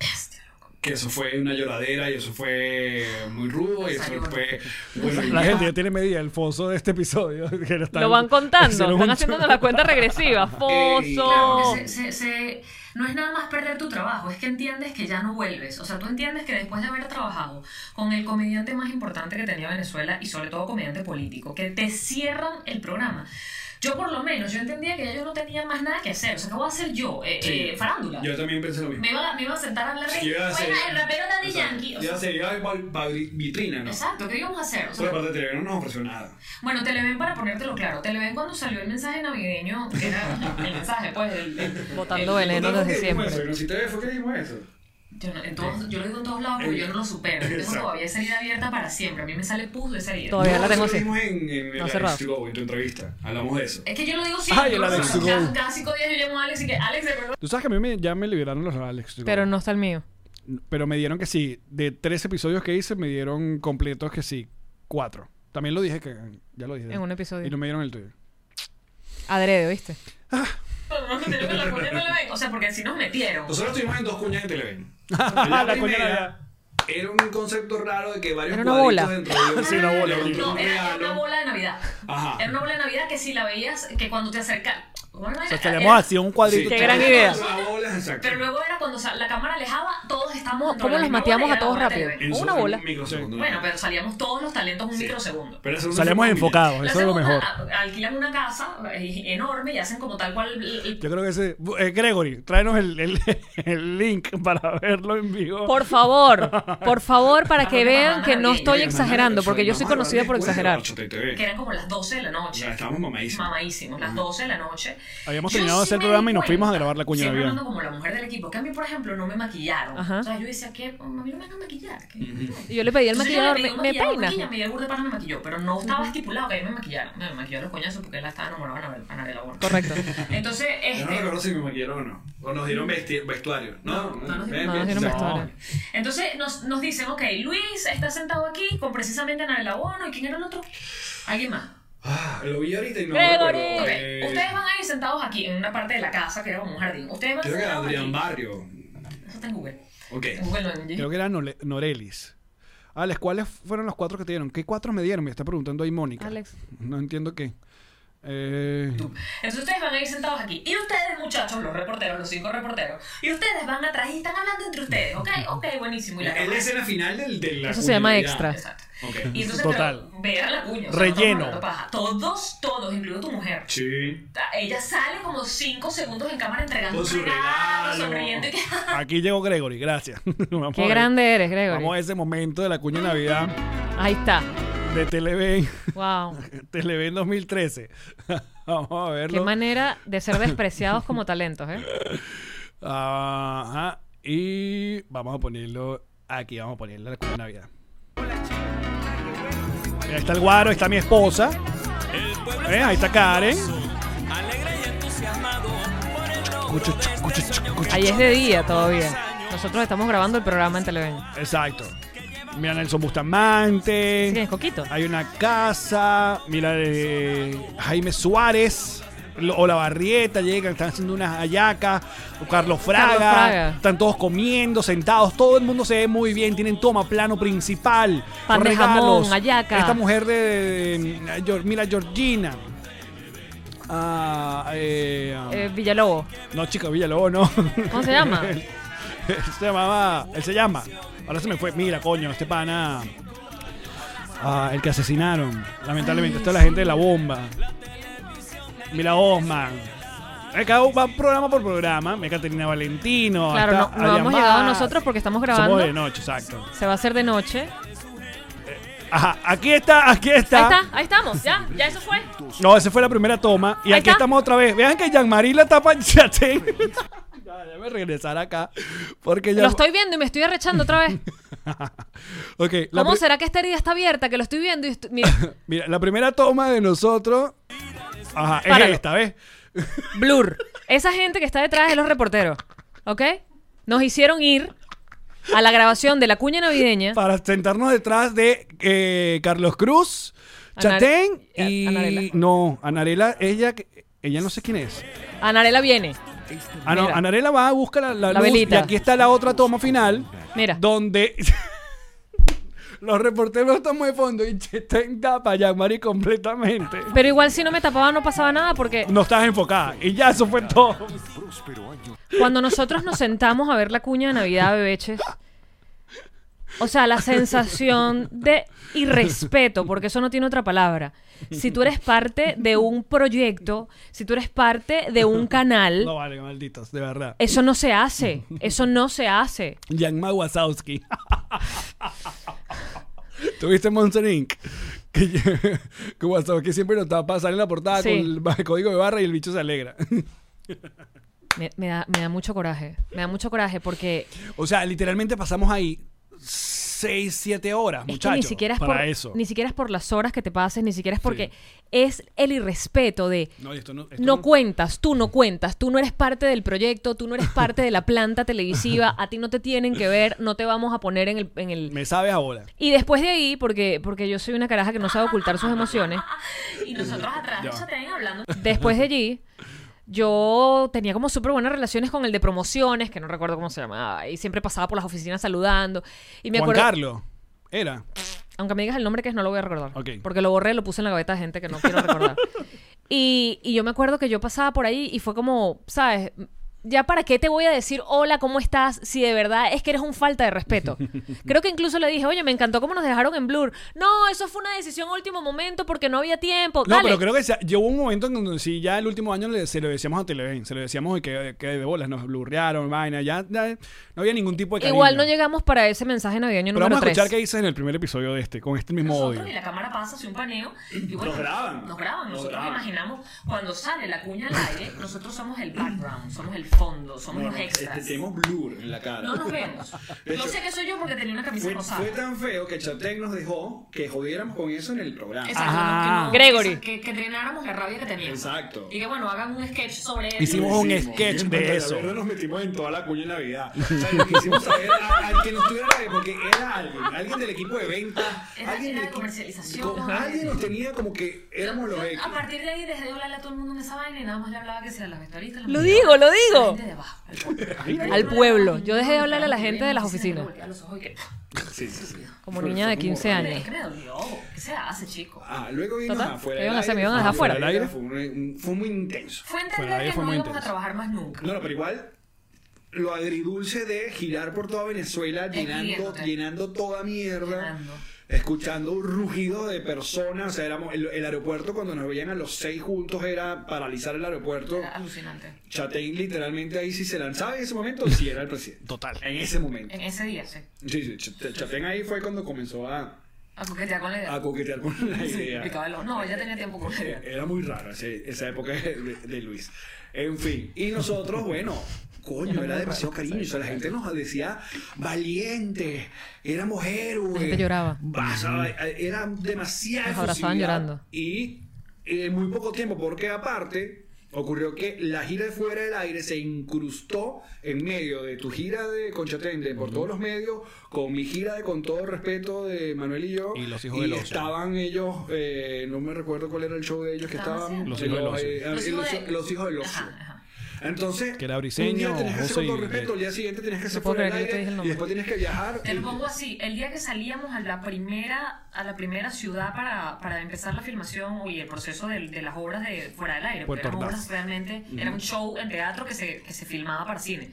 E: Este
D: Que eso fue una lloradera y eso fue muy rudo y eso fue... Bueno, y
A: La
D: ya.
A: gente ya tiene medida el foso de este episodio. que lo, están-
B: Lo van contando,
A: hicieron
B: están
A: un-
B: haciendo la cuenta regresiva.
D: Ey, claro
B: Foso.
E: Se- se- se- no es nada más perder tu trabajo, es que entiendes que ya no vuelves. O sea, tú entiendes que después de haber trabajado con el comediante más importante que tenía Venezuela y sobre todo comediante político, que te cierran el programa. Yo por lo menos, yo entendía que ya yo no tenía más nada que hacer. O sea, ¿qué voy a hacer yo? Eh,
D: Sí.
E: eh, farándula.
D: Yo también pensé lo mismo.
E: me, iba, me iba a sentar a hablar de...
D: Sí, yo iba a
E: Bueno,
D: hacer-
E: el rapero Daddy
D: Exacto.
E: Yankee. O
D: Yo
E: sea,
D: se iba para vitrina, ¿no?
E: exacto, ¿qué íbamos a hacer? O
D: Por
E: sea,
D: parte de Telegram no nos ofreció nada.
E: Bueno, Televen, para ponértelo claro, Televen cuando salió el mensaje navideño, que era el mensaje, pues, el... el-
B: Botando
E: el-
B: veneno
D: Total,
B: desde
D: ¿por qué dijimos
B: siempre.
D: eso? No, si te ve, fue que dijimos eso.
E: Yo, no- en todos- yo lo digo en todos lados porque yo no lo supero. Yo tengo
D: Exacto.
E: todavía esa herida abierta para siempre. A mí me sale pus de esa herida.
B: Todavía
D: No,
B: la tengo
D: eso
B: así.
D: lo dijimos en, en,
B: No
D: el
B: cerrado.
D: Alex Go, en tu entrevista. Hablamos de eso.
E: Es que yo lo digo siempre.
A: Ay, el
E: yo lo
A: Alex
E: saco.
A: to
E: cada,
A: go.
E: cada cinco días yo llamo a Alex y que Alex, ¿de verdad?
A: Tú sabes que a mí me- ya me liberaron los Alex. digo.
B: Pero no está el mío.
A: Pero me dieron que sí. De tres episodios que hice, me dieron completos que sí. Cuatro. También lo dije que. Ya lo dije.
B: En un episodio.
A: Y no me dieron el tuyo.
B: Adrede, ¿viste?
E: No, no, tenemos la coña, no la ven. O sea, porque si nos metieron.
D: Nosotros estuvimos en dos cuñas en Televen.
A: La
D: La,
A: cuña
D: primera
A: era-
D: era un concepto raro de que varios
B: Era una
D: cuadritos
B: bola.
D: dentro de un-
A: Sí, una bola.
D: dentro de
E: No,
D: un
E: era, era una
D: regalo.
E: bola de Navidad.
D: Ajá.
E: Era una bola de Navidad que si la veías, que cuando te acercas. Bueno,
A: O sea,
E: era-
A: estaríamos así un cuadrito.
D: Sí.
B: Qué gran idea.
D: Una bola, exacto.
E: Pero luego era cuando sa- la cámara alejaba, todos estábamos.
B: ¿Cómo los mateamos a todos rápido?
D: En
B: Una
D: solo
B: bola.
D: un microsegundo.
E: Bueno, pero salíamos todos los talentos un microsegundo.
D: Pero eso no
A: Salíamos
D: fue
A: enfocados,
E: La
A: eso es lo
E: segunda,
A: mejor.
E: a- Alquilan una casa eh, enorme y hacen como tal cual el- el
A: Yo creo que ese. eh, Gregory, tráenos el, el- el link para verlo en vivo.
B: Por favor, por favor, para que vean que no estoy
E: Oye,
B: exagerando, porque yo soy conocida por exagerar.
E: que eran como las 12 de la noche.
D: Ya, estábamos mamadísimos.
E: Mamadísimos, las 12 de la noche.
A: Habíamos
E: Yo
A: terminado de
E: sí
A: hacer
E: me
A: programa
E: di
A: y nos fuimos a
E: cuenta,
A: grabar la cuña de
E: siempre
A: Navidad.
E: hablando como la mujer del equipo, que a mí, por ejemplo, no me maquillaron.
B: Ajá.
E: O sea, yo decía que "Mm, a mí no me van a maquillar. que-
B: Y yo le pedí al
E: Entonces yo
B: maquillador,
E: le
B: ¿me,
E: pedí
B: me
E: maquillador,
B: peina?
E: maquilla, Miguel Burda Pana me maquilló, pero no estaba estipulado que a mí me maquillaron. Me maquilló los coñazos porque él estaba enamorado de Anabel- Anabela Borges.
B: Correcto.
E: Entonces,
D: Yo no
E: este.
D: recuerdo si me maquillaron o no. O nos dieron vesti- vestuario. No,
E: no nos
D: ven,
B: no
E: dieron-
B: nos
D: ven,
B: dieron
D: no.
B: vestuario.
E: Entonces nos, nos dicen, ok, Luis está sentado aquí con precisamente Anabela Bono. ¿Y quién era el otro? Alguien más.
D: Ah, lo vi ahorita y no
B: Gregory.
D: recuerdo.
E: Ok,
D: Eh,
E: ustedes van a ir sentados aquí en una parte de la casa que era como un jardín. Ustedes van
D: Creo que era
E: sentados
D: Adrián
E: aquí.
D: Barrio.
E: Eso está en Google.
D: Ok.
E: En Google no en G.
A: Creo que era Nole- Norelis. Alex, ¿cuáles fueron los cuatro que te dieron? ¿Qué cuatro me dieron? Me está preguntando ahí Mónica.
B: Alex.
A: No entiendo qué. Eh,
E: Entonces ustedes van a ir sentados aquí. Y ustedes, muchachos, los reporteros, los cinco reporteros. Y ustedes van atrás y están hablando entre ustedes. Ok, ok, buenísimo. Y la
D: Es la
E: cámara-
D: escena final del, de la
B: Eso se llama
D: comunidad.
B: extra.
E: Exacto.
D: Ok.
E: Y entonces,
A: Total.
E: pero vean la cuña. o sea, no
A: Relleno.
E: estamos hablando paja. Todos, todos, incluido tu mujer.
D: Sí.
E: Ella sale como cinco segundos en cámara entregando
D: Con
E: un
D: su regalo.
E: sonriendo y que.
A: aquí llegó Gregory, gracias. Vamos a
B: Qué
A: ver.
B: grande eres,
A: Vamos a
B: Gregory.
A: ese momento de la cuña de Navidad
B: Ahí está.
A: de Televen,
B: Wow.
A: Televen 2013. Vamos a verlo.
B: Qué manera de ser despreciados como talentos, ¿eh?
A: Ajá. Y vamos a ponerlo aquí, vamos a ponerle la cuña de Navidad. Ahí está el guaro, ahí está mi esposa. Eh, Ahí está Karen. Cuchu, chu, cuchu, chu, cuchu,
B: Ahí
A: chu.
B: es de día todavía. Nosotros estamos grabando el programa en Televen.
A: Exacto. Mira Nelson Bustamante.
B: Sí, es Coquito.
A: Hay una casa. Mira eh, Jaime Suárez. lo- O la barrieta llegan, están haciendo unas hallacas. o Carlos Fraga,
B: Carlos Fraga.
A: Están todos comiendo, sentados. Todo el mundo se ve muy bien. Tienen toma, plano principal.
B: Pan de
A: regalos.
B: jamón, hallaca.
A: Esta mujer de. de- de- Geor- mira, Georgina. Ah, eh, ah,
B: Eh, Villalobos.
A: no, chica, Villalobos, no.
B: ¿Cómo se llama?
A: se llamaba. Él se llama. Ahora se me fue. Mira, coño, este pana. Ah, el que asesinaron. Lamentablemente. Esta es la gente de la bomba. Mira, Osman. Eh, Cada uno va programa por programa. Mira, Caterina Valentino.
B: Claro,
A: está
B: no, no
A: Adrián
B: hemos llegado
A: Bas.
B: nosotros porque estamos grabando.
A: Somos de noche, exacto.
B: Se va a hacer de noche.
A: Ajá, aquí está, aquí está.
B: Ahí está, ahí estamos, ya, ya eso fue.
A: No, esa fue la primera toma. Y
B: Ahí
A: aquí
B: está.
A: estamos otra vez. Vean que Jean-Marie la tapa. Ya, te- Ya, déjame regresar acá. Porque ya.
B: Lo estoy viendo y me estoy arrechando otra vez.
A: Ok, la
B: ¿Cómo
A: pri-
B: será que esta herida está abierta? Que lo estoy viendo y estoy- mira,
A: Mira, la primera toma de nosotros. Ajá, es
B: Páralo.
A: esta, ¿ves?
B: blur. Esa gente que está detrás es los reporteros, ¿ok? Nos hicieron ir a la grabación de la cuña navideña.
A: Para sentarnos detrás de eh, Carlos Cruz,
B: Anar-
A: Chatén
B: A-
A: y.
B: eh, Anarela.
A: No, Anarela, ella, que- ella no sé quién es.
B: Anarela viene.
A: Ah, no,
B: Mira.
A: Anarela va a buscar la, la
B: La
A: luz,
B: velita.
A: Y aquí está la otra toma final.
B: Mira.
A: Donde. Los reporteros estamos de fondo y Chatén tapa a Yamari completamente.
B: Pero igual si no me tapaba no pasaba nada porque
A: No estás enfocada. Y ya, eso fue todo.
B: cuando nosotros nos sentamos a ver la cuña de Navidad, bebeches, o sea, la sensación de irrespeto, porque eso no tiene otra palabra. Si tú eres parte de un proyecto, si tú eres parte de un canal,
A: No vale, malditos, de verdad.
B: eso no se hace, eso no se hace.
A: Yanma Wazowski. ¿Tuviste Monster Inc? Que, que Wazowski siempre nos tapa, sale en la portada
B: Sí.
A: con el ba- código de barra y el bicho se alegra.
B: Me, me da, me da mucho coraje, me da mucho coraje porque
A: O sea, literalmente pasamos ahí 6, 7 horas,
B: Es que
A: muchachos.
B: ni siquiera es
A: para
B: por,
A: eso.
B: Ni siquiera es por las horas que te pases, ni siquiera es porque es el irrespeto de
A: No, y esto no- esto
B: no
A: no-
B: cuentas, tú no cuentas, tú no eres parte del proyecto, tú no eres parte de la planta televisiva, a ti no te tienen que ver, no te vamos a poner en el... En el...
A: Me sabes ahora.
B: Y después de ahí, porque, porque yo soy una caraja que no sabe ocultar sus emociones,
E: Y nosotros atrás de Chatén hablando.
B: después de allí... Yo tenía como súper buenas relaciones con el de promociones, que no recuerdo cómo se llamaba, y siempre pasaba por las oficinas saludando. Y me
A: Juan
B: acuerdo,
A: Carlos. Era.
B: Aunque me digas el nombre que es, no lo voy a recordar.
A: Ok.
B: Porque lo borré, lo puse en la gaveta de gente que no quiero recordar. y, y yo me acuerdo que yo pasaba por ahí y fue como, ¿sabes? Ya para qué te voy a decir hola, ¿cómo estás? Si de verdad es que eres un falta de respeto. Creo que incluso le dije, oye, me encantó cómo nos dejaron en Blur. No, eso fue una decisión a último momento porque no había tiempo.
A: No,
B: Dale.
A: pero creo que se- llegó un momento en donde sí, ya el último año le- se lo decíamos a Televen, se lo decíamos y que, que de bolas nos blurrearon, vaina, ya, ya no había ningún tipo de cariño.
B: Igual no llegamos para ese mensaje navideño
A: Pero
B: número
A: vamos a
B: 3.
A: escuchar qué dices en el primer episodio de este, con este mismo odio.
E: Nosotros y la cámara pasa, hace un paneo. Y bueno,
D: Nos graban.
E: Nos graban.
D: Nos
E: Nosotros
D: graban.
E: imaginamos, cuando sale la cuña al aire, nosotros somos el background, somos el fondo, somos
D: No,
E: los
D: no, este,
E: extras.
D: tenemos blur en la cara.
E: No nos vemos.
D: De
E: Yo
D: hecho,
E: sé que soy yo porque tenía una camisa
D: Fue,
E: rosada.
D: fue tan feo que Chatec nos dejó que jodiéramos con eso en el programa.
E: Exacto,
A: Ajá.
E: no, que no-
B: Gregory.
E: Que, que drenáramos la rabia que teníamos.
D: Exacto.
E: Y que bueno, hagan un sketch sobre eso.
A: Hicimos un sketch
D: En
A: de
D: Pantalla
A: eso.
D: Verde nos metimos en toda la cuña en Navidad. O sea, lo que hicimos saber a- al que nos tuviera rabia, porque era alguien, alguien del equipo de venta,
E: Era-
D: alguien
E: era
D: del
E: de
D: equi-
E: comercialización.
D: con- alguien nos tenía como que éramos los
E: A
D: X.
E: partir de ahí dejé de hablarle a todo el mundo en esa vaina y nada más le hablaba que sea a las vestuaristas. las
B: Lo
E: mujeres,
B: digo, lo
E: a la
B: digo.
E: gente de abajo, al pueblo.
B: Al pueblo. Yo dejé de hablarle a la gente de las oficinas.
E: A los ojos y que-
D: Sí, sí, sí.
B: Como niña de 15
E: Es
B: años.
E: que me dolió. ¿Qué se hace, chico?
D: Ah, luego vino
B: Total,
D: afuera.
B: ¿qué iban
D: del
B: a hacer?
D: aire. Ah,
B: ¿Me iban a dejar
A: afuera?
D: del aire Fue, un- fue muy intenso.
E: Fue
A: Fuera de
E: entender
A: ahí
E: que
A: fue
E: no
A: muy
E: íbamos a
A: intenso.
E: trabajar más nunca.
D: No, no, pero igual lo agridulce de girar por toda Venezuela llenando,
E: Escribiéndote.
D: llenando toda mierda.
E: Llenando.
D: Escuchando un rugido de personas, o sea, éramos el, el aeropuerto cuando nos veían a los seis juntos era paralizar el aeropuerto.
E: Era alucinante.
D: Chatein literalmente ahí si se lanzaba en ese momento, sí era el presidente.
A: Total.
D: En ese momento.
E: En ese día, sí.
D: Sí, sí, Ch- Chatein ahí fue cuando comenzó a,
E: A coquetear con la idea.
D: a coquetear con la idea.
E: Picaba el ojo. No, ella tenía tiempo con
D: Eh,
E: ella.
D: Era muy rara ese- esa época de, de Luis. En fin, y nosotros, bueno, coño, era demasiado cariño. O sea, la gente nos decía valiente, éramos héroes.
B: La gente lloraba.
D: Vas a- era demasiado. eh,
B: Nos abrazaban llorando.
D: Y en muy poco tiempo, porque aparte, ocurrió que la gira de Fuera del Aire se incrustó en medio de tu gira de Conchatende por todos los medios, con mi gira de Con todo respeto de Manuel y yo.
A: Y Los Hijos del Oso.
D: Estaban ellos, eh, no me recuerdo cuál era el show de ellos que
E: Estaban
D: estaban.
E: haciendo-
A: Los Hijos del Oso.
D: eh,
E: Los
D: eh,
E: Hijos
D: los-
E: del-
D: Los Hijos del Oso.
E: Ajá, ajá.
D: Entonces,
A: Que era briseño,
D: un día tenías que
A: José
D: hacer con todo
A: y-
D: respeto, al día siguiente tenías que hacer
B: puedo
D: fuera del
B: creer que yo te dije
D: aire
B: el
D: y
B: nombre.
D: después tienes que viajar.
E: Te lo
D: y-
E: pongo así, el día que salíamos a la primera, a la primera ciudad para, para empezar la filmación y el proceso del- de, las obras de Fuera del Aire, porque
A: Puerto
E: eran
A: Ordaz.
E: obras realmente, era un show en teatro que se, que se filmaba para cine.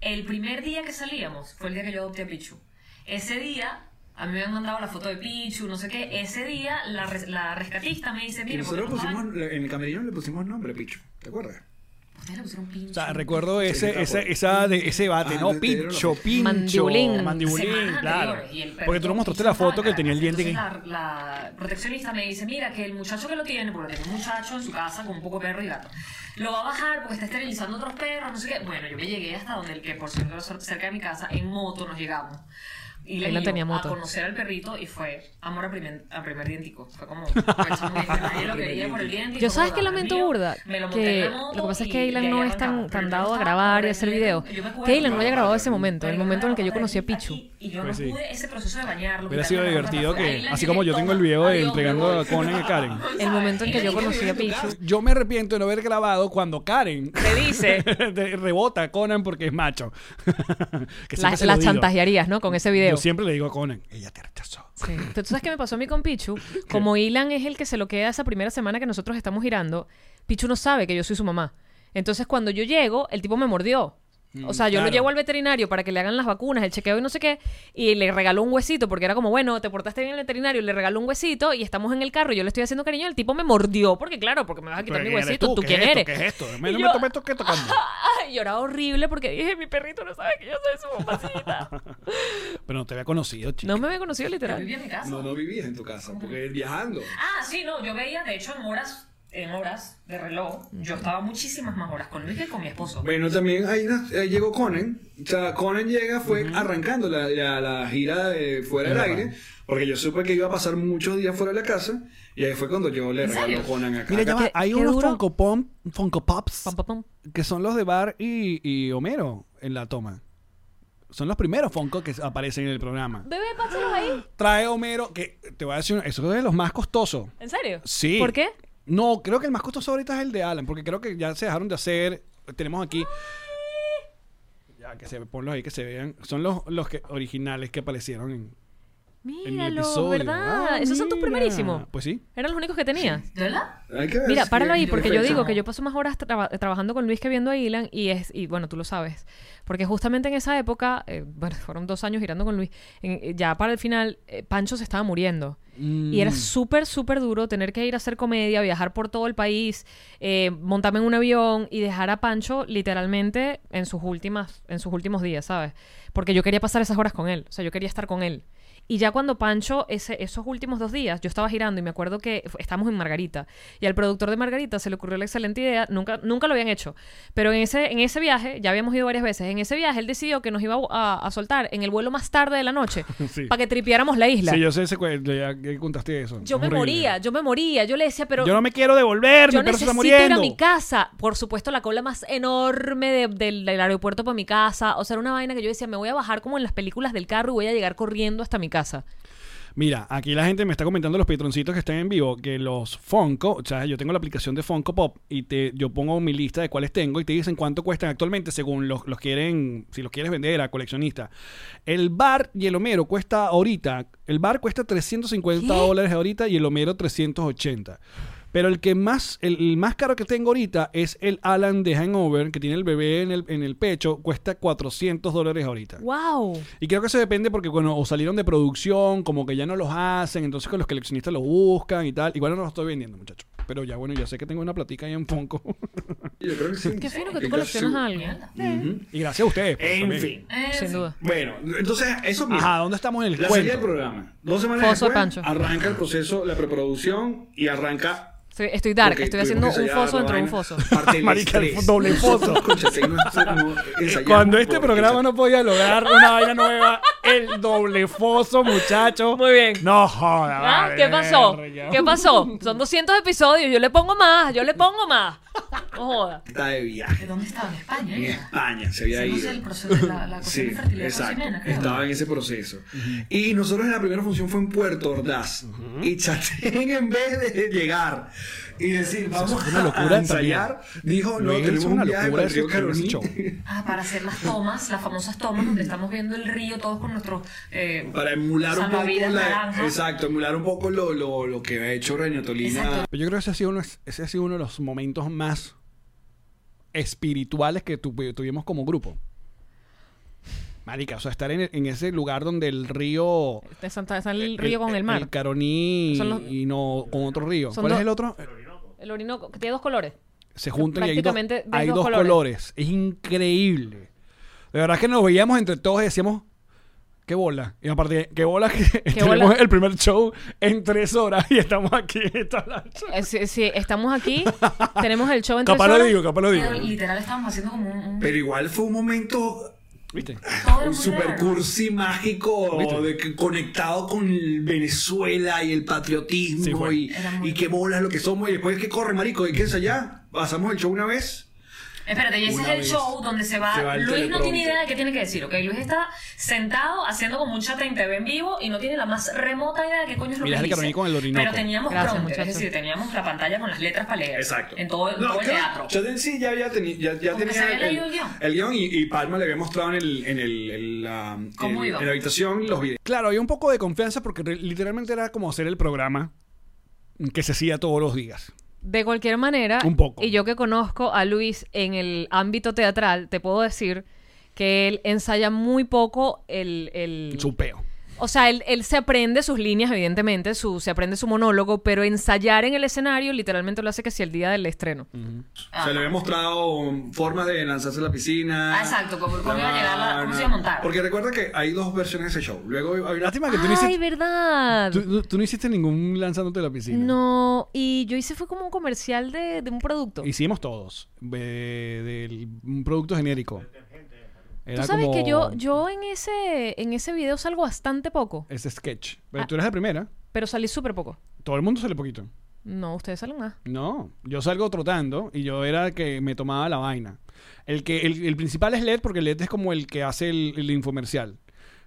E: El primer día que salíamos fue el día que yo adopté a Pichu. Ese día, a mí me han mandado la foto de Pichu, no sé qué, ese día la, res- la rescatista me dice,
D: Y
E: mire,
D: nosotros
E: porque no
D: pusimos,
E: saben-
D: en el camerino le pusimos nombre, Picho. ¿Te acuerdas?
E: ustedes le pusieron Pinchu.
A: O sea, recuerdo
D: Sí,
A: ese,
D: sí,
A: ese,
D: sí.
A: esa de- ese debate,
D: Ah,
A: ¿no?
D: no, te dieron
A: Pincho,
D: los-
A: pincho.
B: Mandibulín.
A: Mandibulín,
E: semanas
A: claro.
E: anteriores, y el perro
A: Porque tú no mostraste
E: estaba
A: la foto
E: en
A: que tenía el
E: Caracas.
A: diente que...
E: Entonces, La, la proteccionista me dice, mira, que el muchacho que lo tiene, porque tengo un muchacho en su casa con un poco de perro y gato, lo va a bajar porque está esterilizando otros perros, no sé qué. Bueno, yo me llegué hasta donde el que, por cierto, era cerca de mi casa, en moto nos llegamos. Y le
B: Él no
E: digo,
B: tenía moto.
E: a conocer al perrito y fue amor a primer, a primer dientico. Fue como, fue chamo, nadie lo quería por el diente. y
B: Yo
E: fue
B: sabes
E: como,
B: que
E: "Dame
B: lamento
E: mío".
B: burda,
E: Me monté en
B: que
E: la moto
B: lo que pasa es
E: y-
B: que
E: y ahí
B: Dylan no es tan,
E: arrancamos.
B: tan
E: Pero
B: dado
E: yo
B: a
E: estaba
B: grabar y
E: horrible,
B: hacer video.
E: yo me acuerdo,
B: Que Dylan no había
E: yo
B: grabado
E: me
B: ese momento, el
E: acuerdo,
B: momento en el que yo
E: aquí,
B: conocí a Pichu.
E: Y yo no
A: Pues sí.
E: pude ese proceso de bañarlo.
A: Hubiera
E: quitarle
A: sido
E: la ropa,
A: divertido
E: fue- ahí
A: que,
E: la
A: así
E: llevé
A: como yo tengo el
E: toda.
A: video de
E: Adiós, me
A: entregando
E: voy.
A: a Conan y Karen.
B: El momento en que yo conocí a Pichu.
A: Yo me arrepiento de no haber grabado cuando Karen
B: Te dice.
A: te rebota a Conan porque es macho. Que siempre
B: La,
A: se lo
B: la
A: digo.
B: chantajearías, ¿no? Con ese video.
A: Yo siempre le digo a Conan, ella te rechazó.
B: Sí. Pero tú sabes qué me pasó a mí con Pichu. Como Ilan es el que se lo queda esa primera semana que nosotros estamos girando, Pichu no sabe que yo soy su mamá. Entonces, cuando yo llego, el tipo me mordió. O sea,
A: Mm,
B: yo
A: claro.
B: lo llevo al veterinario para que le hagan las vacunas, el chequeo y no sé qué, y le regaló un huesito, porque era como, bueno, te portaste bien el veterinario, le regaló un huesito y estamos en el carro y yo le estoy haciendo cariño, el tipo me mordió, porque claro, porque me vas a quitar mi
A: ¿quién eres
B: huesito,
A: tú?
B: ¿tú,
A: ¿Qué
B: quién
A: es esto?
B: eres?
A: ¿Qué es esto? A mí
B: Y
A: no me
B: yo-
A: tomes esto que tocando.
B: Ay, lloraba horrible porque dije, mi perrito no sabe que yo soy su mamacita.
A: Pero no te había conocido, chico.
B: no me había conocido
E: Yo
B: literal.
E: vivía en mi casa.
D: No, no vivías en tu casa, porque viajando.
E: Ah, sí, no, yo veía, de hecho, en horas, en horas de reloj, yo estaba muchísimas más horas con Luis que con mi esposo.
D: Bueno, también ahí, nos- ahí llegó Conan. O sea, Conan llega, fue arrancando la, la- la gira de fuera del aire, porque yo supe que iba a pasar muchos días fuera de la casa, y ahí fue cuando yo le
E: ¿En
D: regalé
E: serio?
D: a Conan acá.
A: Mira, ya va,
B: Qué-
A: hay
B: qué
A: unos
B: duro.
A: Funko, Pom- Funko Pops
B: Pam, pam, pam.
A: que son los de Bar y, y Homero en la toma. Son los primeros Funko que aparecen en el programa.
B: Bebé, pásalos ahí.
A: Trae Homero, que te voy a decir, eso es de los más costosos.
B: ¿En serio?
A: Sí.
B: ¿Por qué?
A: No, creo que el más costoso ahorita es el de Alan, porque creo que ya se dejaron de hacer. Tenemos aquí. Ya, que se ponlos ahí, que se vean. Son los, los que, originales que aparecieron en, en el
B: Míralo,
A: episodio.
B: ¿verdad?
A: Ah,
B: Esos son tus
A: mira.
B: primerísimos.
A: Pues sí.
B: Eran los únicos que tenía.
E: ¿De verdad?
D: Hay que ver
B: Mira,
D: si-
B: páralo ahí,
D: qué
B: porque yo
D: fecha.
B: digo que yo paso más horas traba- trabajando con Luis que viendo a Ilan y es, y bueno, tú lo sabes, porque justamente en esa época, eh, bueno, fueron dos años girando con Luis, en- eh, ya para el final, eh, Pancho se estaba muriendo. Y
A: Mm.
B: era súper, súper duro tener que ir a hacer comedia, viajar por todo el país, eh, montarme en un avión y dejar a Pancho literalmente en sus últimas, en sus últimos días, ¿sabes? Porque yo quería pasar esas horas con él, o sea, yo quería estar con él. Y ya cuando Pancho, ese, esos últimos dos días, yo estaba girando y me acuerdo que fu- estábamos en Margarita. Y al productor de Margarita se le ocurrió la excelente idea, nunca, nunca lo habían hecho. Pero en ese, en ese viaje, ya habíamos ido varias veces, en ese viaje él decidió que nos iba a, a soltar en el vuelo más tarde de la noche
A: Sí.
B: para que tripiáramos la isla.
A: Sí, yo sé ese cuento, ya que contaste eso.
B: Yo
A: Es
B: me
A: horrible.
B: moría, yo me moría, yo le decía, pero
A: Yo no me quiero devolver,
B: yo
A: mi perro se está
B: necesito
A: muriendo.
B: ir a mi casa. Por supuesto, la cola más enorme de- del, del aeropuerto para mi casa. O sea, era una vaina que yo decía, me voy a bajar como en las películas del carro y voy a llegar corriendo hasta mi casa.
A: Mira, aquí la gente me está comentando los patroncitos que están en vivo, que los Funko, o sea, yo tengo la aplicación de Funko Pop y te, yo pongo mi lista de cuáles tengo y te dicen cuánto cuestan actualmente según los, los quieren, si los quieres vender a coleccionista. El bar y el Homero cuesta ahorita, el bar cuesta 350 dólares ahorita y el Homero 380. Pero el que más, el, el más caro que tengo ahorita es el Alan de Hangover, que tiene el bebé en el, en el pecho, cuesta 400 dólares ahorita.
B: ¡Wow!
A: Y creo que eso depende porque, bueno, o salieron de producción, como que ya no los hacen, entonces que los coleccionistas los buscan y tal. Igual no los estoy vendiendo, muchachos. Pero ya, bueno, ya sé que tengo una platica ahí en Funko.
D: Yo creo que sí.
B: Qué fino que tú
D: Yo
B: coleccionas
D: sí.
B: algo.
A: y gracias a ustedes. pues,
D: En
A: también.
D: fin.
E: Eh,
B: Sin duda.
D: Bueno, entonces, eso mismo.
A: Ajá, ¿dónde estamos en el
D: La serie del
A: cuento?
D: programa. Dos semanas
B: Foso de
D: después,
B: Pancho.
D: arranca el proceso, la preproducción, y arranca
B: Estoy, estoy dark,
D: Ok,
B: estoy
D: tuvimos
B: haciendo
D: que
B: un
D: ensayar
B: foso
D: la
B: dentro de un
D: vaina.
B: foso.
D: Parte del
A: Marica, el
D: estrés.
A: doble foso.
D: Nosotros con Chesén no hacemos- ensayamos
A: Cuando este
D: porque-
A: programa no podía lograr una vaina nueva, el doble foso, muchacho.
B: Muy bien.
A: No joda.
B: Ah,
A: vale,
B: ¿Qué pasó?
A: verga.
B: ¿Qué pasó? Son 200 episodios, yo le pongo más, yo le pongo más. No joda.
D: Está de viaje.
E: ¿De dónde estaba? ¿En España?
D: En
E: ella?
D: España se había
E: Sí, no
D: ido.
E: sé, el proceso, la- la cuestión de fertilidad
D: exacto.
E: brasileña, creo.
D: Estaba en ese proceso. Y nosotros en la primera función fue en Puerto Ordaz. Y Chatén, en vez de llegar y decir, vamos
A: fue una
D: a
A: locura
D: ensayar, dijo, no,
A: Luis,
D: tenemos
A: fue una
D: un viaje
A: locura
D: para el río
A: ese- ese
D: Caroní.
A: show.
E: Ah, para hacer las tomas, las famosas tomas donde estamos viendo el río todos con nuestros... eh,
D: Para emular un poco
E: salvavidas
D: la,
E: naranjas.
D: exacto, emular un poco lo, lo, lo que ha hecho Reñotolina.
A: Pero Pues yo creo que ese ha sido uno, ese ha sido uno de los momentos más espirituales que tuvi- tuvimos como grupo. Marica, o sea, estar en, en ese lugar donde el río...
B: De Santa, está el río con el
A: El
B: mar.
A: Caroní
B: Son los-
A: y no con otro río.
B: Son
A: ¿Cuál es
B: dos-
A: el otro?
B: El Orinoco, que tiene dos colores.
A: se juntan y hay dos,
B: Prácticamente de
A: hay
B: dos
A: dos colores.
B: colores.
A: Es increíble. De verdad que nos veíamos entre todos y decíamos, qué bola. Y aparte, qué bola que tenemos
B: bola?
A: el primer show en tres horas y estamos aquí en esta lancha.
B: Eh, si, si estamos aquí, tenemos el show en tres
A: Capaz lo
B: horas.
A: digo, capaz lo digo.
E: pero literal estábamos haciendo como un... un-
D: Pero igual fue un momento
A: ¿Viste?
E: todo era
D: un
E: muy
D: super
E: raro.
D: cursi mágico de que- conectado con el Venezuela y el patriotismo
A: Sí, fue.
D: y,
E: Era muy-
D: y qué bolas lo que somos y después que corre marico y qué es allá pasamos el show una vez
E: Espérate, y ese
D: Una
E: es el
D: vez
E: show donde se
D: se va
E: va.
D: el
E: Luis no
D: teleprompter.
E: tiene idea de qué tiene que decir, ¿ok? Luis está sentado haciendo como un chat en TV en vivo y no tiene la más remota idea de qué coño es lo
A: Mira,
E: que
A: el
E: dice.
A: Caronico en el Orinoco.
E: Pero teníamos
B: Gracias,
E: prompter, es
B: muchachos.
E: decir, teníamos la pantalla con las letras para leer. En todo, en
D: No,
E: todo el
D: claro,
E: teatro.
D: Chaden sí ya, ya, teni- ya, ya
E: Como que se
D: tenía
E: había
D: el,
E: leído el guión.
D: el guión y, y Palma le había mostrado en, el, en, el, en la,
E: ¿Cómo
D: en-
E: iba?
D: en la habitación los videos
A: Claro, había un poco de confianza porque re- literalmente era como hacer el programa que se hacía todos los días.
B: De cualquier manera,
A: Un poco.
B: y yo que conozco a Luis en el ámbito teatral, te puedo decir que él ensaya muy poco el... el-
A: Su peo.
B: o sea, él, él se aprende sus líneas, evidentemente, su, se aprende su monólogo, pero ensayar en el escenario literalmente lo hace que si el día del estreno.
A: Mm.
D: o sea le había mostrado formas de lanzarse a la piscina
E: Ah, exacto, como- cómo iba a
D: la
E: llegar la- cómo se iba a montar.
D: porque recuerda que hay dos versiones de ese show luego hay una
A: Lástima que tú no
B: ¡Ay,
A: hiciste,
B: verdad!
A: tú- tú- tú no hiciste ningún lanzándote a la piscina.
B: No, y yo hice fue como un comercial de, de un producto.
A: Hicimos todos. eh, del, un producto genérico. Era
B: Tú sabes
A: como
B: que yo, yo en ese, en ese video salgo bastante poco,
A: Ese sketch. Pero
B: Ah.
A: tú eres la primera.
B: pero salí súper poco.
A: Todo el mundo sale poquito.
B: No, ustedes salen más.
A: No, yo salgo trotando y yo era el que me tomaba la vaina. El, que, el, el principal es LED porque LED es como el que hace el, el infomercial.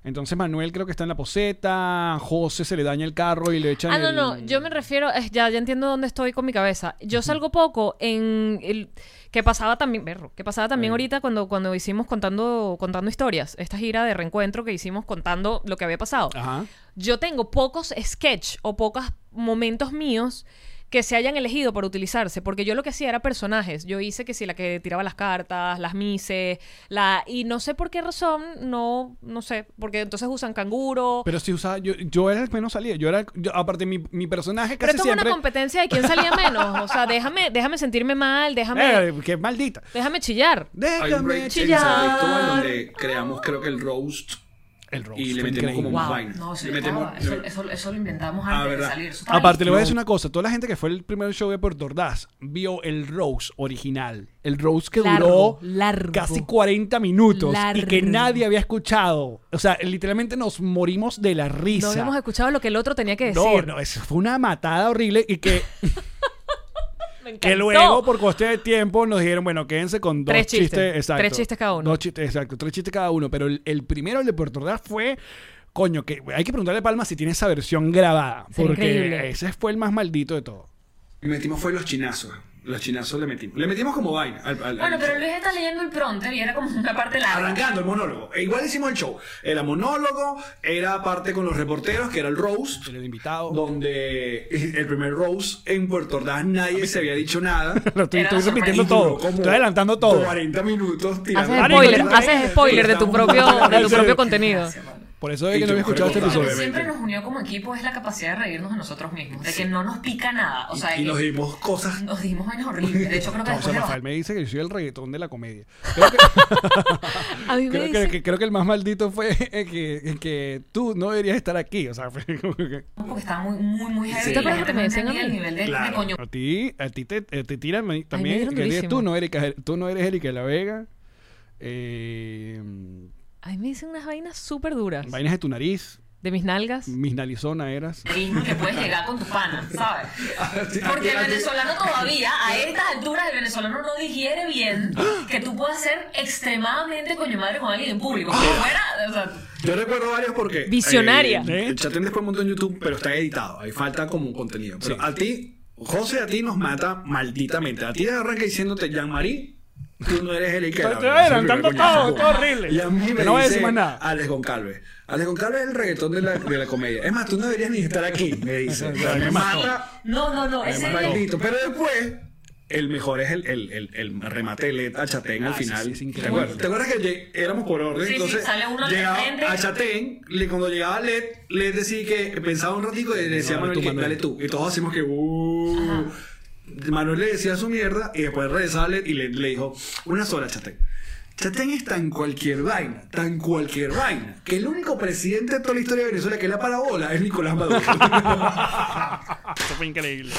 A: Entonces Manuel creo que está en la poseta, José se le daña el carro y le echan
B: Ah, no,
A: el-
B: no, yo me refiero, eh, ya, ya entiendo dónde estoy con mi cabeza. Yo salgo poco en el que pasaba también, berro, que pasaba también ahorita cuando, cuando hicimos contando, contando historias, esta gira de reencuentro que hicimos contando lo que había pasado.
A: Ajá.
B: Yo tengo pocos sketch o pocos momentos míos que se hayan elegido para utilizarse, porque yo lo que hacía era personajes. Yo hice que si la que tiraba las cartas, las mises, la y no sé por qué razón, no, no sé, porque entonces usan canguro.
A: Pero si usaba, yo, yo era el que menos salía. Yo era, yo- aparte mi, mi personaje
B: Pero
A: casi
B: esto es
A: siempre.
B: una competencia de quién salía menos. O sea, déjame, déjame sentirme mal, déjame,
A: Eh, qué maldita.
B: déjame chillar.
D: hay un break
A: Déjame
D: en
A: chillar.
B: chillar.
D: Sabetuba donde creamos creo que el roast
A: El roast
D: y le
A: fue
D: metemos como
A: increíble.
D: más
E: Wow.
D: vaina.
E: No, eso,
D: le metemos,
E: estaba- eso, eso, eso lo inventamos
D: Ah,
E: antes de
D: ¿verdad?
E: salir. eso estaba
A: Aparte, le voy a
D: No.
A: decir una cosa. Toda la gente que fue el primer show de Puerto Ordaz vio el Rose original. El Rose que duró
B: Largo, largo.
A: casi 40 minutos y que
B: Largo.
A: nadie había escuchado. O sea, literalmente nos morimos de la risa.
B: No habíamos escuchado lo que el otro tenía que decir.
A: No, no, eso fue una matada horrible y que,
B: Me encantó.
A: que luego, por coste de tiempo, nos dijeron, bueno, quédense con dos
B: Tres
A: chistes.
B: chistes.
A: exacto.
B: Tres chistes cada uno.
A: Dos chistes, exacto, tres chistes cada uno. Pero el, el primero, el de Puerto Ordaz, fue. Coño, que hay que preguntarle a Palma si tiene esa versión grabada.
B: Sería
A: Porque
B: increíble.
A: ese fue el más maldito de todo.
D: le metimos fue los chinazos. Los chinazos le metimos. Le metimos como vaina. al- al-
E: Bueno,
D: al-
E: pero Luis está leyendo el prompter y era como una parte larga.
D: Arrancando el monólogo. E igual hicimos el show. Era monólogo, era parte con los reporteros, que era el roast.
A: El invitado.
D: Donde el primer roast en Puerto Ordaz nadie se había dicho nada.
A: Lo estoy,
E: Era
A: estoy
E: sorpresa.
A: repitiendo
D: Y
A: todo.
D: duró como
A: Estoy adelantando todo.
D: 40 minutos tirando.
B: Haces
A: Marico,
B: spoiler,
A: tú-
B: haces spoiler de tu propio, de tu propio contenido.
A: Por eso es
D: Y
A: que no
D: yo
A: había escuchado este
D: creo que-
A: episodio.
E: Pero siempre
D: obviamente.
E: nos unió como equipo es la capacidad de reírnos de nosotros mismos, de que no nos pica nada. O sea,
D: Y
E: que
D: nos dimos cosas
E: nos dimos vainas horribles. De hecho, creo que
A: No, o sea,
E: después de
A: Rafael me dice que yo soy el reggaetón de la comedia. Creo que,
B: A mí me
A: creo que-
B: dice-
A: que- creo que el más maldito fue eh, que, que tú no deberías estar aquí. O sea, fue como que-
E: bajar, porque estaba muy, muy, muy heavy.
B: ¿Te acuerdas que te me decían a
E: el
B: mí?
E: nivel de, de
D: Claro.
E: coño.
A: a ti, a ti te, eh, te tiran me-
B: me
A: también.
B: dieron
A: que dices,
B: durísimo.
A: tú, no eres, Ca- tú no eres Erika de la Vega. Eh,
B: Ay, me dicen unas vainas súper duras.
A: vainas de tu nariz.
B: de mis nalgas.
A: Mis nalizona eras.
E: que puedes llegar con tu pana, ¿sabes?
D: Así-
E: Porque el
D: así-
E: venezolano todavía, a estas alturas, el venezolano no digiere bien que tú puedas ser extremadamente coño madre con alguien en público. Como fuera, o sea,
D: Yo recuerdo varios porque.
B: Visionaria.
D: Eh, el chatín después montó en YouTube, pero está editado. Ahí falta como contenido. Pero a ti, José, a ti nos mata malditamente. A ti te arranca diciéndote, Jean-Marie, tú no eres el Ikea.
A: Te eran, tanto todo, todo horrible.
D: Y a mí me
A: No voy a decir
D: dice
A: más nada.
D: Alex Goncalves. Alex Goncalves es el reggaetón de la, de la comedia. Es más, tú no deberías ni estar aquí, me dice. me mata
E: no, no, no, ese es
D: maldito. Pero después. El mejor es el, el, el, el remate de a Chatén al
A: ah, sí,
D: final.
A: sí, es increíble.
D: ¿Te acuerdas? ¿Te acuerdas que lleg- éramos por orden?
E: Sí, sí,
D: entonces
E: sale uno al
D: llegaba
E: frente.
D: a Chatén, le, cuando llegaba Led, Led decía que pensaba un ratico y le decía a
A: dale
D: Manuel,
A: tú,
D: que,
A: Manuel.
D: dale tú. Y todos hacíamos que "Uh". Manuel le decía su mierda y después regresaba Led y Led le dijo una sola a Chatén. Chatén es tan cualquier vaina, tan cualquier vaina, que el único presidente de toda la historia de Venezuela que le ha parado bola es Nicolás Maduro.
A: Ah, Eso fue increíble.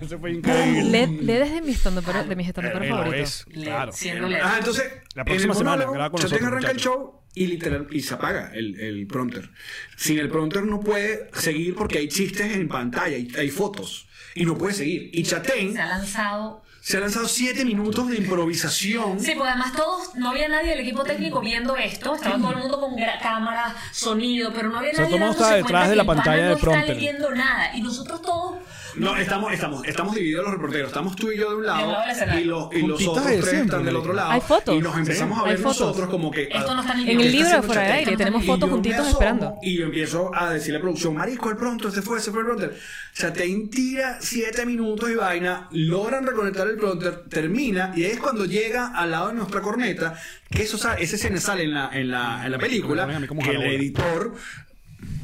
A: Eso fue increíble.
B: Led, Led es de mis estandoperos de mis estandoperos
A: Eh, lo
B: favoritos.
A: es, claro.
E: siendo leve.
D: Ah, entonces.
A: La próxima
D: en el
A: semana,
D: monólogo,
A: graba con
D: Chotén
A: nosotros,
D: arranca el show y literal y se apaga el, el prompter. Sin el prompter no puede seguir porque hay chistes en pantalla, hay, hay fotos. Y no puede seguir. Y Chatén
E: Se ha lanzado.
D: se ha lanzado siete minutos de improvisación.
E: Sí, porque además todos, no había nadie del equipo técnico viendo esto. Estaba todo el mundo con gra- cámara, sonido, pero no había
A: O sea,
E: nadie.
A: todo el mundo
E: dándose
A: estaba
E: cuenta
A: detrás de
E: que
A: la
E: el pana
A: pantalla
E: no
A: de
E: está
A: prompter.
E: leyendo nada. Y nosotros todos.
D: No, estamos, estamos, estamos divididos los reporteros. Estamos tú y yo de un
E: De un
D: lado
E: lado del escenario.
D: y los, y los
A: Juntitas
D: otros
A: de
D: tres
A: siempre,
D: están del
A: ¿no?
D: otro lado.
B: Hay fotos.
D: Y nos empezamos
B: Sí,
D: a
B: hay
D: ver
B: fotos.
D: nosotros como que.
E: Esto no está ni
B: En
E: bien.
B: el
D: ¿Qué
B: libro
D: está
B: de
D: haciendo
B: Fuera de
D: Chatén?
B: Aire tenemos
D: Y
B: fotos
D: yo me
B: juntitos
D: asomo
B: esperando.
D: Y yo empiezo a decirle a producción, Marisco, el pronto, se fue, se fue el prompter. Chatén tira siete minutos y vaina, logran reconectar el prompter, termina, y ahí es cuando llega al lado de nuestra corneta, que eso sale, esa escena sale en la, en la, en la película,
A: Póngame como
D: que el
A: jalabola.
D: editor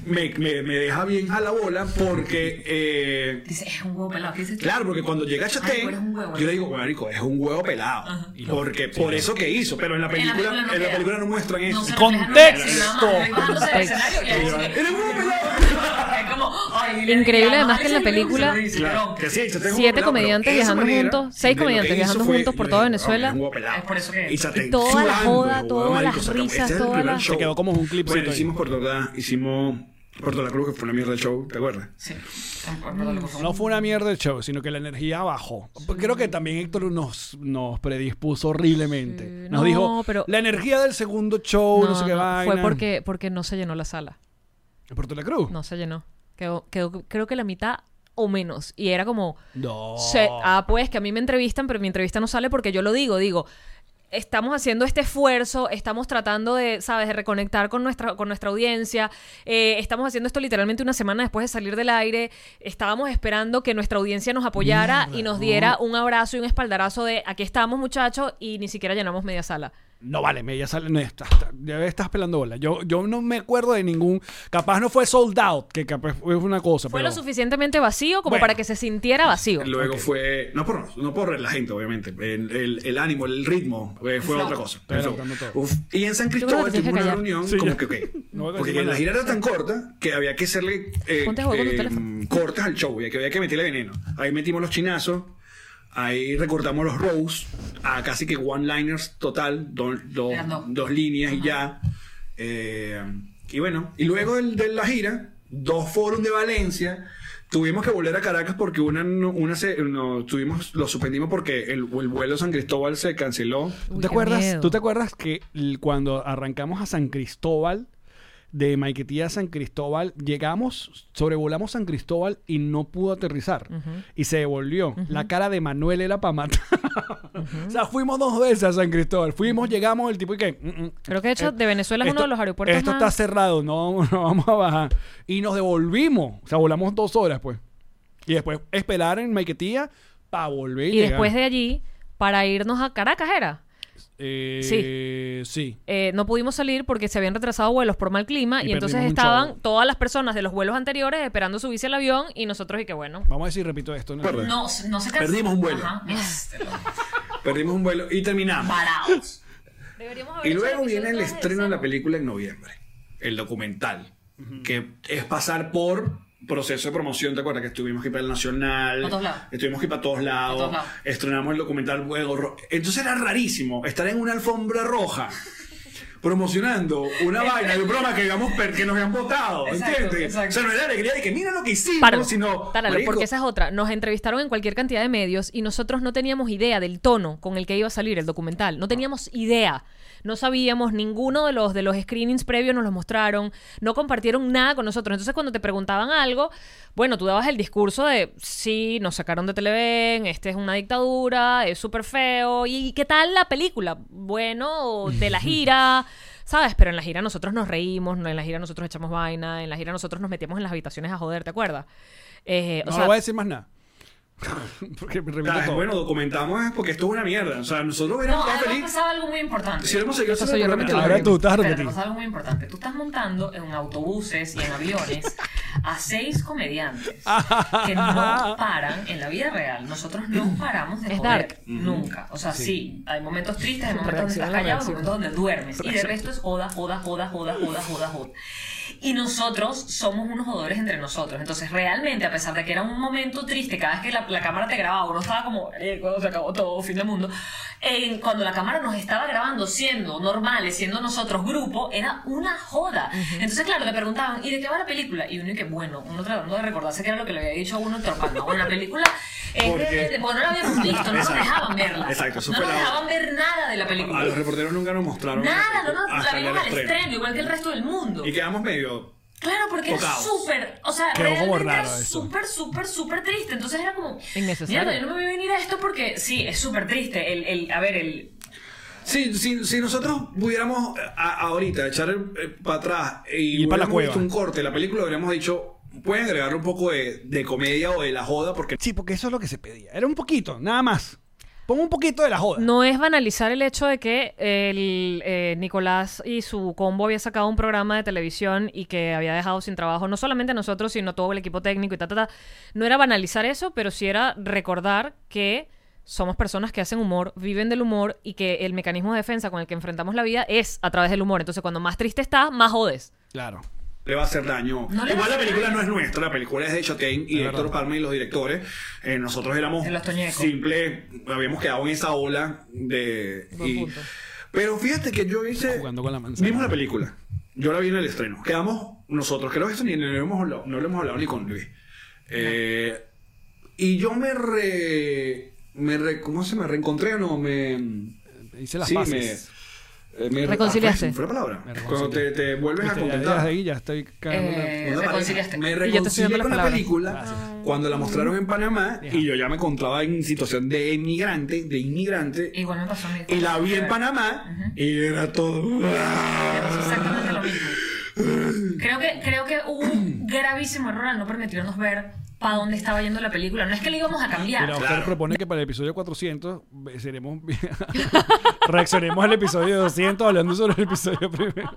D: me, me, me deja bien a la bola porque... eh,
E: Dice, es un huevo pelado. ¿Qué dices tú?
D: Claro, porque cuando llega
E: Ay,
D: Chatén,
E: pero es un huevo,
D: yo le
E: ¿no?
D: digo, marico, es un huevo pelado. Porque por eso que hizo, pero en la
E: En la
D: película, en la
E: queda.
D: película no muestran eso.
E: No se
A: Con-
E: refleja nunca,
A: ¡Contexto!
E: sino nada más, bajándose del escenario y ahí dice que-
D: Era un huevo pelado.
E: Es como, ay, le-
B: Increíble,
E: le-
B: además, que en la
E: le- le-
B: película-
E: le- le- le-
D: Claro, que sí, Chatén es un
B: Siete
D: huevo pelado,
B: comediantes
D: pero esa
B: viajando
D: manera
B: juntos, seis
D: de lo que
B: comediantes
D: hizo
B: viajando
D: fue-
B: juntos por
D: yo
B: toda
D: dije,
B: Venezuela.
D: "No, es un huevo pelado".
E: Es por eso que-
D: Y Chatén
B: Toda la
D: sudando,
B: joda,
D: huevo,
B: todas
D: marico,
B: las
D: sacamos-
B: risas,
D: este es el
B: todas
D: primer
B: las-
D: show.
A: Se quedó como un clipcito
D: Bueno,
A: ahí.
D: hicimos Puerto Ordaz, hicimos Puerto La Cruz, que fue una mierda de show, ¿te acuerdas?
E: Sí. Perdón, por favor.
A: No fue una mierda el show, sino que la energía bajó. Pues Creo que también Héctor nos, nos predispuso horriblemente.
B: Sí,
A: Nos
B: no,
A: dijo,
B: pero-
A: la energía del segundo show, no, sé qué vaina.
B: fue porque, porque no se llenó la sala.
A: ¿En Puerto de la Cruz?
B: No se llenó. Quedó, quedó- creo que la mitad o menos. Y era como.
A: No.
B: se- ah, pues que a mí me entrevistan, pero mi entrevista no sale porque yo lo digo, digo. Estamos haciendo este esfuerzo, estamos tratando de, ¿sabes?, de reconectar con nuestra, con nuestra audiencia. eh, estamos haciendo esto literalmente una semana después de salir del aire. Estábamos esperando que nuestra audiencia nos apoyara y nos diera un abrazo y un espaldarazo de aquí estamos, muchachos, y ni siquiera llenamos media sala.
A: No vale, me ya sale. No, estás, estás- ya estás pelando bola. Yo, yo no me acuerdo de ningún. Capaz no fue sold out, que capaz fue una cosa.
B: Fue
A: pero,
B: lo suficientemente vacío como
A: Bueno.
B: para que se sintiera vacío.
D: Luego fue, no por, no por la gente, obviamente, el, el- el ánimo, el ritmo, eh, fue otra cosa.
A: Estoy
D: Eso.
A: anotando todo.
D: Uf. Y en San
B: creo que
D: Cristóbal
B: te tienes
D: tuvimos
B: que
D: una
B: callar.
D: reunión
A: Sí,
D: como
A: ya.
D: que, ok,
A: No voy a
D: porque
A: decir
D: la
A: nada.
D: gira era tan corta que había que hacerle eh,
B: Ponte a jugar con tu
D: eh,
B: teléfono.
D: cortes al show, ya que había que meterle veneno. Ahí metimos los chinazos, ahí recortamos los rows a casi que one-liners total, do- do-
E: Eran dos.
D: dos líneas y ya. Eh, y bueno, y luego el de la gira, dos foros de Valencia. Tuvimos que volver a Caracas porque una, no- una se- no, tuvimos, lo suspendimos porque el, el vuelo San Cristóbal se canceló.
A: ¿Tú te,
B: Uy, qué
A: acuerdas,
B: miedo.
A: ¿Tú te acuerdas que l- cuando arrancamos a San Cristóbal, de Maiquetía a San Cristóbal, llegamos, sobrevolamos San Cristóbal y no pudo aterrizar? Y se devolvió. La cara de Manuel era para matar. O sea, fuimos dos veces a San Cristóbal. Fuimos, llegamos, el tipo y que. "Mm, mm,
B: Creo que de hecho de Venezuela es
A: esto-
B: uno de los aeropuertos
A: Esto
B: más...
A: está cerrado, no, vamos- no vamos a bajar. Y nos devolvimos. O sea, volamos dos horas, pues. Y después esperar en Maiquetía para volver.
B: y después de allí, para irnos a Caracas era.
A: sí. Eh, Sí.
B: Eh, no pudimos salir porque se habían retrasado vuelos por mal clima
A: Y
B: y, entonces
A: perdimos un
B: estaban
A: show.
B: todas las personas de los vuelos anteriores esperando subirse al avión y nosotros y que bueno.
A: Vamos a decir, repito esto. ¿no?
D: Perdón.
E: No, no se cansa.
D: Perdimos un vuelo.
E: Ajá, yes.
D: Perdimos un vuelo y terminamos.
E: Parados.
B: Deberíamos
D: Y luego viene el estreno de la película en noviembre, el documental, que es pasar por proceso de promoción, ¿te acuerdas? Que estuvimos que ir para el Nacional,
E: Pa' todos lados.
D: estuvimos que ir para todos lados,
E: Pa' todos lados.
D: estrenamos el documental luego. ro- Entonces era rarísimo estar en una alfombra roja. promocionando una vaina de un programa que, habíamos per- que nos habían votado.
E: Exacto,
D: ¿Entiendes?
E: exacto.
D: O sea, no era alegría de que mira lo que hicimos,
B: Páralo,
D: sino.
B: páralo,
D: marico,
B: porque esa es otra. Nos entrevistaron en cualquier cantidad de medios y nosotros no teníamos idea del tono con el que iba a salir el documental. No teníamos idea. No sabíamos, ninguno de los, de los screenings previos nos los mostraron, no compartieron nada con nosotros. Entonces, cuando te preguntaban algo, bueno, tú dabas el discurso de, sí, nos sacaron de Televen, esta es una dictadura, es súper feo, ¿y qué tal la película? Bueno, de la gira. ¿Sabes? Pero en la gira nosotros nos reímos, en la gira nosotros echamos vaina, en la gira nosotros nos metíamos en las habitaciones a joder, ¿te acuerdas? Eh,
A: No
B: o sea,
A: voy a decir más nada. porque me reviento
D: ah,
A: todo.
D: Bueno, documentamos eh, porque esto es una mierda. O sea, nosotros
E: No,
D: hubiéramos estado
E: además
D: felices.
E: pasaba algo muy importante.
D: Si hubiéramos seguido
B: Eso
D: haciendo
B: yo
D: el
B: repetí.
D: programa.
A: Ahora tú, estás
E: Espérate,
A: repetido.
E: pasa algo muy importante. Tú estás montando en autobuses y en aviones a seis comediantes que no paran en la vida real. Nosotros no paramos de
B: Es
E: joder
B: dark.
E: nunca. O sea, sí. hay momentos tristes, hay momentos donde
B: Reacciona
E: estás
B: la
E: callado, hay
B: reacción.
E: momentos donde duermes. Y de resto es joda, joda, joda, joda, joda, joda, joda. Y nosotros somos unos jodores entre nosotros. Entonces, realmente, a pesar de que era un momento triste, cada vez que la, la cámara te grababa, uno estaba como, "Eh, cuando se acabó todo, fin del mundo. En- cuando la cámara nos estaba grabando, siendo normales, siendo nosotros grupo, era una joda. Entonces, claro, le preguntaban, ¿y de qué va la película? Y uno, y que bueno, uno tratando de recordarse que era lo que le había dicho a uno, tropando. Bueno, la película, es
D: ¿Por
E: de-
D: qué?
E: de- bueno, no la habíamos visto, no nos
D: Exacto.
E: dejaban verla.
D: Exacto, eso
E: no
D: fue
E: nos
D: la otra.
E: dejaban ver nada de la
D: A los
E: película.
D: reporteros nunca nos mostraron.
E: Nada, no, no, la
D: hasta el
E: vimos al
D: estreno.
E: estreno, igual que el resto del mundo.
D: Y quedamos medio.
E: Claro, porque
D: Tocados.
E: era súper, o sea,
A: Quedó como
E: realmente
A: raro
E: era
A: eso.
E: súper, súper, súper triste. Entonces era como,
B: Innecesario.
E: mierda, yo no me voy a venir a esto porque sí, es súper triste. El, el, a ver, el,
D: Sí, si, si nosotros pudiéramos eh, a- ahorita echar para atrás y,
A: Y pa' la
D: hubiéramos
A: cueva.
D: visto un corte de la película, hubiéramos dicho, pueden agregarle un poco de, de comedia o de la joda, porque
A: Sí, porque eso es lo que se pedía. Era un poquito, nada más. Pon un poquito de la joda.
B: No es banalizar el hecho de que el, eh, Nicolás y su combo había sacado un programa de televisión y que había dejado sin trabajo no solamente a nosotros, sino todo el equipo técnico y ta, ta, ta. No era banalizar eso, pero sí era recordar que somos personas que hacen humor, viven del humor y que el mecanismo de defensa con el que enfrentamos la vida es a través del humor. Entonces, cuando más triste estás, más jodes.
A: Claro.
D: le va a hacer daño.
E: No le va a
D: Igual la
E: hacer
D: película no es nuestra, la película es de Chatain y Héctor Palma y los directores. Eh, nosotros éramos
E: De los Toñecos.
D: simples, habíamos quedado en esa ola de...
B: Buen
D: y-
B: punto.
D: pero fíjate que yo hice...
A: Jugando con la manzana.
D: Vimos la película, yo la vi en el estreno. Quedamos nosotros, creo que esto ni, ni lo hemos hablado, no lo hemos hablado ni con Luis. Eh, Y yo me re... Me re- ¿Cómo se me reencontré o no? Me...
A: Hice las
D: sí,
A: paces.
D: me... eh, me-
B: Reconciliaste.
D: ah, fue, fue la palabra.
A: Me
D: Cuando te, te vuelves
A: Viste, ya-
D: a
A: ya
D: contentar.
A: desde ahí ya estoy cagando la-
E: eh,
D: Una pareja.
E: reconciliaste.
D: Me
B: Y yo te estoy dando
D: reconcilié
B: las
D: con la
B: palabras.
D: película
A: Ah,
D: cuando la mostraron en Panamá y yo ya me encontraba en situación de inmigrante, de inmigrante.
E: Igual me pasó a mí.
D: Y la vi en Panamá y era todo. ¡ah!
E: Me pasó exactamente lo mismo. Creo que, creo que hubo un gravísimo error al no permitirnos ver para dónde estaba yendo la película. No es que le íbamos a cambiar.
A: Mira, Oscar propone que para el episodio 400 ve- seremos, reaccionemos al episodio 200 hablando sobre el episodio primero.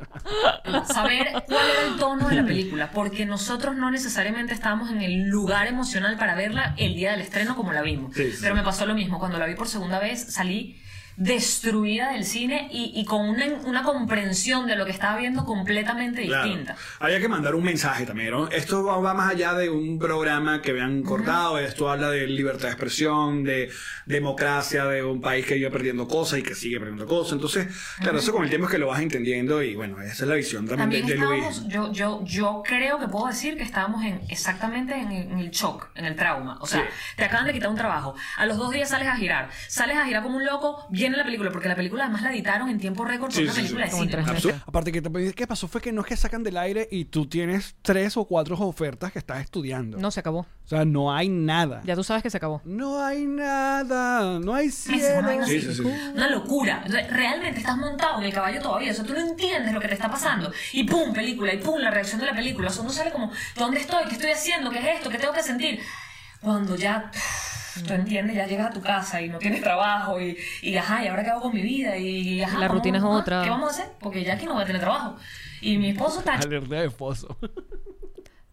E: saber cuál era el tono de la película, porque nosotros no necesariamente estábamos en el lugar emocional para verla el día del estreno como la vimos.
D: Sí, sí.
E: Pero me pasó lo mismo, cuando la vi por segunda vez salí destruida del cine y, y con una, una comprensión de lo que estaba viendo completamente
D: Claro.
E: distinta.
D: Había que mandar un mensaje también. ¿no? Esto va, va más allá de un programa que vean cortado. Esto habla de libertad de expresión, de democracia, de un país que iba perdiendo cosas y que sigue perdiendo cosas. Entonces, claro, eso con el tiempo es que lo vas entendiendo y bueno, esa es la visión también,
E: También
D: de, de Luis.
E: estábamos, yo, yo, yo creo que puedo decir que estábamos en, exactamente en, el- en el shock, en el trauma. O sea,
D: Sí.
E: te acaban de quitar un trabajo. A los dos días sales a girar. Sales a girar como un loco, viene la película, porque la película además la editaron en tiempo récord, fue
D: Sí,
E: una
D: sí, sí.
E: película
B: Como
E: de
B: en
E: cine.
B: tres meses.
D: Absurdo.
A: Aparte que también, ¿qué pasó? Fue que no es que sacan del aire y tú tienes tres o cuatro ofertas que estás estudiando.
B: No, se acabó.
A: O sea, no hay nada.
B: Ya tú sabes que se acabó.
A: No hay nada. No hay
E: Esa
A: cielo.
E: vaina
D: Sí,
E: sí.
D: sí, sí.
E: Una locura. Re- Realmente estás montado en el caballo todavía. O sea, tú no entiendes lo que te está pasando. Y pum, película. Y pum, la reacción de la película. O sea, uno sale como, ¿dónde estoy? ¿Qué estoy haciendo? ¿Qué es esto? ¿Qué tengo que sentir? Cuando ya pff, tú entiendes, ya llegas a tu casa y no tienes trabajo. Y, y ajá, ¿y ahora qué hago con mi vida? Y ajá,
B: La
E: ¿cómo-
B: rutina es
E: ajá,
B: otra.
E: ¿Qué vamos a hacer? Porque ya aquí no voy a tener trabajo. Y mi esposo está
A: Alerta de foso.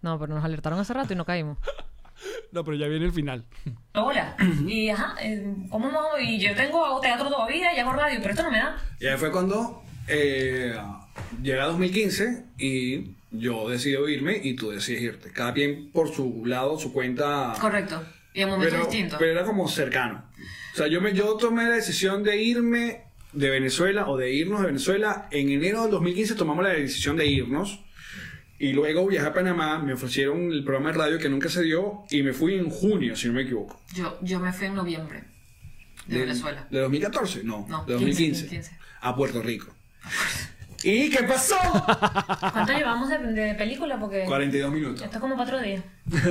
B: No, pero nos alertaron hace rato y no caímos.
A: No, pero ya viene el final.
E: hola. Y ajá, eh, ¿cómo no? Y yo tengo, hago teatro todavía y hago radio, pero esto no me da.
D: Y ahí fue cuando eh, llega 2015 y yo decido irme y tú decides irte. Cada quien por su lado, su cuenta.
E: Correcto. Y en momentos
D: Ah. Pero,
E: distintos.
D: pero era como cercano. O sea, yo, me, yo tomé la decisión de irme de Venezuela o de irnos de Venezuela. En enero del 2015 tomamos la decisión de irnos y luego viajé a Panamá. Me ofrecieron el programa de radio que nunca se dio y me fui en junio, si no me equivoco.
E: Yo, yo me fui en noviembre de, Venezuela.
D: ¿De 2014? No,
E: No,
D: de
E: 2015,
D: 2015. A Puerto Rico. ¿Y qué pasó?
E: ¿Cuánto llevamos de, de película? Porque
D: 42 minutos.
E: esto es como cuatro días.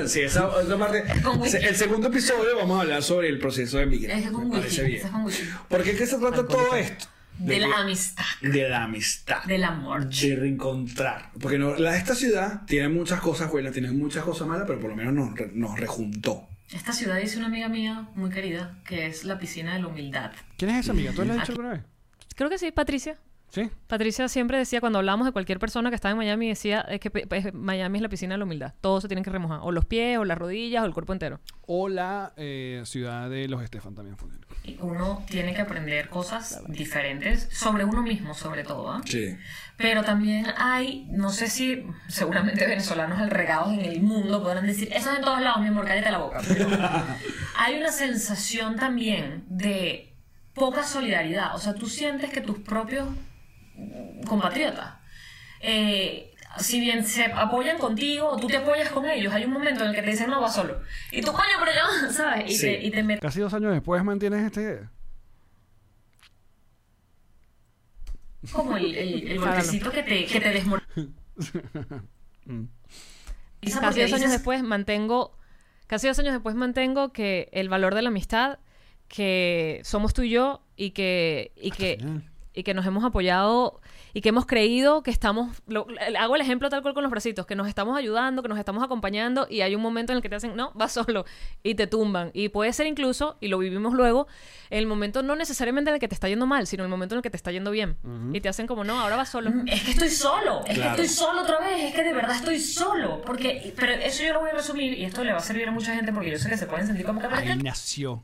D: Sí, esa, esa parte.
E: Con wiki.
D: se- El segundo episodio vamos a hablar sobre el proceso de migración.
E: Es con
D: Me parece
E: Wiki.
D: bien.
E: Es con Wiki.
D: Porque qué se trata todo esto?
E: De
D: que-
E: la amistad,
D: de la amistad.
E: del amor.
D: De reencontrar. Porque no- la, esta ciudad tiene muchas cosas buenas, tiene muchas cosas malas, pero por lo menos nos, re- nos rejuntó.
E: Esta ciudad dice una amiga mía muy querida que es la piscina de la humildad.
A: ¿Quién es esa amiga? ¿Tú la has dicho alguna vez?
B: Creo que sí, Patricia.
A: Sí.
B: Patricia siempre decía, cuando hablábamos de cualquier persona que estaba en Miami, decía es que pe- pe- Miami es la piscina de la humildad. Todos se tienen que remojar. O los pies, o las rodillas, o el cuerpo entero.
A: O la eh, ciudad de los Estefan también funciona.
E: Y Uno tiene que aprender cosas diferentes sobre uno mismo, sobre todo. ¿ah?
D: Sí.
E: Pero también hay, no sé si seguramente venezolanos regados en el mundo podrán decir, eso es en todos lados, mi amor, cállate la boca. Pero hay una sensación también de poca solidaridad. O sea, tú sientes que tus propios compatriotas, eh, si bien se apoyan contigo o tú te apoyas con ellos, hay un momento en el que te dicen, no, va solo. Y tú, coño, pero yo, ¿sabes? Y,
D: Sí.
E: te, y te metes
A: Casi dos años después mantienes esta idea.
E: como el, el, el golpecito que te, que te desmoraliza.
B: Casi
E: porque
B: dos años
E: dices,
B: después mantengo, casi dos años después mantengo que el valor de la amistad, que somos tú y yo, y que, y que, y que nos hemos apoyado y que hemos creído que estamos, lo- hago el ejemplo tal cual con los bracitos, que nos estamos ayudando, que nos estamos acompañando y hay un momento en el que te hacen, no, vas solo y te tumban. Y puede ser incluso, y lo vivimos luego, el momento no necesariamente en el que te está yendo mal, sino el momento en el que te está yendo bien. Y te hacen como, no, ahora vas solo.
E: es que estoy solo, es
D: Claro.
E: que estoy solo otra vez, es que de verdad estoy solo. Porque, pero eso yo lo voy a resumir y esto le va a servir a mucha gente porque yo sé que se pueden sentir como que "Pero es
A: Ahí
E: que
A: nació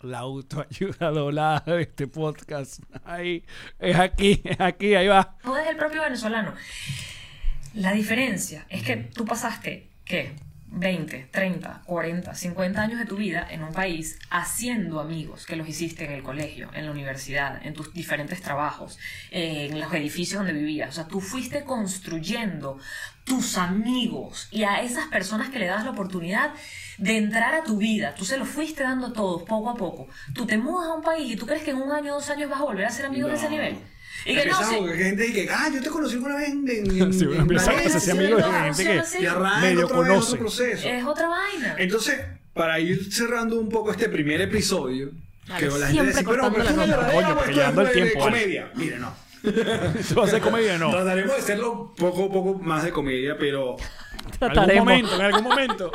A: la autoayuda doblada de este podcast. Ahí, es aquí, es aquí, ahí va.
E: no es el propio venezolano. La diferencia es que tú pasaste, ¿qué? 20, 30, 40, 50 años de tu vida en un país haciendo amigos que los hiciste en el colegio, en la universidad, en tus diferentes trabajos, en los edificios donde vivías. O sea, tú fuiste construyendo tus amigos y a esas personas que le das la oportunidad de entrar a tu vida. Tú se los fuiste dando a todos poco a poco. Tú te mudas a un país y tú crees que en un año o dos años vas a volver a ser amigo de ese
D: No.
E: nivel. Y que no,
D: Empezamos
E: sí.
D: con gente dice que, ah, yo te conocí una vez en. en, en-
A: Sí,
D: en
A: uno empieza a
D: Valencia,
A: hacerse
E: sí,
A: amigo de
E: no,
A: gente
E: sí,
A: que.
E: no, sí.
D: Y arranca
A: Medio
D: otra vez otro
A: conoce.
D: proceso.
E: Es otra vaina.
D: Entonces, para ir cerrando un poco este primer episodio,
B: Vale,
D: que la gente
B: siempre
D: dice, pero, pero
B: cortando
D: es una
B: la ropa".
D: lloradera,
A: Coño,
D: pues,
A: pero ya
D: esto
A: ando
D: es
A: el
D: de
A: tiempo, vale.
D: comedia. Mira, no.
A: ¿Esto va a ser comedia o no?
D: Trataremos de hacerlo poco poco más de comedia, pero
A: En algún
B: Trataremos.
A: momento, en algún momento.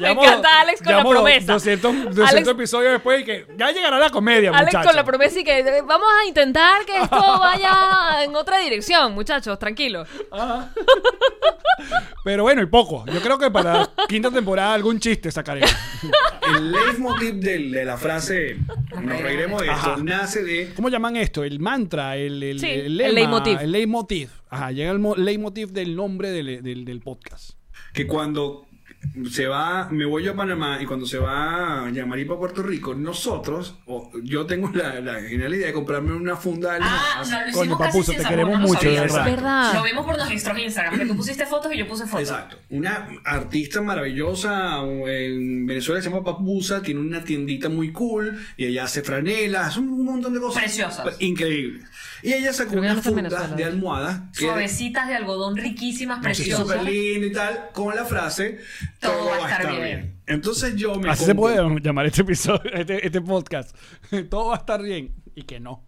B: Me encanta Alex con la
A: Llamo do-
B: promesa.
A: 200, 200
B: Alex-
A: episodios después y que ya llegará la comedia,
B: Alex
A: muchachos.
B: con la promesa y que eh, vamos a intentar que esto vaya en otra dirección, muchachos, tranquilos.
A: Pero bueno, y poco. Yo creo que para la quinta temporada algún chiste sacaremos.
D: el leitmotiv del- de la frase nos reiremos de esto
A: Ajá.
D: nace de
A: ¿Cómo llaman esto? El mantra, el, el,
B: Sí,
A: el
B: el
A: lema,
B: leitmotiv.
A: El leitmotiv. Ajá, llega el mo- leitmotiv del nombre del, del, del podcast.
D: que cuando se va, me voy yo a Panamá y cuando se va Yamari para Puerto Rico, nosotros, o yo tengo la, la genial idea de comprarme una funda de
E: Ah,
D: limonadas.
E: no, lo hicimos
A: Coño,
E: casi
A: Papuso,
E: sin
A: te
E: sabor,
A: queremos
E: no lo
A: mucho, de
E: sabía.
A: verdad.
B: ¿Verdad?
E: Lo vimos por nuestros Instagram, que tú pusiste fotos y yo puse fotos.
D: Exacto. Una artista maravillosa en Venezuela que se llama Papusa, tiene una tiendita muy cool y ella hace franelas, un un montón de cosas.
E: Preciosas.
D: Increíbles. Y ella sacó
B: Creo que
D: una
B: no está en
D: funda
B: Venezuela,
D: de
B: ¿eh?
D: almohada. que era-
E: Suavecitas de algodón riquísimas,
D: Sí,
E: preciosas.
D: súper lindo y tal, con la frase
E: Todo va a estar bien".
D: Entonces yo me
A: Así se
D: compré
A: puede llamar este episodio, este, este podcast. Todo va a estar bien. Y que no.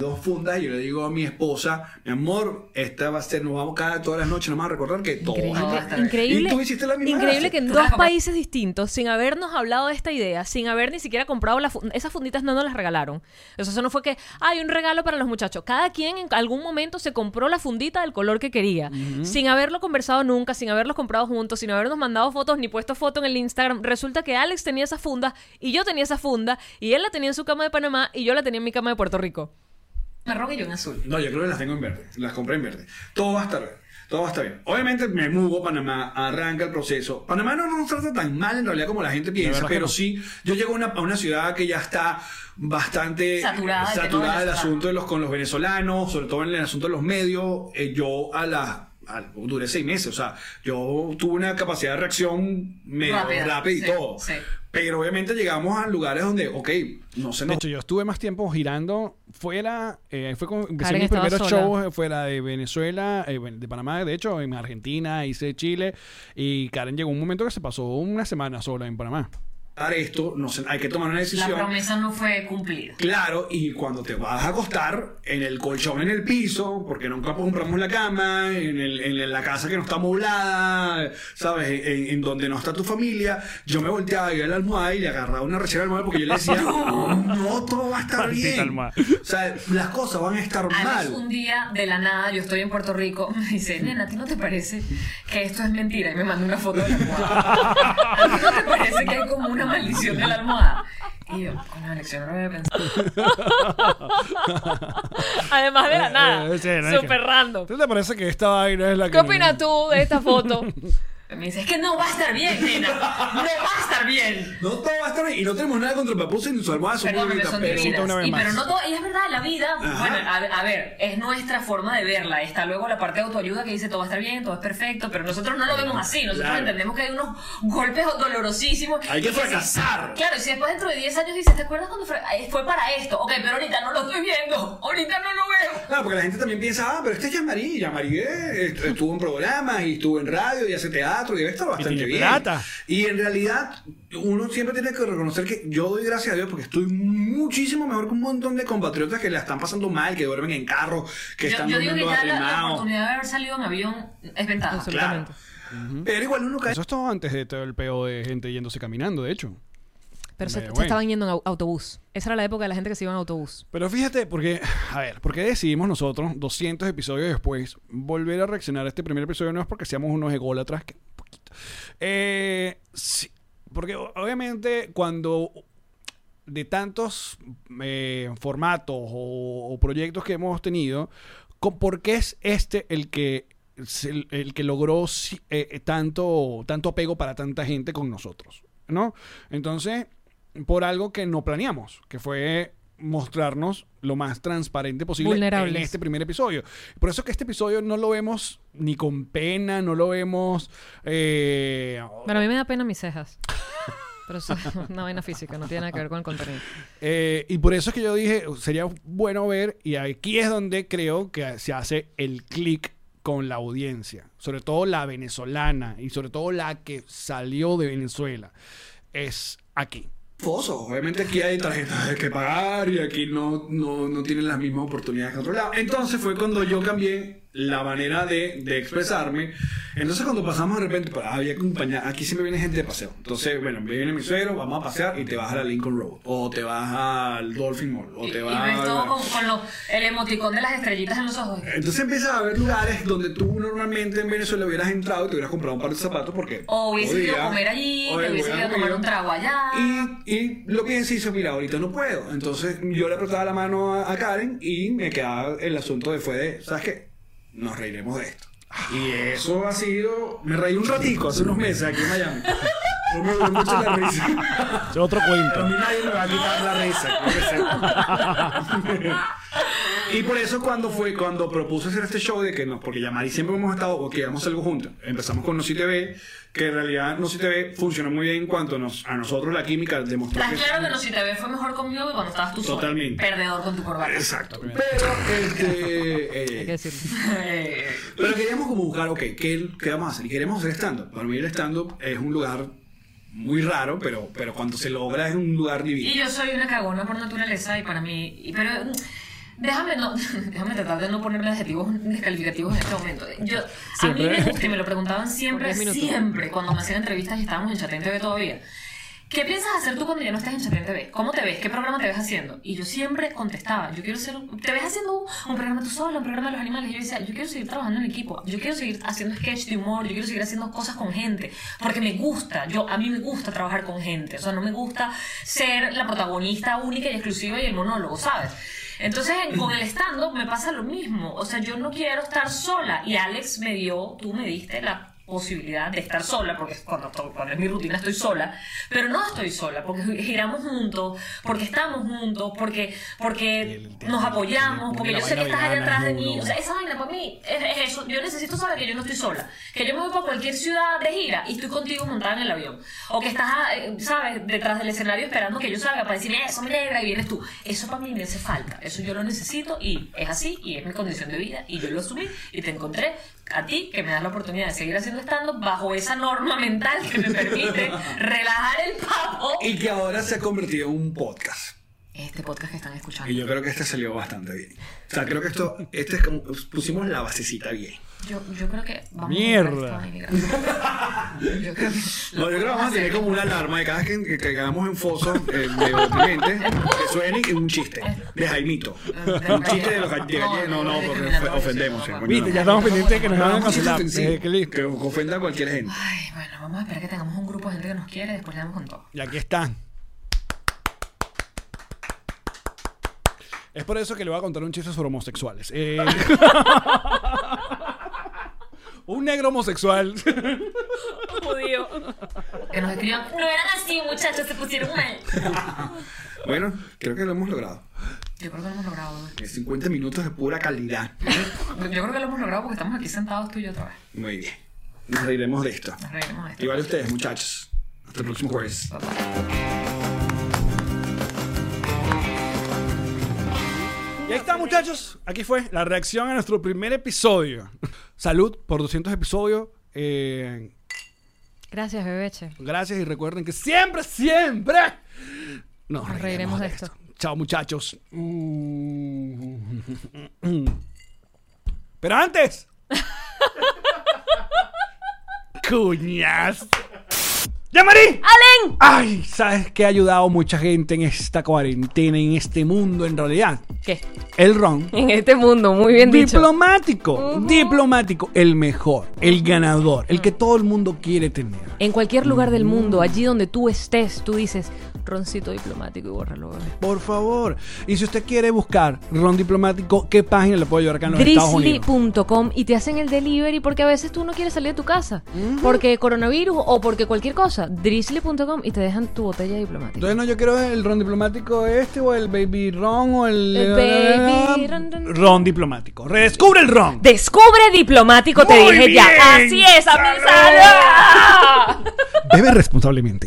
D: dos fundas y yo le digo a mi esposa, mi amor, esta va a ser, nos vamos cada todas las noches nomás a recordar que todo va a
E: Increíble.
D: estar bien". Y tú hiciste la misma
B: increíble
D: frase.
B: que en
E: Tú
B: dos
E: sabes cómo-
B: países distintos, sin habernos hablado de esta idea, sin haber ni siquiera comprado la fun- esas funditas, no nos las regalaron. Eso, eso no fue que hay un regalo para los muchachos. Cada quien en algún momento se compró la fundita del color que quería, sin haberlo conversado nunca, sin haberlos comprado juntos, sin habernos mandado fotos ni puesto foto en el Instagram. Resulta que Alex tenía esa funda y yo tenía esa funda y él la tenía en su cama de Panamá y yo la tenía en mi cama de Puerto Rico.
E: marrón y yo en azul.
D: No, yo creo que las tengo en verde. Las compré en verde. Todo va a estar bien. Todo va a estar bien. Obviamente me mudo a Panamá, arranca el proceso. Panamá no nos trata tan mal en realidad como la gente piensa,
A: verdad que
D: pero
A: no.
D: sí, yo llego a una, a una ciudad que ya está bastante
E: Saturada, el tema
D: saturada
E: de
D: del
E: la ciudad.
D: asunto de los, con los venezolanos, sobre todo en el asunto de los medios. Eh, yo a la... a- duré seis meses, o sea, yo tuve una capacidad de reacción medio
E: Rápida,
D: rápida, y
E: sí,
D: todo.
E: sí.
D: Pero obviamente llegamos a lugares donde, ok, no se
A: De
D: nos
A: hecho, yo estuve más tiempo girando fuera. eh, fue con, empecé
B: Karen
A: mis
B: estaba
A: primeros
B: sola.
A: shows eh, fuera de Venezuela, eh, bueno, de Panamá, de hecho, en Argentina, hice Chile. Y Karen llegó un momento que se pasó una semana sola en Panamá.
D: dar esto, no sé, hay que tomar una
E: La
D: decisión.
E: promesa no fue cumplida.
D: Claro, y cuando te vas a acostar en el colchón, en el piso, porque nunca compramos la cama, en, el- en la casa que no está moblada, ¿sabes? En, en donde no está tu familia, yo me volteaba y a la almohada y le agarraba una rechera de almohada porque yo le decía, no, todo va a estar
A: Maldita
D: bien.
A: almohada.
D: O sea, las cosas van a estar
E: Además,
D: mal.
E: un día de la nada, yo estoy en Puerto Rico, me dice, nena, ¿a ti no te parece que esto es mentira? Y me manda una foto de la almohada. ¿A ti no te parece que hay como una maldición de la almohada? Y yo, con la lección no lo había pensado.
B: Además de la
A: Eh,
B: nada.
A: eh, sí, no es que-
B: Súper random.
A: ¿Tú te parece que esta vaina es la que.? Ah,
B: ¿Qué opinas tú de esta foto?
E: Me dice, es que no va a estar bien, nena. No va a estar bien.
D: No todo va a estar bien. Y no tenemos nada contra el papuso ni su almohada, son muy
E: Perdóname,
D: bonitas,
E: son
D: pero-
A: una
E: divinas.
A: vez
E: Y,
A: más.
E: pero no todo, y es verdad, la vida,
D: Ajá.
E: bueno, a, a ver, es nuestra forma de verla. Está luego la parte de autoayuda que dice todo va a estar bien, todo es perfecto, pero nosotros no lo vemos así. Nosotros
D: Claro.
E: entendemos que hay unos golpes dolorosísimos.
D: Hay que
E: Y si-
D: fracasar.
E: Claro, y si después dentro de 10 años dices, ¿te acuerdas cuando fra- eh, fue para esto? Ok, pero ahorita no lo estoy viendo, ahorita no lo veo.
D: Claro, porque la gente también piensa, ah, pero este es Yamari. Yamari eh, est- estuvo en programas y estuvo en radio y hace teatro y debe estar bastante
A: tiene
D: bien.
A: plata.
D: Y en realidad, uno siempre tiene que reconocer que yo doy gracias a Dios porque estoy muchísimo mejor que un montón de compatriotas que la están pasando mal, que duermen en carro, que
E: Yo,
D: están
E: yo digo que
D: durmiendo
E: ya la, la
D: arrimados.
E: oportunidad de haber salido en avión es ventaja.
D: Claro.
B: Absolutamente.
D: Pero igual uno cae.
A: Eso es todo antes de todo el peo de gente yéndose caminando, de hecho.
B: Pero se,
A: Me
B: se
A: voy.
B: estaban yendo en au- autobús. Esa era la época de la gente que se iba en autobús.
A: Pero fíjate, porque, a ver, ¿por qué decidimos nosotros, 200 episodios después, volver a reaccionar a este primer episodio? No es porque seamos unos ególatras, que un poquito. Eh, sí, porque o- obviamente cuando de tantos eh, formatos o, o proyectos que hemos tenido, co- ¿por qué es este el que es el, el que logró si- eh, eh, tanto, tanto apego para tanta gente con nosotros? ¿No? Entonces, por algo que no planeamos, que fue mostrarnos lo más transparente posible en
B: Vulnerables.
A: este primer episodio. Por eso es que este episodio no lo vemos ni con pena, no lo vemos... eh,
B: Bueno, a mí me da pena mis cejas. Pero eso es una vaina física, no tiene nada que ver con el contenido.
A: Eh, y por eso es que yo dije, sería bueno ver, y aquí es donde creo que se hace el clic con la audiencia, sobre todo la venezolana y sobre todo la que salió de Venezuela, es aquí.
D: foso. Obviamente aquí hay tarjetas que pagar y aquí no, no, no tienen las mismas oportunidades que otro lado. Entonces fue cuando yo cambié la manera de, de expresarme. Entonces cuando pasamos de repente, para, había compañía, aquí siempre viene gente de paseo. Entonces, bueno, me viene mi suegro, vamos a pasear y te vas a la Lincoln Road. O te vas al Dolphin Mall. O
E: Y,
D: te
E: y
D: vas
E: ves todo
D: a-
E: con, con lo- el emoticón de las estrellitas en los ojos.
D: Entonces empiezas a ver lugares donde tú normalmente en Venezuela hubieras entrado y te hubieras comprado un par de zapatos porque...
E: O hubiese ido
D: podía,
E: a comer allí,
D: o
E: te hubiese
D: hubiera
E: ido a tomar
D: comido.
E: un trago allá.
D: Y, y lo pienso y dice, mira, ahorita no puedo. Entonces yo le apretaba la mano a, a Karen y me quedaba el asunto de fue de, ¿sabes qué? Nos reiremos de esto. Y eso ha sido, me reí un ratico hace unos meses aquí en Miami. No me duró mucho la risa.
A: Es otro
D: A
A: cuento.
D: mí nadie me va a quitar la risa. quiero que sepa. y por eso cuando fue, cuando propuse hacer este show de que no, porque Yamari siempre hemos estado, ok, vamos a algo juntos. Empezamos con Noci TV, que en realidad Noci TV funciona muy bien en cuanto nos, a nosotros la química demostró
E: Estás
D: que-
E: claro que no si te ves fue mejor conmigo que cuando estabas tú solo.
D: Totalmente.
E: Perdedor con tu corbata.
D: Exacto. Pero, este,
B: Hay
D: eh,
B: que decirlo.
E: Eh,
D: pero queríamos como buscar, ok, ¿qué, qué vamos a hacer? Y queremos hacer stand-up. Para mí el stand-up es un lugar muy raro, pero, pero cuando se logra es un lugar divino.
E: y yo soy una cagona por naturaleza y para mí. y- pero mm, déjame, no, déjame tratar de no ponerle adjetivos descalificativos en este momento. Yo, A mí me gusta y me lo preguntaban siempre,
B: Por diez minutos.
E: siempre, cuando me hacían entrevistas y estábamos en Chatén TV todavía. ¿Qué piensas hacer tú cuando ya no estás en Chatén TV? ¿Cómo te ves? ¿Qué programa te ves haciendo? Y yo siempre contestaba, yo quiero ser, un- te ves haciendo un, un programa tú solo, un programa de los animales. Y yo decía, yo quiero seguir trabajando en equipo, yo quiero seguir haciendo sketch de humor, yo quiero seguir haciendo cosas con gente, porque me gusta, yo, a mí me gusta trabajar con gente, o sea, no me gusta ser la protagonista única y exclusiva y el monólogo, ¿sabes? Entonces, en- con el stand-up me pasa lo mismo. O sea, yo no quiero estar sola. Y Alex me dio, tú me diste la posibilidad de estar sola, porque cuando, to- cuando es mi rutina estoy sola, pero no estoy sola, porque gi- giramos juntos, porque estamos juntos, porque, porque nos apoyamos, porque yo sé que estás allá atrás de mí, o sea, esa vaina para mí es, es eso, yo necesito saber que yo no estoy sola, que yo me voy para cualquier ciudad de gira y estoy contigo montada en el avión, o que estás, eh, sabes, detrás del escenario esperando que yo salga para decirme, eso mi negra, y vienes tú, eso para mí me hace falta, eso yo lo necesito y es así, y es mi condición de vida, y yo lo asumí y te encontré a ti que me das la oportunidad de seguir haciendo stand-up bajo esa norma mental que me permite relajar el pavo.
D: Y que ahora se ha convertido en un podcast.
E: Este podcast que están escuchando.
D: Y yo creo que este salió bastante bien. O sea, creo que esto, este es como, pusimos la basecita bien.
E: Yo, yo creo que vamos
A: Mierda.
E: a dejar esto ahí, gracias. Yo creo que
D: No, yo creo que vamos a tener como una alarma de cada vez que, que caigamos en foso eh, de deprimente, que suene un chiste de Jaimito. Un chiste de los ga- de gallegos. No, no, porque ofe- ofendemos. eh, coño,
A: Viste,
D: no.
A: ya estamos pendientes de que nos van a
D: Un chiste
A: cancelar.
D: ofensivo,
A: Eh, qué listo.
D: Que ofenda a cualquier gente.
E: Ay, bueno, vamos a esperar que tengamos un grupo de gente que nos quiere, después le damos con todo.
A: Y aquí están. Es por eso que le voy a contar un chiste sobre homosexuales. Eh, un negro homosexual.
B: Judío.
E: Que nos escriban, no eran así, muchachos, se pusieron mal.
D: Bueno, creo que lo hemos logrado.
E: Yo creo que lo hemos logrado.
D: Eh, 50 minutos de pura calidad.
E: Yo creo que lo hemos logrado porque estamos aquí sentados tú y yo otra vez.
D: Muy bien. Nos reiremos de esto.
E: Nos reiremos de esto.
D: Igual ustedes, muchachos. Hasta el próximo jueves.
A: Y ahí está, muchachos. Aquí fue la reacción a nuestro primer episodio. Salud por 200 episodios. Eh,
B: Gracias, Bebeche.
A: gracias y recuerden que siempre, siempre nos reiremos,
B: reiremos
A: de
B: de
A: esto.
B: esto.
A: Chao, muchachos. Mm. Pero antes. Cuñas. ¡Yamarí!
B: ¡Alen!
A: Ay, ¿sabes qué ha ayudado mucha gente en esta cuarentena, en este mundo en realidad?
B: ¿Qué?
A: El ron.
B: En este mundo, muy bien dicho.
A: Diplomático, diplomático, el mejor, el ganador, el que todo el mundo quiere tener.
B: En cualquier lugar del mundo, allí donde tú estés, tú dices roncito diplomático y bórralo. bebé".
A: Por favor. Y si usted quiere buscar ron diplomático, ¿qué página le puedo llevar acá en los Estados Unidos?
B: Drizzly.com y te hacen el delivery porque a veces tú no quieres salir de tu casa. Porque coronavirus o porque cualquier cosa. Drizzly.com y te dejan tu botella diplomática.
A: Entonces no, yo quiero el ron diplomático este o el baby ron o el... eh,
B: El baby ron, ron.
A: Ron diplomático. Redescubre el ron.
B: Descubre diplomático, te
A: Muy
B: dije
A: bien,
B: ya. Así es,
A: salud.
B: amizada.
A: Bebe responsablemente.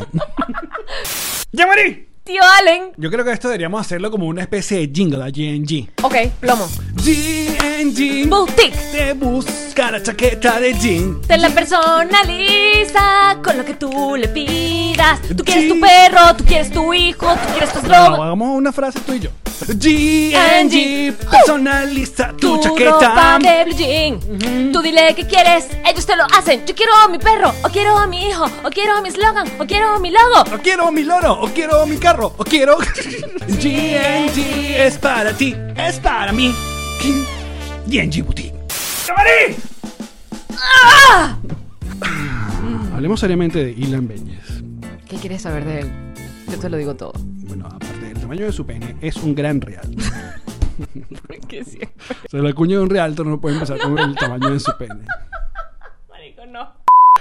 A: ¡Yamari!
B: Tío Allen.
A: Yo creo que esto deberíamos hacerlo como una especie de jingle a GNG.
B: Ok, plomo.
A: GNG.
B: Boutique.
A: Te busca la chaqueta de jean.
B: Te la personaliza con lo que tú le pidas. Tú quieres tu perro, tú quieres tu hijo, tú quieres tus
A: No,
B: lobos.
A: hagamos una frase tú y yo. GNG, personaliza tu,
B: Tu
A: chaqueta.
B: ropa de blue jean. Tú dile qué quieres, ellos te lo hacen. Yo quiero a mi perro, o quiero a mi hijo, o quiero a mi slogan, o quiero a mi logo.
A: O quiero mi loro, o quiero mi carro, o quiero. GNG es para ti, es para mí. GNG Boutique. ¡Camarí! Hablemos seriamente de Ilan Beñez.
B: ¿Qué quieres saber de él? Yo te lo digo todo.
A: Bueno, aparte del tamaño de su pene, es un gran real.
B: ¿Qué sí?
A: O sea, la cuña de un realtor no puede empezar con el tamaño de su pene.
B: Marico, no.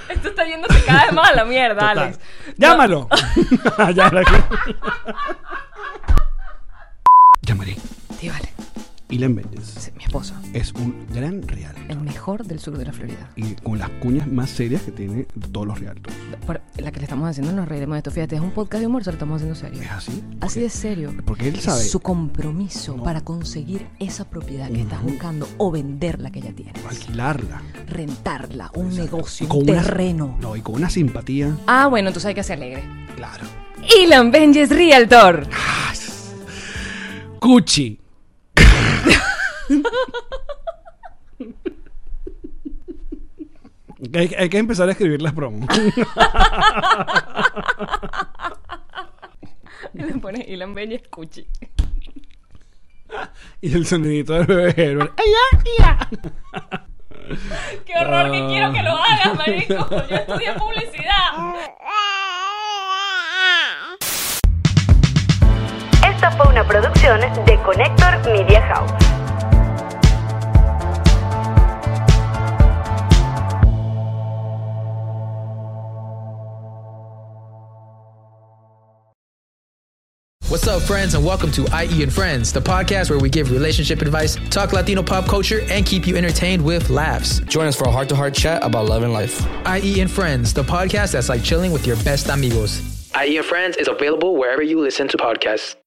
B: Esto está yéndose cada vez más a la mierda,
A: Total.
B: Alex.
A: ¡Llámalo! Ya la- Llamaré.
B: Tío Allen,
A: Ilan Méndez
B: sí, mi esposo,
A: es un gran real.
B: el mejor del sur de la Florida.
A: Y con las cuñas más serias que tiene todos los realtors.
B: Por- la que le estamos haciendo nos reiremos de esto. Fíjate, es un podcast de humor, se lo estamos haciendo serio.
A: ¿Es así?
B: Así de serio.
A: Porque él
B: Es
A: sabe.
B: Su compromiso para conseguir esa propiedad que estás buscando o vender la que ya tienes.
A: Alquilarla.
B: Rentarla, un negocio,
A: Con
B: un
A: una-
B: terreno.
A: No, y con una simpatía.
B: Ah, bueno, entonces hay que ser alegre.
A: Claro.
B: Ilan Benjes Realtor.
A: Cuchi. hay, hay que empezar a escribir las promos.
B: Le pones Ilan Benjes Cuchi.
A: y el sonidito del bebé Herbert.
B: ¡Qué horror! ¡Que quiero que lo hagas, marico! Yo estudié publicidad.
C: Esto Esta fue una producción de Connector Media House.
K: What's up, friends, and welcome to IE and Friends, the podcast where we give relationship advice, talk Latino pop culture, and keep you entertained with laughs.
L: Join us for a heart to heart chat about love and life.
K: IE and Friends, the podcast that's like chilling with your best amigos.
L: E IE and Friends is available wherever you listen to podcasts.